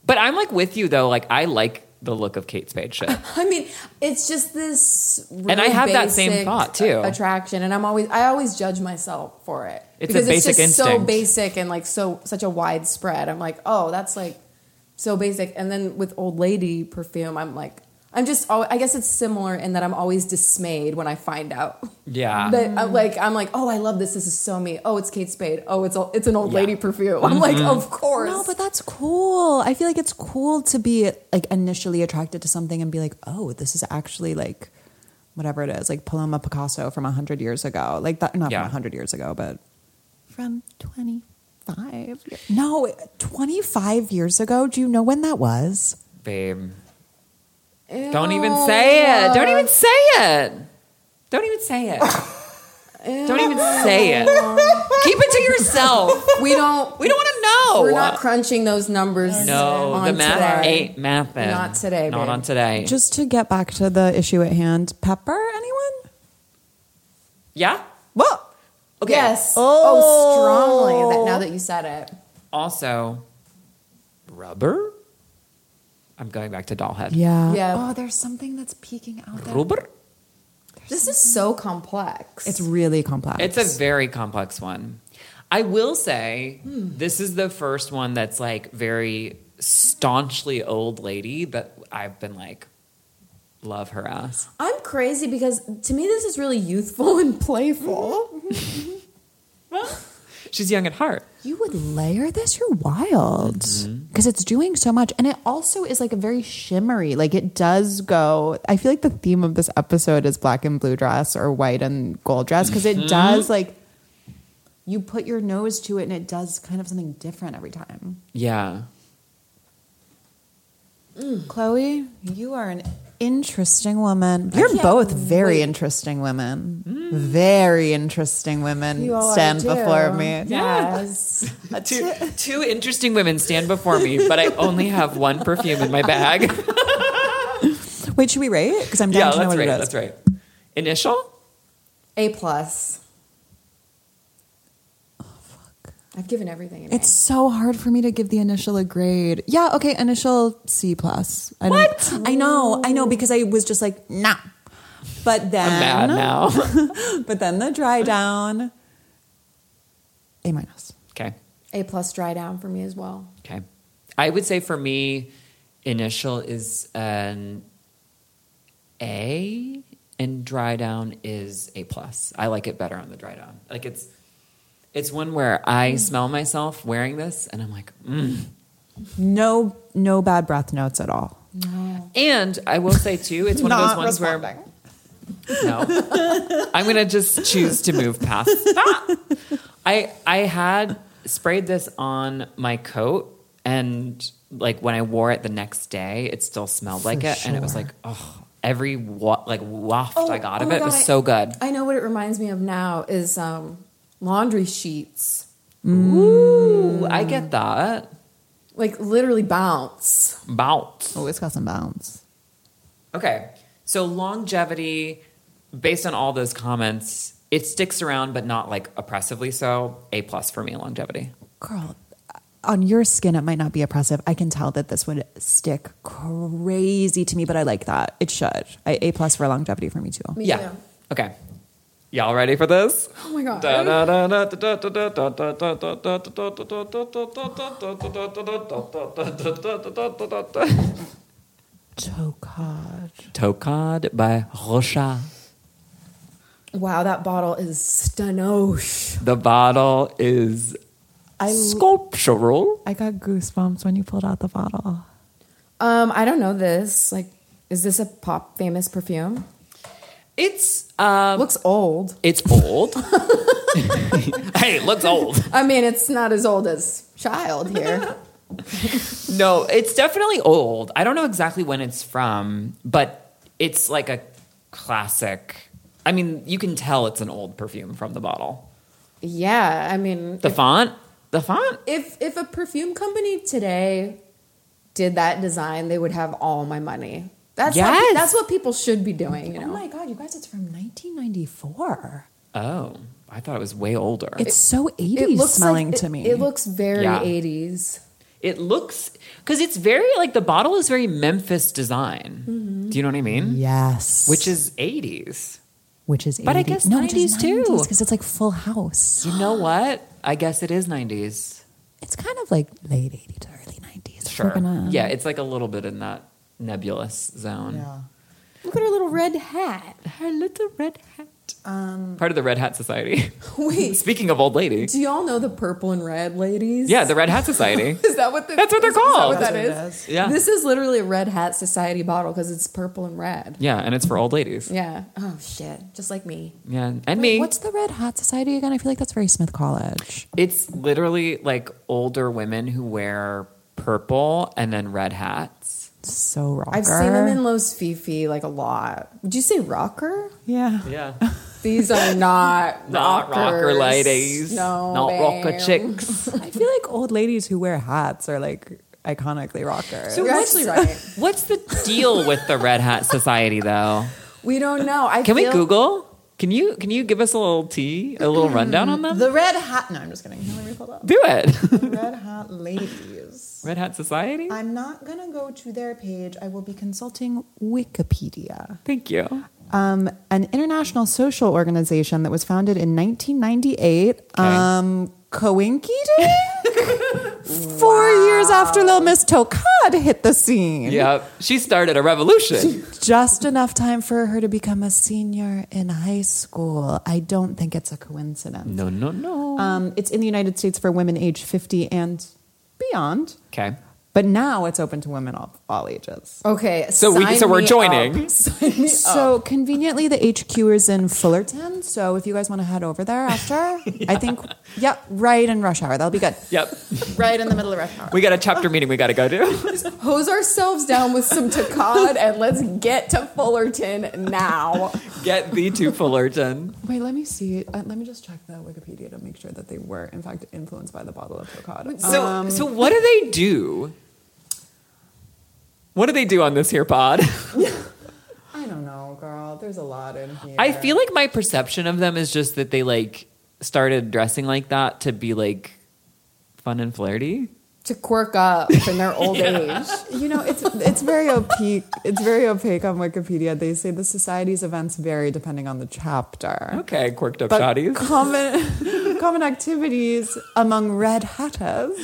Speaker 1: But I'm like with you though. Like, I like the look of Kate Spade
Speaker 3: <laughs>
Speaker 1: shit.
Speaker 3: I mean, it's just this. Really
Speaker 1: I have that same
Speaker 3: basic
Speaker 1: thought, too.
Speaker 3: Attraction, and I'm always I always judge myself for it
Speaker 1: It's a
Speaker 3: because it's
Speaker 1: basic
Speaker 3: just so
Speaker 1: instinct.
Speaker 3: basic and like so such a widespread. I'm like, oh, that's like so basic. And then with old lady perfume, I'm like, I'm just. al- I guess it's similar in that I'm always dismayed when I find out.
Speaker 1: Yeah.
Speaker 3: <laughs> That I'm like I'm like, oh, I love this. This is so me. Oh, it's Kate Spade. Oh, it's a, it's an old
Speaker 1: Yeah. Mm-hmm.
Speaker 3: lady perfume. I'm like, of course.
Speaker 2: No, but that's cool. I feel like it's cool to be like initially attracted to something and be like, oh, this is actually like whatever it is, like Paloma Picasso from 100 years ago. Like that, not
Speaker 1: Yeah.
Speaker 2: from 100 years ago, but from 25. year- No, 25 years ago. Do you know when that was?
Speaker 3: Oh.
Speaker 1: Babe. Don't even say it. Don't even say it. Don't even say it. Don't even say it. Keep it to yourself.
Speaker 3: We don't.
Speaker 1: We don't want to know.
Speaker 3: We're not crunching those numbers.
Speaker 1: no,
Speaker 3: on
Speaker 1: the math
Speaker 3: today.
Speaker 1: ain't mathing.
Speaker 3: Not today,
Speaker 1: Not
Speaker 3: babe.
Speaker 1: on today.
Speaker 2: Just to get back to the issue at hand, pepper anyone?
Speaker 1: yeah.
Speaker 2: Well,
Speaker 1: Okay.
Speaker 3: Yes. Oh, strongly. That, now that you said it.
Speaker 1: Also, rubber. I'm going back to doll head.
Speaker 5: Yeah.
Speaker 3: Yeah.
Speaker 5: Oh, there's something that's peeking out there.
Speaker 1: Rubber.
Speaker 3: This is so complex.
Speaker 2: it's really complex.
Speaker 1: It's a very complex one. I will say this is the first one that's like very staunchly old lady that I've been like love her ass.
Speaker 3: I'm crazy because to me this is really youthful <laughs> and playful.
Speaker 1: Mm-hmm. She's young at heart.
Speaker 5: You would layer this? You're wild. Because
Speaker 2: Mm-hmm.
Speaker 5: it's doing so much. And it also is like a very shimmery. Like it does go. I feel like the theme of this episode is black and blue dress or white and gold dress. Because
Speaker 2: Mm-hmm.
Speaker 5: it does like you put your nose to it and it does kind of something different every time.
Speaker 1: Yeah.
Speaker 5: Chloe, you are an
Speaker 2: interesting woman. You're
Speaker 3: can't
Speaker 2: both very
Speaker 3: wait.
Speaker 2: interesting women. Very interesting women
Speaker 3: You all
Speaker 2: stand
Speaker 3: are too.
Speaker 2: before me.
Speaker 1: <laughs>
Speaker 3: Yes.
Speaker 1: Two, two interesting women stand before me, but I only have one perfume in my <laughs> bag.
Speaker 2: Wait, should we rate? Because I'm down
Speaker 1: yeah,
Speaker 2: to know
Speaker 1: that's
Speaker 2: what
Speaker 1: right.
Speaker 2: it is.
Speaker 1: That's right. Initial?
Speaker 3: a plus.
Speaker 1: Oh,
Speaker 3: I've given everything an
Speaker 2: It's so hard for me to give the initial a grade. Yeah, okay, initial C plus. I what? I know, I know, because I was just like, nah. But then,
Speaker 1: I'm mad now.
Speaker 2: <laughs> but then the dry down, A minus.
Speaker 1: okay.
Speaker 3: A. A plus dry down for me as well.
Speaker 1: Okay. I would say for me, initial is an A and dry down is A plus. I like it better on the dry down. Like it's it's one where I
Speaker 2: Mm.
Speaker 1: smell myself wearing this and I'm like, mm.
Speaker 2: No, no bad breath notes at all.
Speaker 1: and I will say too, it's one of those
Speaker 2: Not
Speaker 1: ones where
Speaker 2: responding.
Speaker 1: no, I'm gonna just choose to move past that. I I had sprayed this on my coat and like when I wore it the next day, it still smelled like it, and it was like oh, every wa- like waft I got of
Speaker 3: Oh, my
Speaker 1: it was
Speaker 3: God, I-
Speaker 1: so good.
Speaker 3: I know what it reminds me of now is um, laundry sheets.
Speaker 1: Ooh, I get that
Speaker 3: Like literally bounce.
Speaker 1: bounce.
Speaker 5: Oh, it's got some bounce.
Speaker 1: Okay. So longevity, based on all those comments, it sticks around, but not like oppressively so. A plus for me, longevity.
Speaker 5: Girl, on your skin, it might not be oppressive. I can tell that this would stick crazy to me, but I like that. It should. I, a plus for longevity for me too.
Speaker 3: Me
Speaker 1: yeah.
Speaker 3: too.
Speaker 1: Okay. Y'all ready for this?
Speaker 3: Oh my god.
Speaker 5: Tocard.
Speaker 1: Tocad by Rocha.
Speaker 3: Wow, that bottle is stanoche.
Speaker 1: The bottle is
Speaker 5: I
Speaker 1: sculptural.
Speaker 5: I got goosebumps when you pulled out the bottle.
Speaker 3: Um, I don't know this. Like, is this a pop famous perfume?
Speaker 1: It's um,
Speaker 3: Looks old.
Speaker 1: it's old. hey, it looks old.
Speaker 3: I mean, it's not as old as child <laughs> here.
Speaker 1: No, it's definitely old. I don't know exactly when it's from, but it's like a classic. I mean, you can tell it's an old perfume from the bottle.
Speaker 3: yeah, I mean,
Speaker 1: The font, the font.
Speaker 3: if if a perfume company today did that design, they would have all my money. That's
Speaker 1: Yes.
Speaker 3: what, that's what people should be doing, you know.
Speaker 5: god, you guys, it's from 1994.
Speaker 1: Oh, I thought it was way older.
Speaker 5: It's so 80s smelling
Speaker 3: like,
Speaker 5: to
Speaker 3: it-
Speaker 5: me.
Speaker 3: It, looks very
Speaker 1: Yeah.
Speaker 3: 80s.
Speaker 1: it looks because it's very like the bottle is very Memphis design. Do you know what I mean?
Speaker 5: Mm-hmm. yes.
Speaker 1: Which is eighties.
Speaker 5: which is 80s.
Speaker 1: But I guess 90s too.
Speaker 5: Because it's like full house. <gasps>
Speaker 1: You know what? I guess it is nineties.
Speaker 5: It's kind of like late 80s to early 90s. if we're
Speaker 1: Sure.
Speaker 5: gonna-
Speaker 1: Yeah, it's like a little bit in that nebulous zone.
Speaker 3: Look at her little red hat.
Speaker 1: Her little red hat.
Speaker 5: Um,
Speaker 1: Part of the Red Hat Society.
Speaker 3: <laughs>
Speaker 1: <laughs>
Speaker 3: Wait,
Speaker 1: Speaking of old lady.
Speaker 3: do y'all know the purple and red ladies?
Speaker 1: Yeah, the Red
Speaker 5: <laughs>
Speaker 1: Hat Society.
Speaker 3: Is that what the,
Speaker 1: That's what they're
Speaker 3: is- is that
Speaker 1: called.
Speaker 3: what that
Speaker 5: That's what it
Speaker 1: is.
Speaker 3: is?
Speaker 1: Yeah.
Speaker 3: This is literally a red hat society bottle because it's purple and red.
Speaker 1: yeah, and it's for old ladies.
Speaker 3: Yeah. Oh shit. Just like me.
Speaker 1: Yeah, and me.
Speaker 5: What's the Red Hat Society again? I feel like that's very Smith College.
Speaker 1: It's literally like older women who wear purple and then red hats.
Speaker 2: so rocker.
Speaker 3: I've seen them in Los Fifi like a lot. Would you say rocker?
Speaker 2: yeah.
Speaker 1: Yeah.
Speaker 3: These are
Speaker 1: <laughs>
Speaker 3: not
Speaker 1: Not rocker
Speaker 3: rockers.
Speaker 1: ladies.
Speaker 3: No,
Speaker 1: Not rocker
Speaker 3: babe. <laughs>
Speaker 1: chicks.
Speaker 2: I feel like old ladies who wear hats are like iconically rocker.
Speaker 1: So
Speaker 3: You're
Speaker 1: what's-
Speaker 3: actually right.
Speaker 1: What's the deal with the Red Hat Society, though?
Speaker 3: We don't know. I
Speaker 1: Can we
Speaker 3: feel-
Speaker 1: Google? Can you can you give us a little tea, a little rundown on them?
Speaker 2: the red hat. No, I'm just kidding. Let me pull up.
Speaker 1: Do it. <laughs>
Speaker 2: red hat ladies.
Speaker 1: Red Hat Society.
Speaker 3: Uh,
Speaker 2: I'm not gonna go to their page. I will be consulting Wikipedia.
Speaker 1: Thank you.
Speaker 2: um, an international social organization that was founded in 1998. Um, coinky Four years after Lil Miss Tokad hit the scene.
Speaker 1: Yep. She started a revolution.
Speaker 2: Just enough time for her to become a senior in high school. I don't think it's a coincidence.
Speaker 1: No, no, no.
Speaker 2: Um, it's in the United States for women age 50 and beyond,
Speaker 1: Okay.
Speaker 2: but now it's open to women of all
Speaker 3: <laughs>
Speaker 2: ages.
Speaker 3: Okay,
Speaker 1: So we-
Speaker 3: sign
Speaker 1: so we're
Speaker 3: me
Speaker 1: joining.
Speaker 3: up. <laughs> Sign me up.
Speaker 2: So conveniently, the HQ is in Fullerton. So if you guys want to head over there after, I think, yep, right in rush hour. That'll be good.
Speaker 1: Yep.
Speaker 2: Right in the middle of rush hour.
Speaker 1: We got a chapter meeting we got to go
Speaker 3: <laughs>
Speaker 1: to.
Speaker 3: hose ourselves down with some Takad and let's get to Fullerton now.
Speaker 1: Get thee to Fullerton.
Speaker 2: Wait, let me see. Uh, let me just check the Wikipedia to make sure that they were, in fact, influenced by the bottle of Uh, Tocada.
Speaker 1: So,
Speaker 3: Um,
Speaker 1: so what do they do? What do they do on this here pod?
Speaker 2: I don't know, girl. There's a lot in here.
Speaker 1: I feel like my perception of them is just that they like started dressing like that to be like fun and flirty.
Speaker 3: To quirk up in
Speaker 1: <laughs>
Speaker 3: their old age.
Speaker 2: you know it's it's very opaque. It's very opaque on Wikipedia. They say the society's events vary depending on the chapter.
Speaker 1: Okay, quirked up
Speaker 2: But
Speaker 1: <laughs> shotties.
Speaker 2: common <laughs> common activities among red <laughs> hatters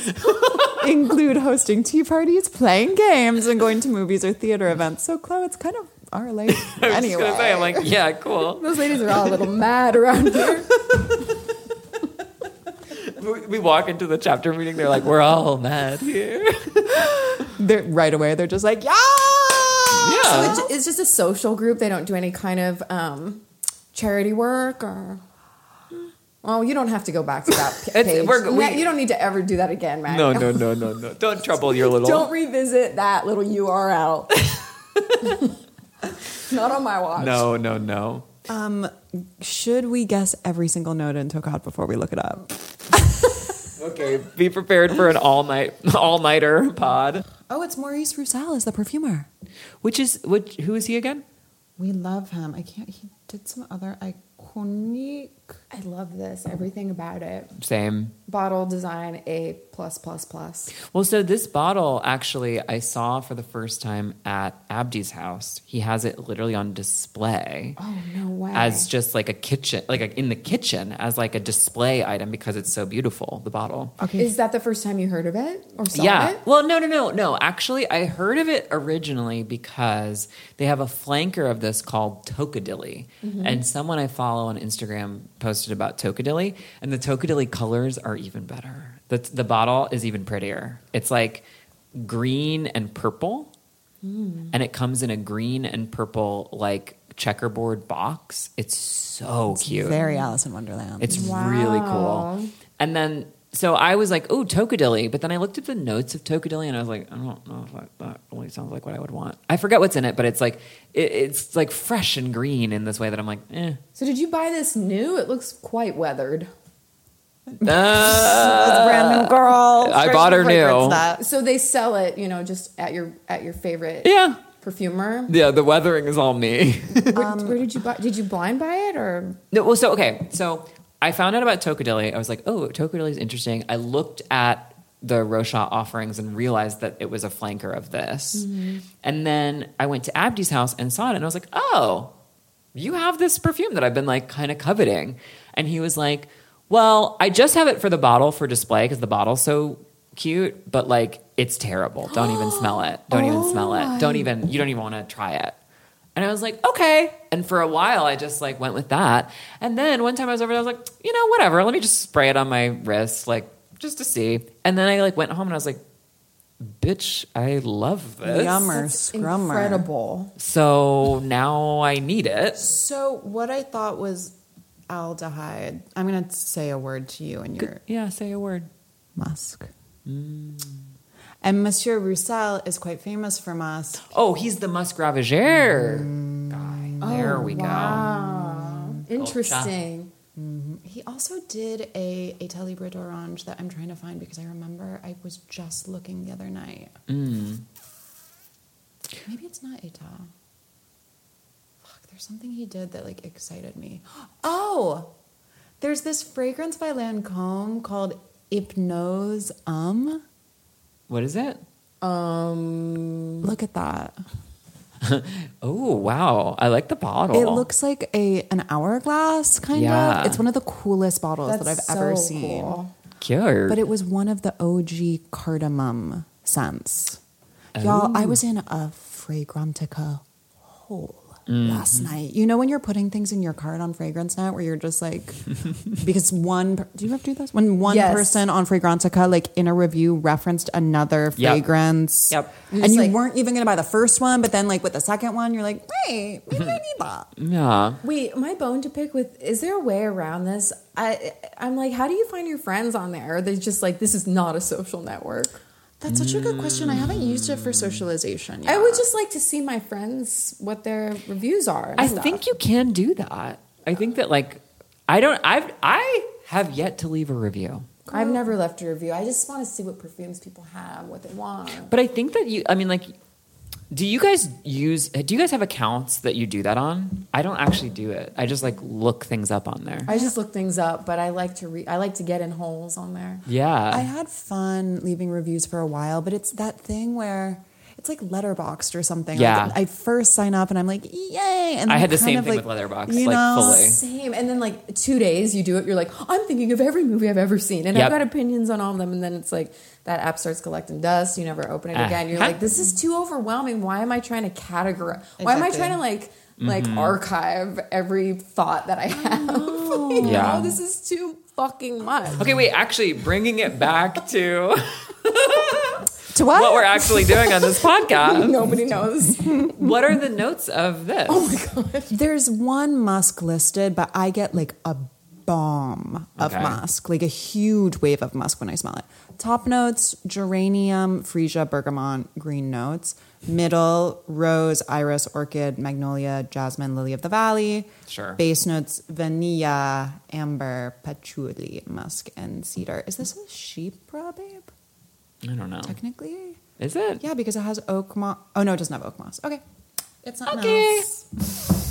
Speaker 2: include hosting tea parties, playing games, and going to movies or theater events. So, Chloe, it's kind of our <laughs> life
Speaker 1: I was
Speaker 2: anyway.
Speaker 1: just gonna say, I'm like, yeah, cool.
Speaker 3: Those ladies are all a little mad around here.
Speaker 1: <laughs> we, we walk into the chapter meeting. They're like, we're all <laughs> mad here.
Speaker 2: they're, right away, they're just like, yeah.
Speaker 1: Yeah.
Speaker 3: So it's, it's just a social group. They don't do any kind of um, charity work or. Oh, you don't have to go back to that
Speaker 1: <laughs>
Speaker 3: p-
Speaker 1: It's-
Speaker 3: page.
Speaker 1: we're- we-
Speaker 3: Ma- you don't need to ever do that again, Matt.
Speaker 1: No, no, no, no, no. Don't trouble your little.
Speaker 3: Don't revisit that little <laughs> URL. Not on my
Speaker 1: <laughs>
Speaker 3: watch.
Speaker 1: no, no, no.
Speaker 2: Um, should we guess every single note in Tokad before we look it up?
Speaker 1: Okay, be prepared for an all <laughs> night, all nighter pod.
Speaker 2: Oh, it's Maurice Roussel is the perfumer.
Speaker 1: Which is which? Who is he again?
Speaker 2: We love him. I can't. He did some other iconic.
Speaker 3: I love this. Everything about it.
Speaker 1: Same.
Speaker 3: Bottle design A plus plus plus.
Speaker 1: Well, so this bottle actually I saw for the first time at Abdi's house. He has it literally on display.
Speaker 3: Oh no way.
Speaker 1: As just like a kitchen, like a, in the kitchen, as like a display item because it's so beautiful, the bottle.
Speaker 2: Okay,
Speaker 3: Is that the first time you heard of it or saw
Speaker 1: yeah.
Speaker 3: it?
Speaker 1: Well, no, no, no, no. Actually, I heard of it originally because they have a flanker of this called Tocadilly. And someone I follow on Instagram posted about Tocadilly, and the Tocadilly colors are even better. The, the bottle is even prettier. It's like green and purple, and it comes in a green and purple, like checkerboard box. It's so cute.
Speaker 2: very Alice in Wonderland.
Speaker 1: It's really cool. And then, so I was like, "Ooh, Tocadilly," but then I looked at the notes of Tocadilly, and I was like, "I don't know if that, that really sounds like what I would want." I forget what's in it, but it's like it, it's like fresh and green in this way that I'm like, "Eh."
Speaker 3: So did you buy this new? It looks quite weathered.
Speaker 2: brand new girl.
Speaker 1: uh, I bought her new.
Speaker 3: So they sell it, you know, just at your at your favorite
Speaker 1: Yeah,
Speaker 3: perfumer. Um,
Speaker 1: yeah. The weathering is all me.
Speaker 3: Where, where did you buy? Did you blind buy it or?
Speaker 1: No, well, so okay, so I found out about Tocadilly. I was like, oh, Tocadilly is interesting. I looked at the Rochat offerings and realized that it was a flanker of this. And then I went to Abdi's house and saw it, and I was like, oh, you have this perfume that I've been like kind of coveting. And he was like, well, I just have it for the bottle for display because the bottle's so cute, but like it's terrible. Don't even smell it. Don't even smell it. Don't even, you don't even want to try it. And I was like, okay. And for a while, I just like went with that. And then one time I was over there, I was like, you know, whatever. Let me just spray it on my wrist, like just to see. And then I like went home and I was like, bitch, I love this.
Speaker 2: Yummer,
Speaker 3: That's
Speaker 2: scrummer.
Speaker 3: Incredible.
Speaker 1: So now I need it.
Speaker 2: So what I thought was aldehyde. I'm gonna say a word to you and your
Speaker 1: Yeah, say a word.
Speaker 2: musk. Mm. And Monsieur Roussel is quite famous from us.
Speaker 1: Oh, he's the musk ravageur
Speaker 2: Mm.
Speaker 1: guy.
Speaker 2: Oh,
Speaker 1: There we
Speaker 3: Interesting.
Speaker 2: He also did a a Telebrid Orange that I'm trying to find because I remember I was just looking the other night. Maybe it's not Eta. Fuck, there's something he did that like excited me. <gasps> Oh, there's this fragrance by Lancome called Hypnose Um.
Speaker 1: go. What is it?
Speaker 3: Um,
Speaker 2: Look at that.
Speaker 1: Oh wow, I like the bottle.
Speaker 2: It looks like a an hourglass kind
Speaker 1: Yeah.
Speaker 2: of. It's one of the coolest bottles that I've
Speaker 3: that's
Speaker 2: ever
Speaker 3: so
Speaker 2: seen.
Speaker 3: cool.
Speaker 1: cute.
Speaker 2: But it was one of the OG cardamom scents. Y'all, I
Speaker 1: Oh.
Speaker 2: was in a fragrantica hole
Speaker 1: Mm-hmm.
Speaker 2: last night. You know when you're putting things in your cart on Fragrance Net where you're just
Speaker 1: <laughs>
Speaker 2: like, because one, per- do you ever do this? When one
Speaker 3: Yes.
Speaker 2: person on Fragrantica, like in a review, referenced another
Speaker 1: Yep.
Speaker 2: fragrance.
Speaker 1: Yep.
Speaker 2: And
Speaker 7: just
Speaker 2: you
Speaker 7: like-
Speaker 2: weren't even going to buy the first one, but then like with the second one, you're like, wait, maybe I need that.
Speaker 1: yeah.
Speaker 3: Wait, my bone to pick with is there a way around this? I I'm like, how do you find your friends on there? Are they just like this is not a social network?
Speaker 2: That's such a good question. I haven't used it for socialization
Speaker 3: I would just like to see my friends what their reviews are. and
Speaker 1: I
Speaker 3: stuff.
Speaker 1: think you can do that. I think that like I don't I've I have yet to leave a review.
Speaker 3: I've never left a review. I just want to see what perfumes people have, what they want.
Speaker 1: But I think that you I mean like do you guys use do you guys have accounts that you do that on? I don't actually do it. I just like look things up on there.
Speaker 3: I just look things up, but I like to re- I like to get in holes on there.
Speaker 2: I
Speaker 1: yeah.
Speaker 2: had fun leaving reviews for a while, but it's that thing where it's like letterboxed or something. Like,
Speaker 1: Yeah.
Speaker 2: I first sign up and I'm like, yay. And
Speaker 1: I
Speaker 2: then
Speaker 1: had the
Speaker 2: kind
Speaker 1: same
Speaker 2: of,
Speaker 1: thing
Speaker 2: like,
Speaker 1: with Letterboxd,
Speaker 2: you
Speaker 1: like,
Speaker 2: know,
Speaker 1: fully.
Speaker 3: Same. And then like two days you do it, you're like, I'm thinking of every movie I've ever seen. And
Speaker 1: Yep.
Speaker 3: I've got opinions on all of them. And then it's like that app starts collecting dust. You never open it
Speaker 1: Ah.
Speaker 3: again. You're like, this is too overwhelming. Why am I trying to categorize? Why am I
Speaker 2: Exactly.
Speaker 3: trying to like like
Speaker 1: Mm-hmm.
Speaker 3: archive every thought that I have? <laughs> You
Speaker 1: Yeah.
Speaker 3: know, this is too fucking much.
Speaker 1: Okay, wait, actually bringing it
Speaker 2: <laughs>
Speaker 1: back to
Speaker 2: To what?
Speaker 1: what we're actually doing on this podcast. <laughs>
Speaker 3: Nobody knows.
Speaker 1: What are the notes of this?
Speaker 2: Oh There's one musk listed, but I get like a bomb of
Speaker 1: Okay.
Speaker 2: musk, like a huge wave of musk when I smell it. Top notes geranium, freesia, bergamot, green notes. Middle, rose, iris, orchid, magnolia, jasmine, lily of the valley.
Speaker 1: Sure.
Speaker 2: Base notes vanilla, amber, patchouli, musk, and cedar. Is this a sheepra, babe?
Speaker 1: I don't know.
Speaker 2: Technically?
Speaker 1: Is it?
Speaker 2: Yeah, because it has oak moss. Oh, no, it doesn't have oak moss. Okay. It's not
Speaker 1: Okay.
Speaker 2: mouse.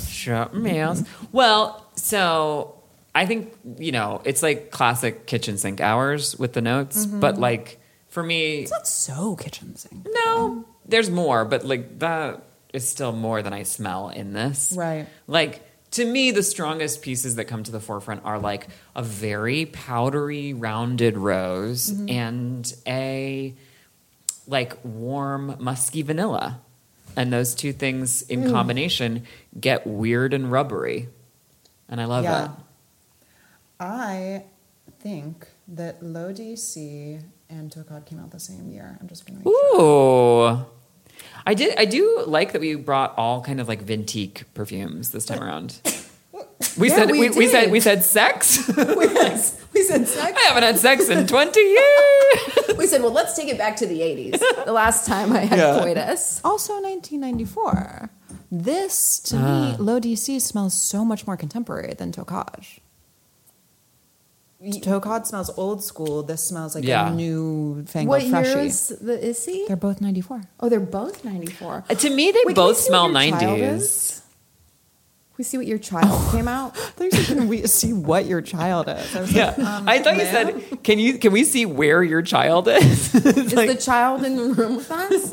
Speaker 1: Something else. Well, so I think, you know, it's like classic kitchen sink hours with the notes, but like for me,
Speaker 2: Mm-hmm. It's not so kitchen sink.
Speaker 1: no, there's more, but like that is still more than I smell in this.
Speaker 2: Right.
Speaker 1: Like to me, the strongest pieces that come to the forefront are like a very powdery, rounded rose
Speaker 2: Mm-hmm.
Speaker 1: and a like warm, musky vanilla. And those two things in
Speaker 2: Mm.
Speaker 1: combination get weird and rubbery. And I love
Speaker 2: Yeah.
Speaker 1: it.
Speaker 2: I think that Low DC and Tokad came out the same year. I'm just gonna make
Speaker 1: Ooh. I did I do like that we brought all kind of like vintique perfumes this time
Speaker 3: <laughs>
Speaker 1: around. We
Speaker 3: Yeah,
Speaker 1: said we,
Speaker 3: we
Speaker 1: we said
Speaker 3: did.
Speaker 1: we said sex. <laughs>
Speaker 3: we said sex.
Speaker 1: I haven't had sex in 20 years.
Speaker 3: We said, well, let's take it back to the 80s. The last time I had coitus.
Speaker 2: Also 1994. This to
Speaker 1: Ah.
Speaker 2: me, Low DC smells so much more contemporary than Tokaj. Tokaj smells old school. This smells like
Speaker 1: Yeah.
Speaker 2: a new
Speaker 3: What
Speaker 2: fangled
Speaker 3: year
Speaker 2: freshie.
Speaker 3: is the Issy?
Speaker 2: They're both 94.
Speaker 3: Oh, they're both 94.
Speaker 1: <laughs> to me they
Speaker 3: Wait, can we
Speaker 1: both
Speaker 3: see what
Speaker 1: smell
Speaker 3: your child
Speaker 1: 90s.
Speaker 3: is? Can we see what your child came
Speaker 2: <gasps>
Speaker 3: <laughs> out?
Speaker 2: There's like, can we see what your child is? I was
Speaker 1: Yeah.
Speaker 2: like, um,
Speaker 1: I thought you
Speaker 2: ma'am?
Speaker 1: said can you can we see where your child is? <laughs>
Speaker 3: Is the child in the room with us?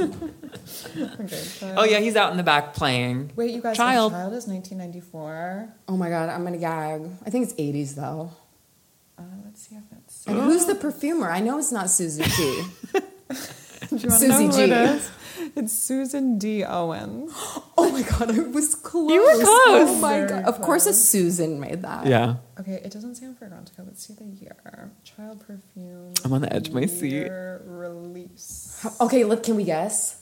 Speaker 2: Okay, so-
Speaker 1: oh yeah, he's out in the back playing.
Speaker 2: Wait, you guys, the
Speaker 1: Child.
Speaker 2: child is 1994.
Speaker 3: Oh my god, I'm gonna gag. I think it's 80s though.
Speaker 2: Uh, let's see if it's.
Speaker 3: And who's the perfumer? I know it's not Susie G.
Speaker 2: Susie
Speaker 3: Susie G.
Speaker 2: <laughs> It's Susan D. Owens.
Speaker 3: <laughs> Oh my god, I was close.
Speaker 1: You were
Speaker 3: Oh
Speaker 1: close.
Speaker 3: my
Speaker 2: Very
Speaker 3: god. Of course, a Susan made that.
Speaker 1: Yeah.
Speaker 2: Okay, it doesn't say on Fragrantica. Let's see the year. Child perfume.
Speaker 1: I'm on the edge of my seat.
Speaker 2: year Release.
Speaker 3: Okay, look, can we guess?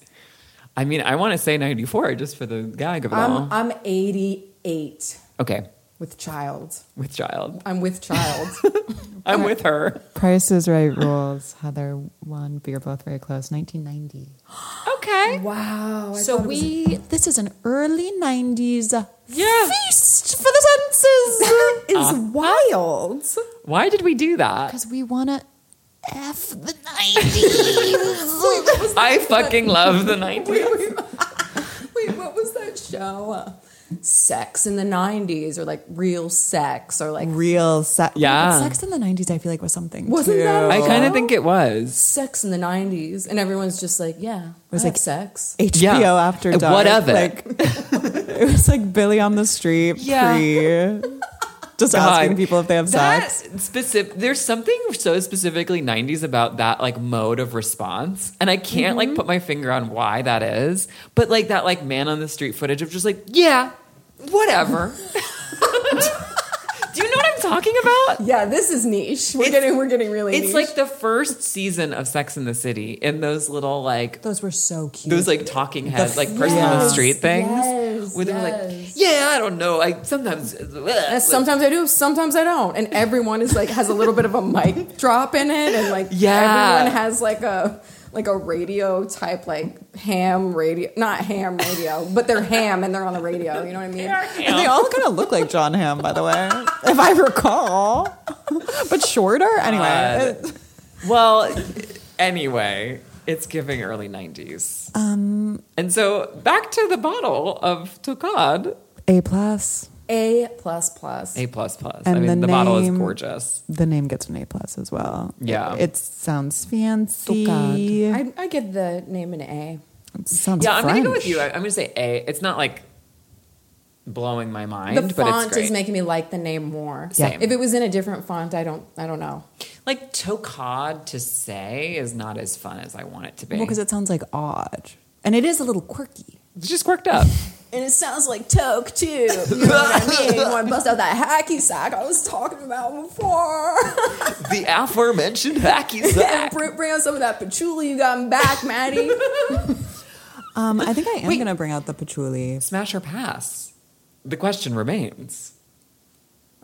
Speaker 1: I
Speaker 3: Um,
Speaker 1: mean, I want to say 94 just for the gag of it all.
Speaker 3: I'm I'm 88.
Speaker 1: okay.
Speaker 3: with child.
Speaker 1: with child.
Speaker 3: I'm with child.
Speaker 1: I'm with her.
Speaker 2: Price is Right rules. Heather won, but you're both very close. 1990.
Speaker 1: Okay.
Speaker 3: <laughs> wow. I
Speaker 2: So
Speaker 3: thought it was-
Speaker 2: we. this is an early 90s
Speaker 1: Yeah.
Speaker 2: feast for the senses. <laughs>
Speaker 3: It's wild.
Speaker 1: Why did we do that?
Speaker 2: Because we want to F the 90s.
Speaker 1: I fucking love the 90s.
Speaker 3: Wait, what was that show? Uh, Sex in the 90s or like real sex or like
Speaker 2: Real sex.
Speaker 1: Yeah.
Speaker 2: Sex in the 90s, I feel like, was something.
Speaker 3: wasn't
Speaker 2: too.
Speaker 3: that a
Speaker 1: I kind
Speaker 3: show?
Speaker 1: of think it was.
Speaker 3: sex in the 90s and everyone's just like, yeah, it
Speaker 2: was
Speaker 3: was
Speaker 2: like-
Speaker 3: like sex.
Speaker 2: HBO
Speaker 1: Yeah.
Speaker 2: after
Speaker 1: Uh,
Speaker 2: dark.
Speaker 1: what of it?
Speaker 2: Like, <laughs> it was like Billy on the street.
Speaker 1: Yeah.
Speaker 2: Pre, just
Speaker 1: God.
Speaker 2: asking people if they have
Speaker 1: That
Speaker 2: sex.
Speaker 1: specific, there's something so specifically 90s about that like mode of response, and I can't like put my finger on why that is. But like that like man on the street footage of just like yeah, whatever. do you know what I'm talking about?
Speaker 3: Yeah, this is niche. We're
Speaker 1: It's-
Speaker 3: getting we're getting really
Speaker 1: It's
Speaker 3: niche.
Speaker 1: like the first season of Sex in the City in those little like
Speaker 2: Those were so cute.
Speaker 1: those like talking heads, like person on the
Speaker 3: Yes,
Speaker 1: street things,
Speaker 3: yes,
Speaker 1: where they're like,
Speaker 3: yes.
Speaker 1: "Yeah, I don't know. I sometimes, uh,
Speaker 3: And Uh, sometimes I do, sometimes I don't. And everyone is like has a little bit of a mic drop in it and like
Speaker 1: Yeah.
Speaker 3: everyone has like a like a radio type like ham radio not ham radio, but they're ham and they're on the radio, you know what I mean?
Speaker 2: And they all kind of look like John Hamm, by the way, <laughs> if I recall. but shorter? Anyway.
Speaker 1: God. well, anyway, it's giving early '90s." Um, and so back to the bottle of Tokad
Speaker 2: A plus.
Speaker 3: A plus plus.
Speaker 1: A plus plus. I
Speaker 2: And
Speaker 1: mean,
Speaker 2: the
Speaker 1: the, bottle is
Speaker 2: name-
Speaker 1: gorgeous.
Speaker 2: The name gets an A plus as well.
Speaker 1: Yeah.
Speaker 2: It, sounds fancy.
Speaker 1: Tokad.
Speaker 2: It
Speaker 3: I, I get the name an A.
Speaker 2: sounds
Speaker 1: Yeah, I'm gonna go with
Speaker 2: French.
Speaker 1: you. I, I'm gonna say A. It's not like blowing my mind,
Speaker 3: The
Speaker 1: but it's
Speaker 3: font
Speaker 1: great.
Speaker 3: is making me like the name more.
Speaker 2: Yeah.
Speaker 3: If it was in a different font, I don't I don't know.
Speaker 1: like Tokad to say is not as fun as I want it to be.
Speaker 2: Well, because it sounds like odd. And it is a little quirky.
Speaker 1: it's just quirked up.
Speaker 3: And it sounds like toke too. You know what I mean? You want to bust out that hacky sack I was talking about before.
Speaker 1: <laughs> the aforementioned hacky
Speaker 3: <laughs>
Speaker 1: sack.
Speaker 3: bring, bring out some of that patchouli you got back, Maddie.
Speaker 2: Um, I think I am going to bring out the patchouli.
Speaker 1: Smash or pass? The question remains.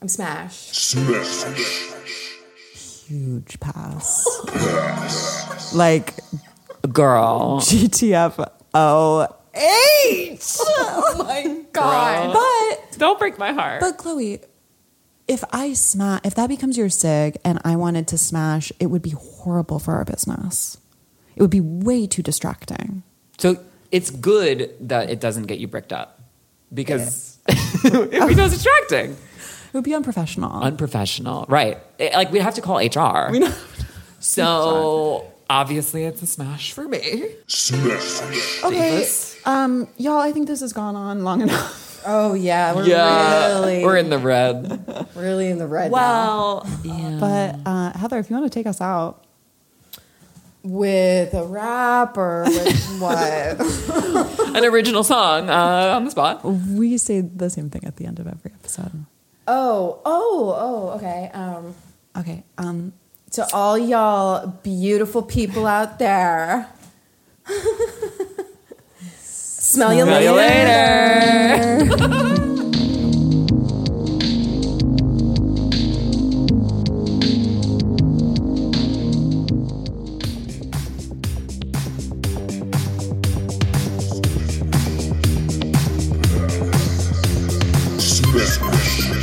Speaker 3: I'm smashed.
Speaker 4: smash,
Speaker 2: Huge pass. like
Speaker 1: Girl.
Speaker 2: GTFO.
Speaker 3: Oh my god.
Speaker 2: But
Speaker 1: Don't break my heart.
Speaker 2: But Chloe, if I smash, if that becomes your sig, and I wanted to smash, it would be horrible for our business. It would be way too distracting.
Speaker 1: so it's good that it doesn't get you bricked up because <laughs> it becomes distracting.
Speaker 2: It would be unprofessional.
Speaker 1: Unprofessional. Right. It- like, we'd have to call HR. We know. So obviously, it's a smash for me.
Speaker 4: smash,
Speaker 2: okay,
Speaker 1: Davis.
Speaker 2: um, y'all, I think this has gone on long enough.
Speaker 3: Oh yeah, we're
Speaker 1: Yeah.
Speaker 3: really
Speaker 1: We're in the red.
Speaker 3: really in the red now.
Speaker 1: <laughs> Well, yeah.
Speaker 2: But uh, Heather, if you want to take us out,
Speaker 3: With a rap or
Speaker 1: <laughs>
Speaker 3: with what?
Speaker 1: an original song uh, on the spot.
Speaker 2: we say the same thing at the end of every episode.
Speaker 3: Oh, oh, oh, okay. Um
Speaker 2: Okay. Um,
Speaker 3: to all y'all beautiful people out there. <laughs> Smell you
Speaker 1: See you
Speaker 3: later.
Speaker 1: later.
Speaker 4: smash.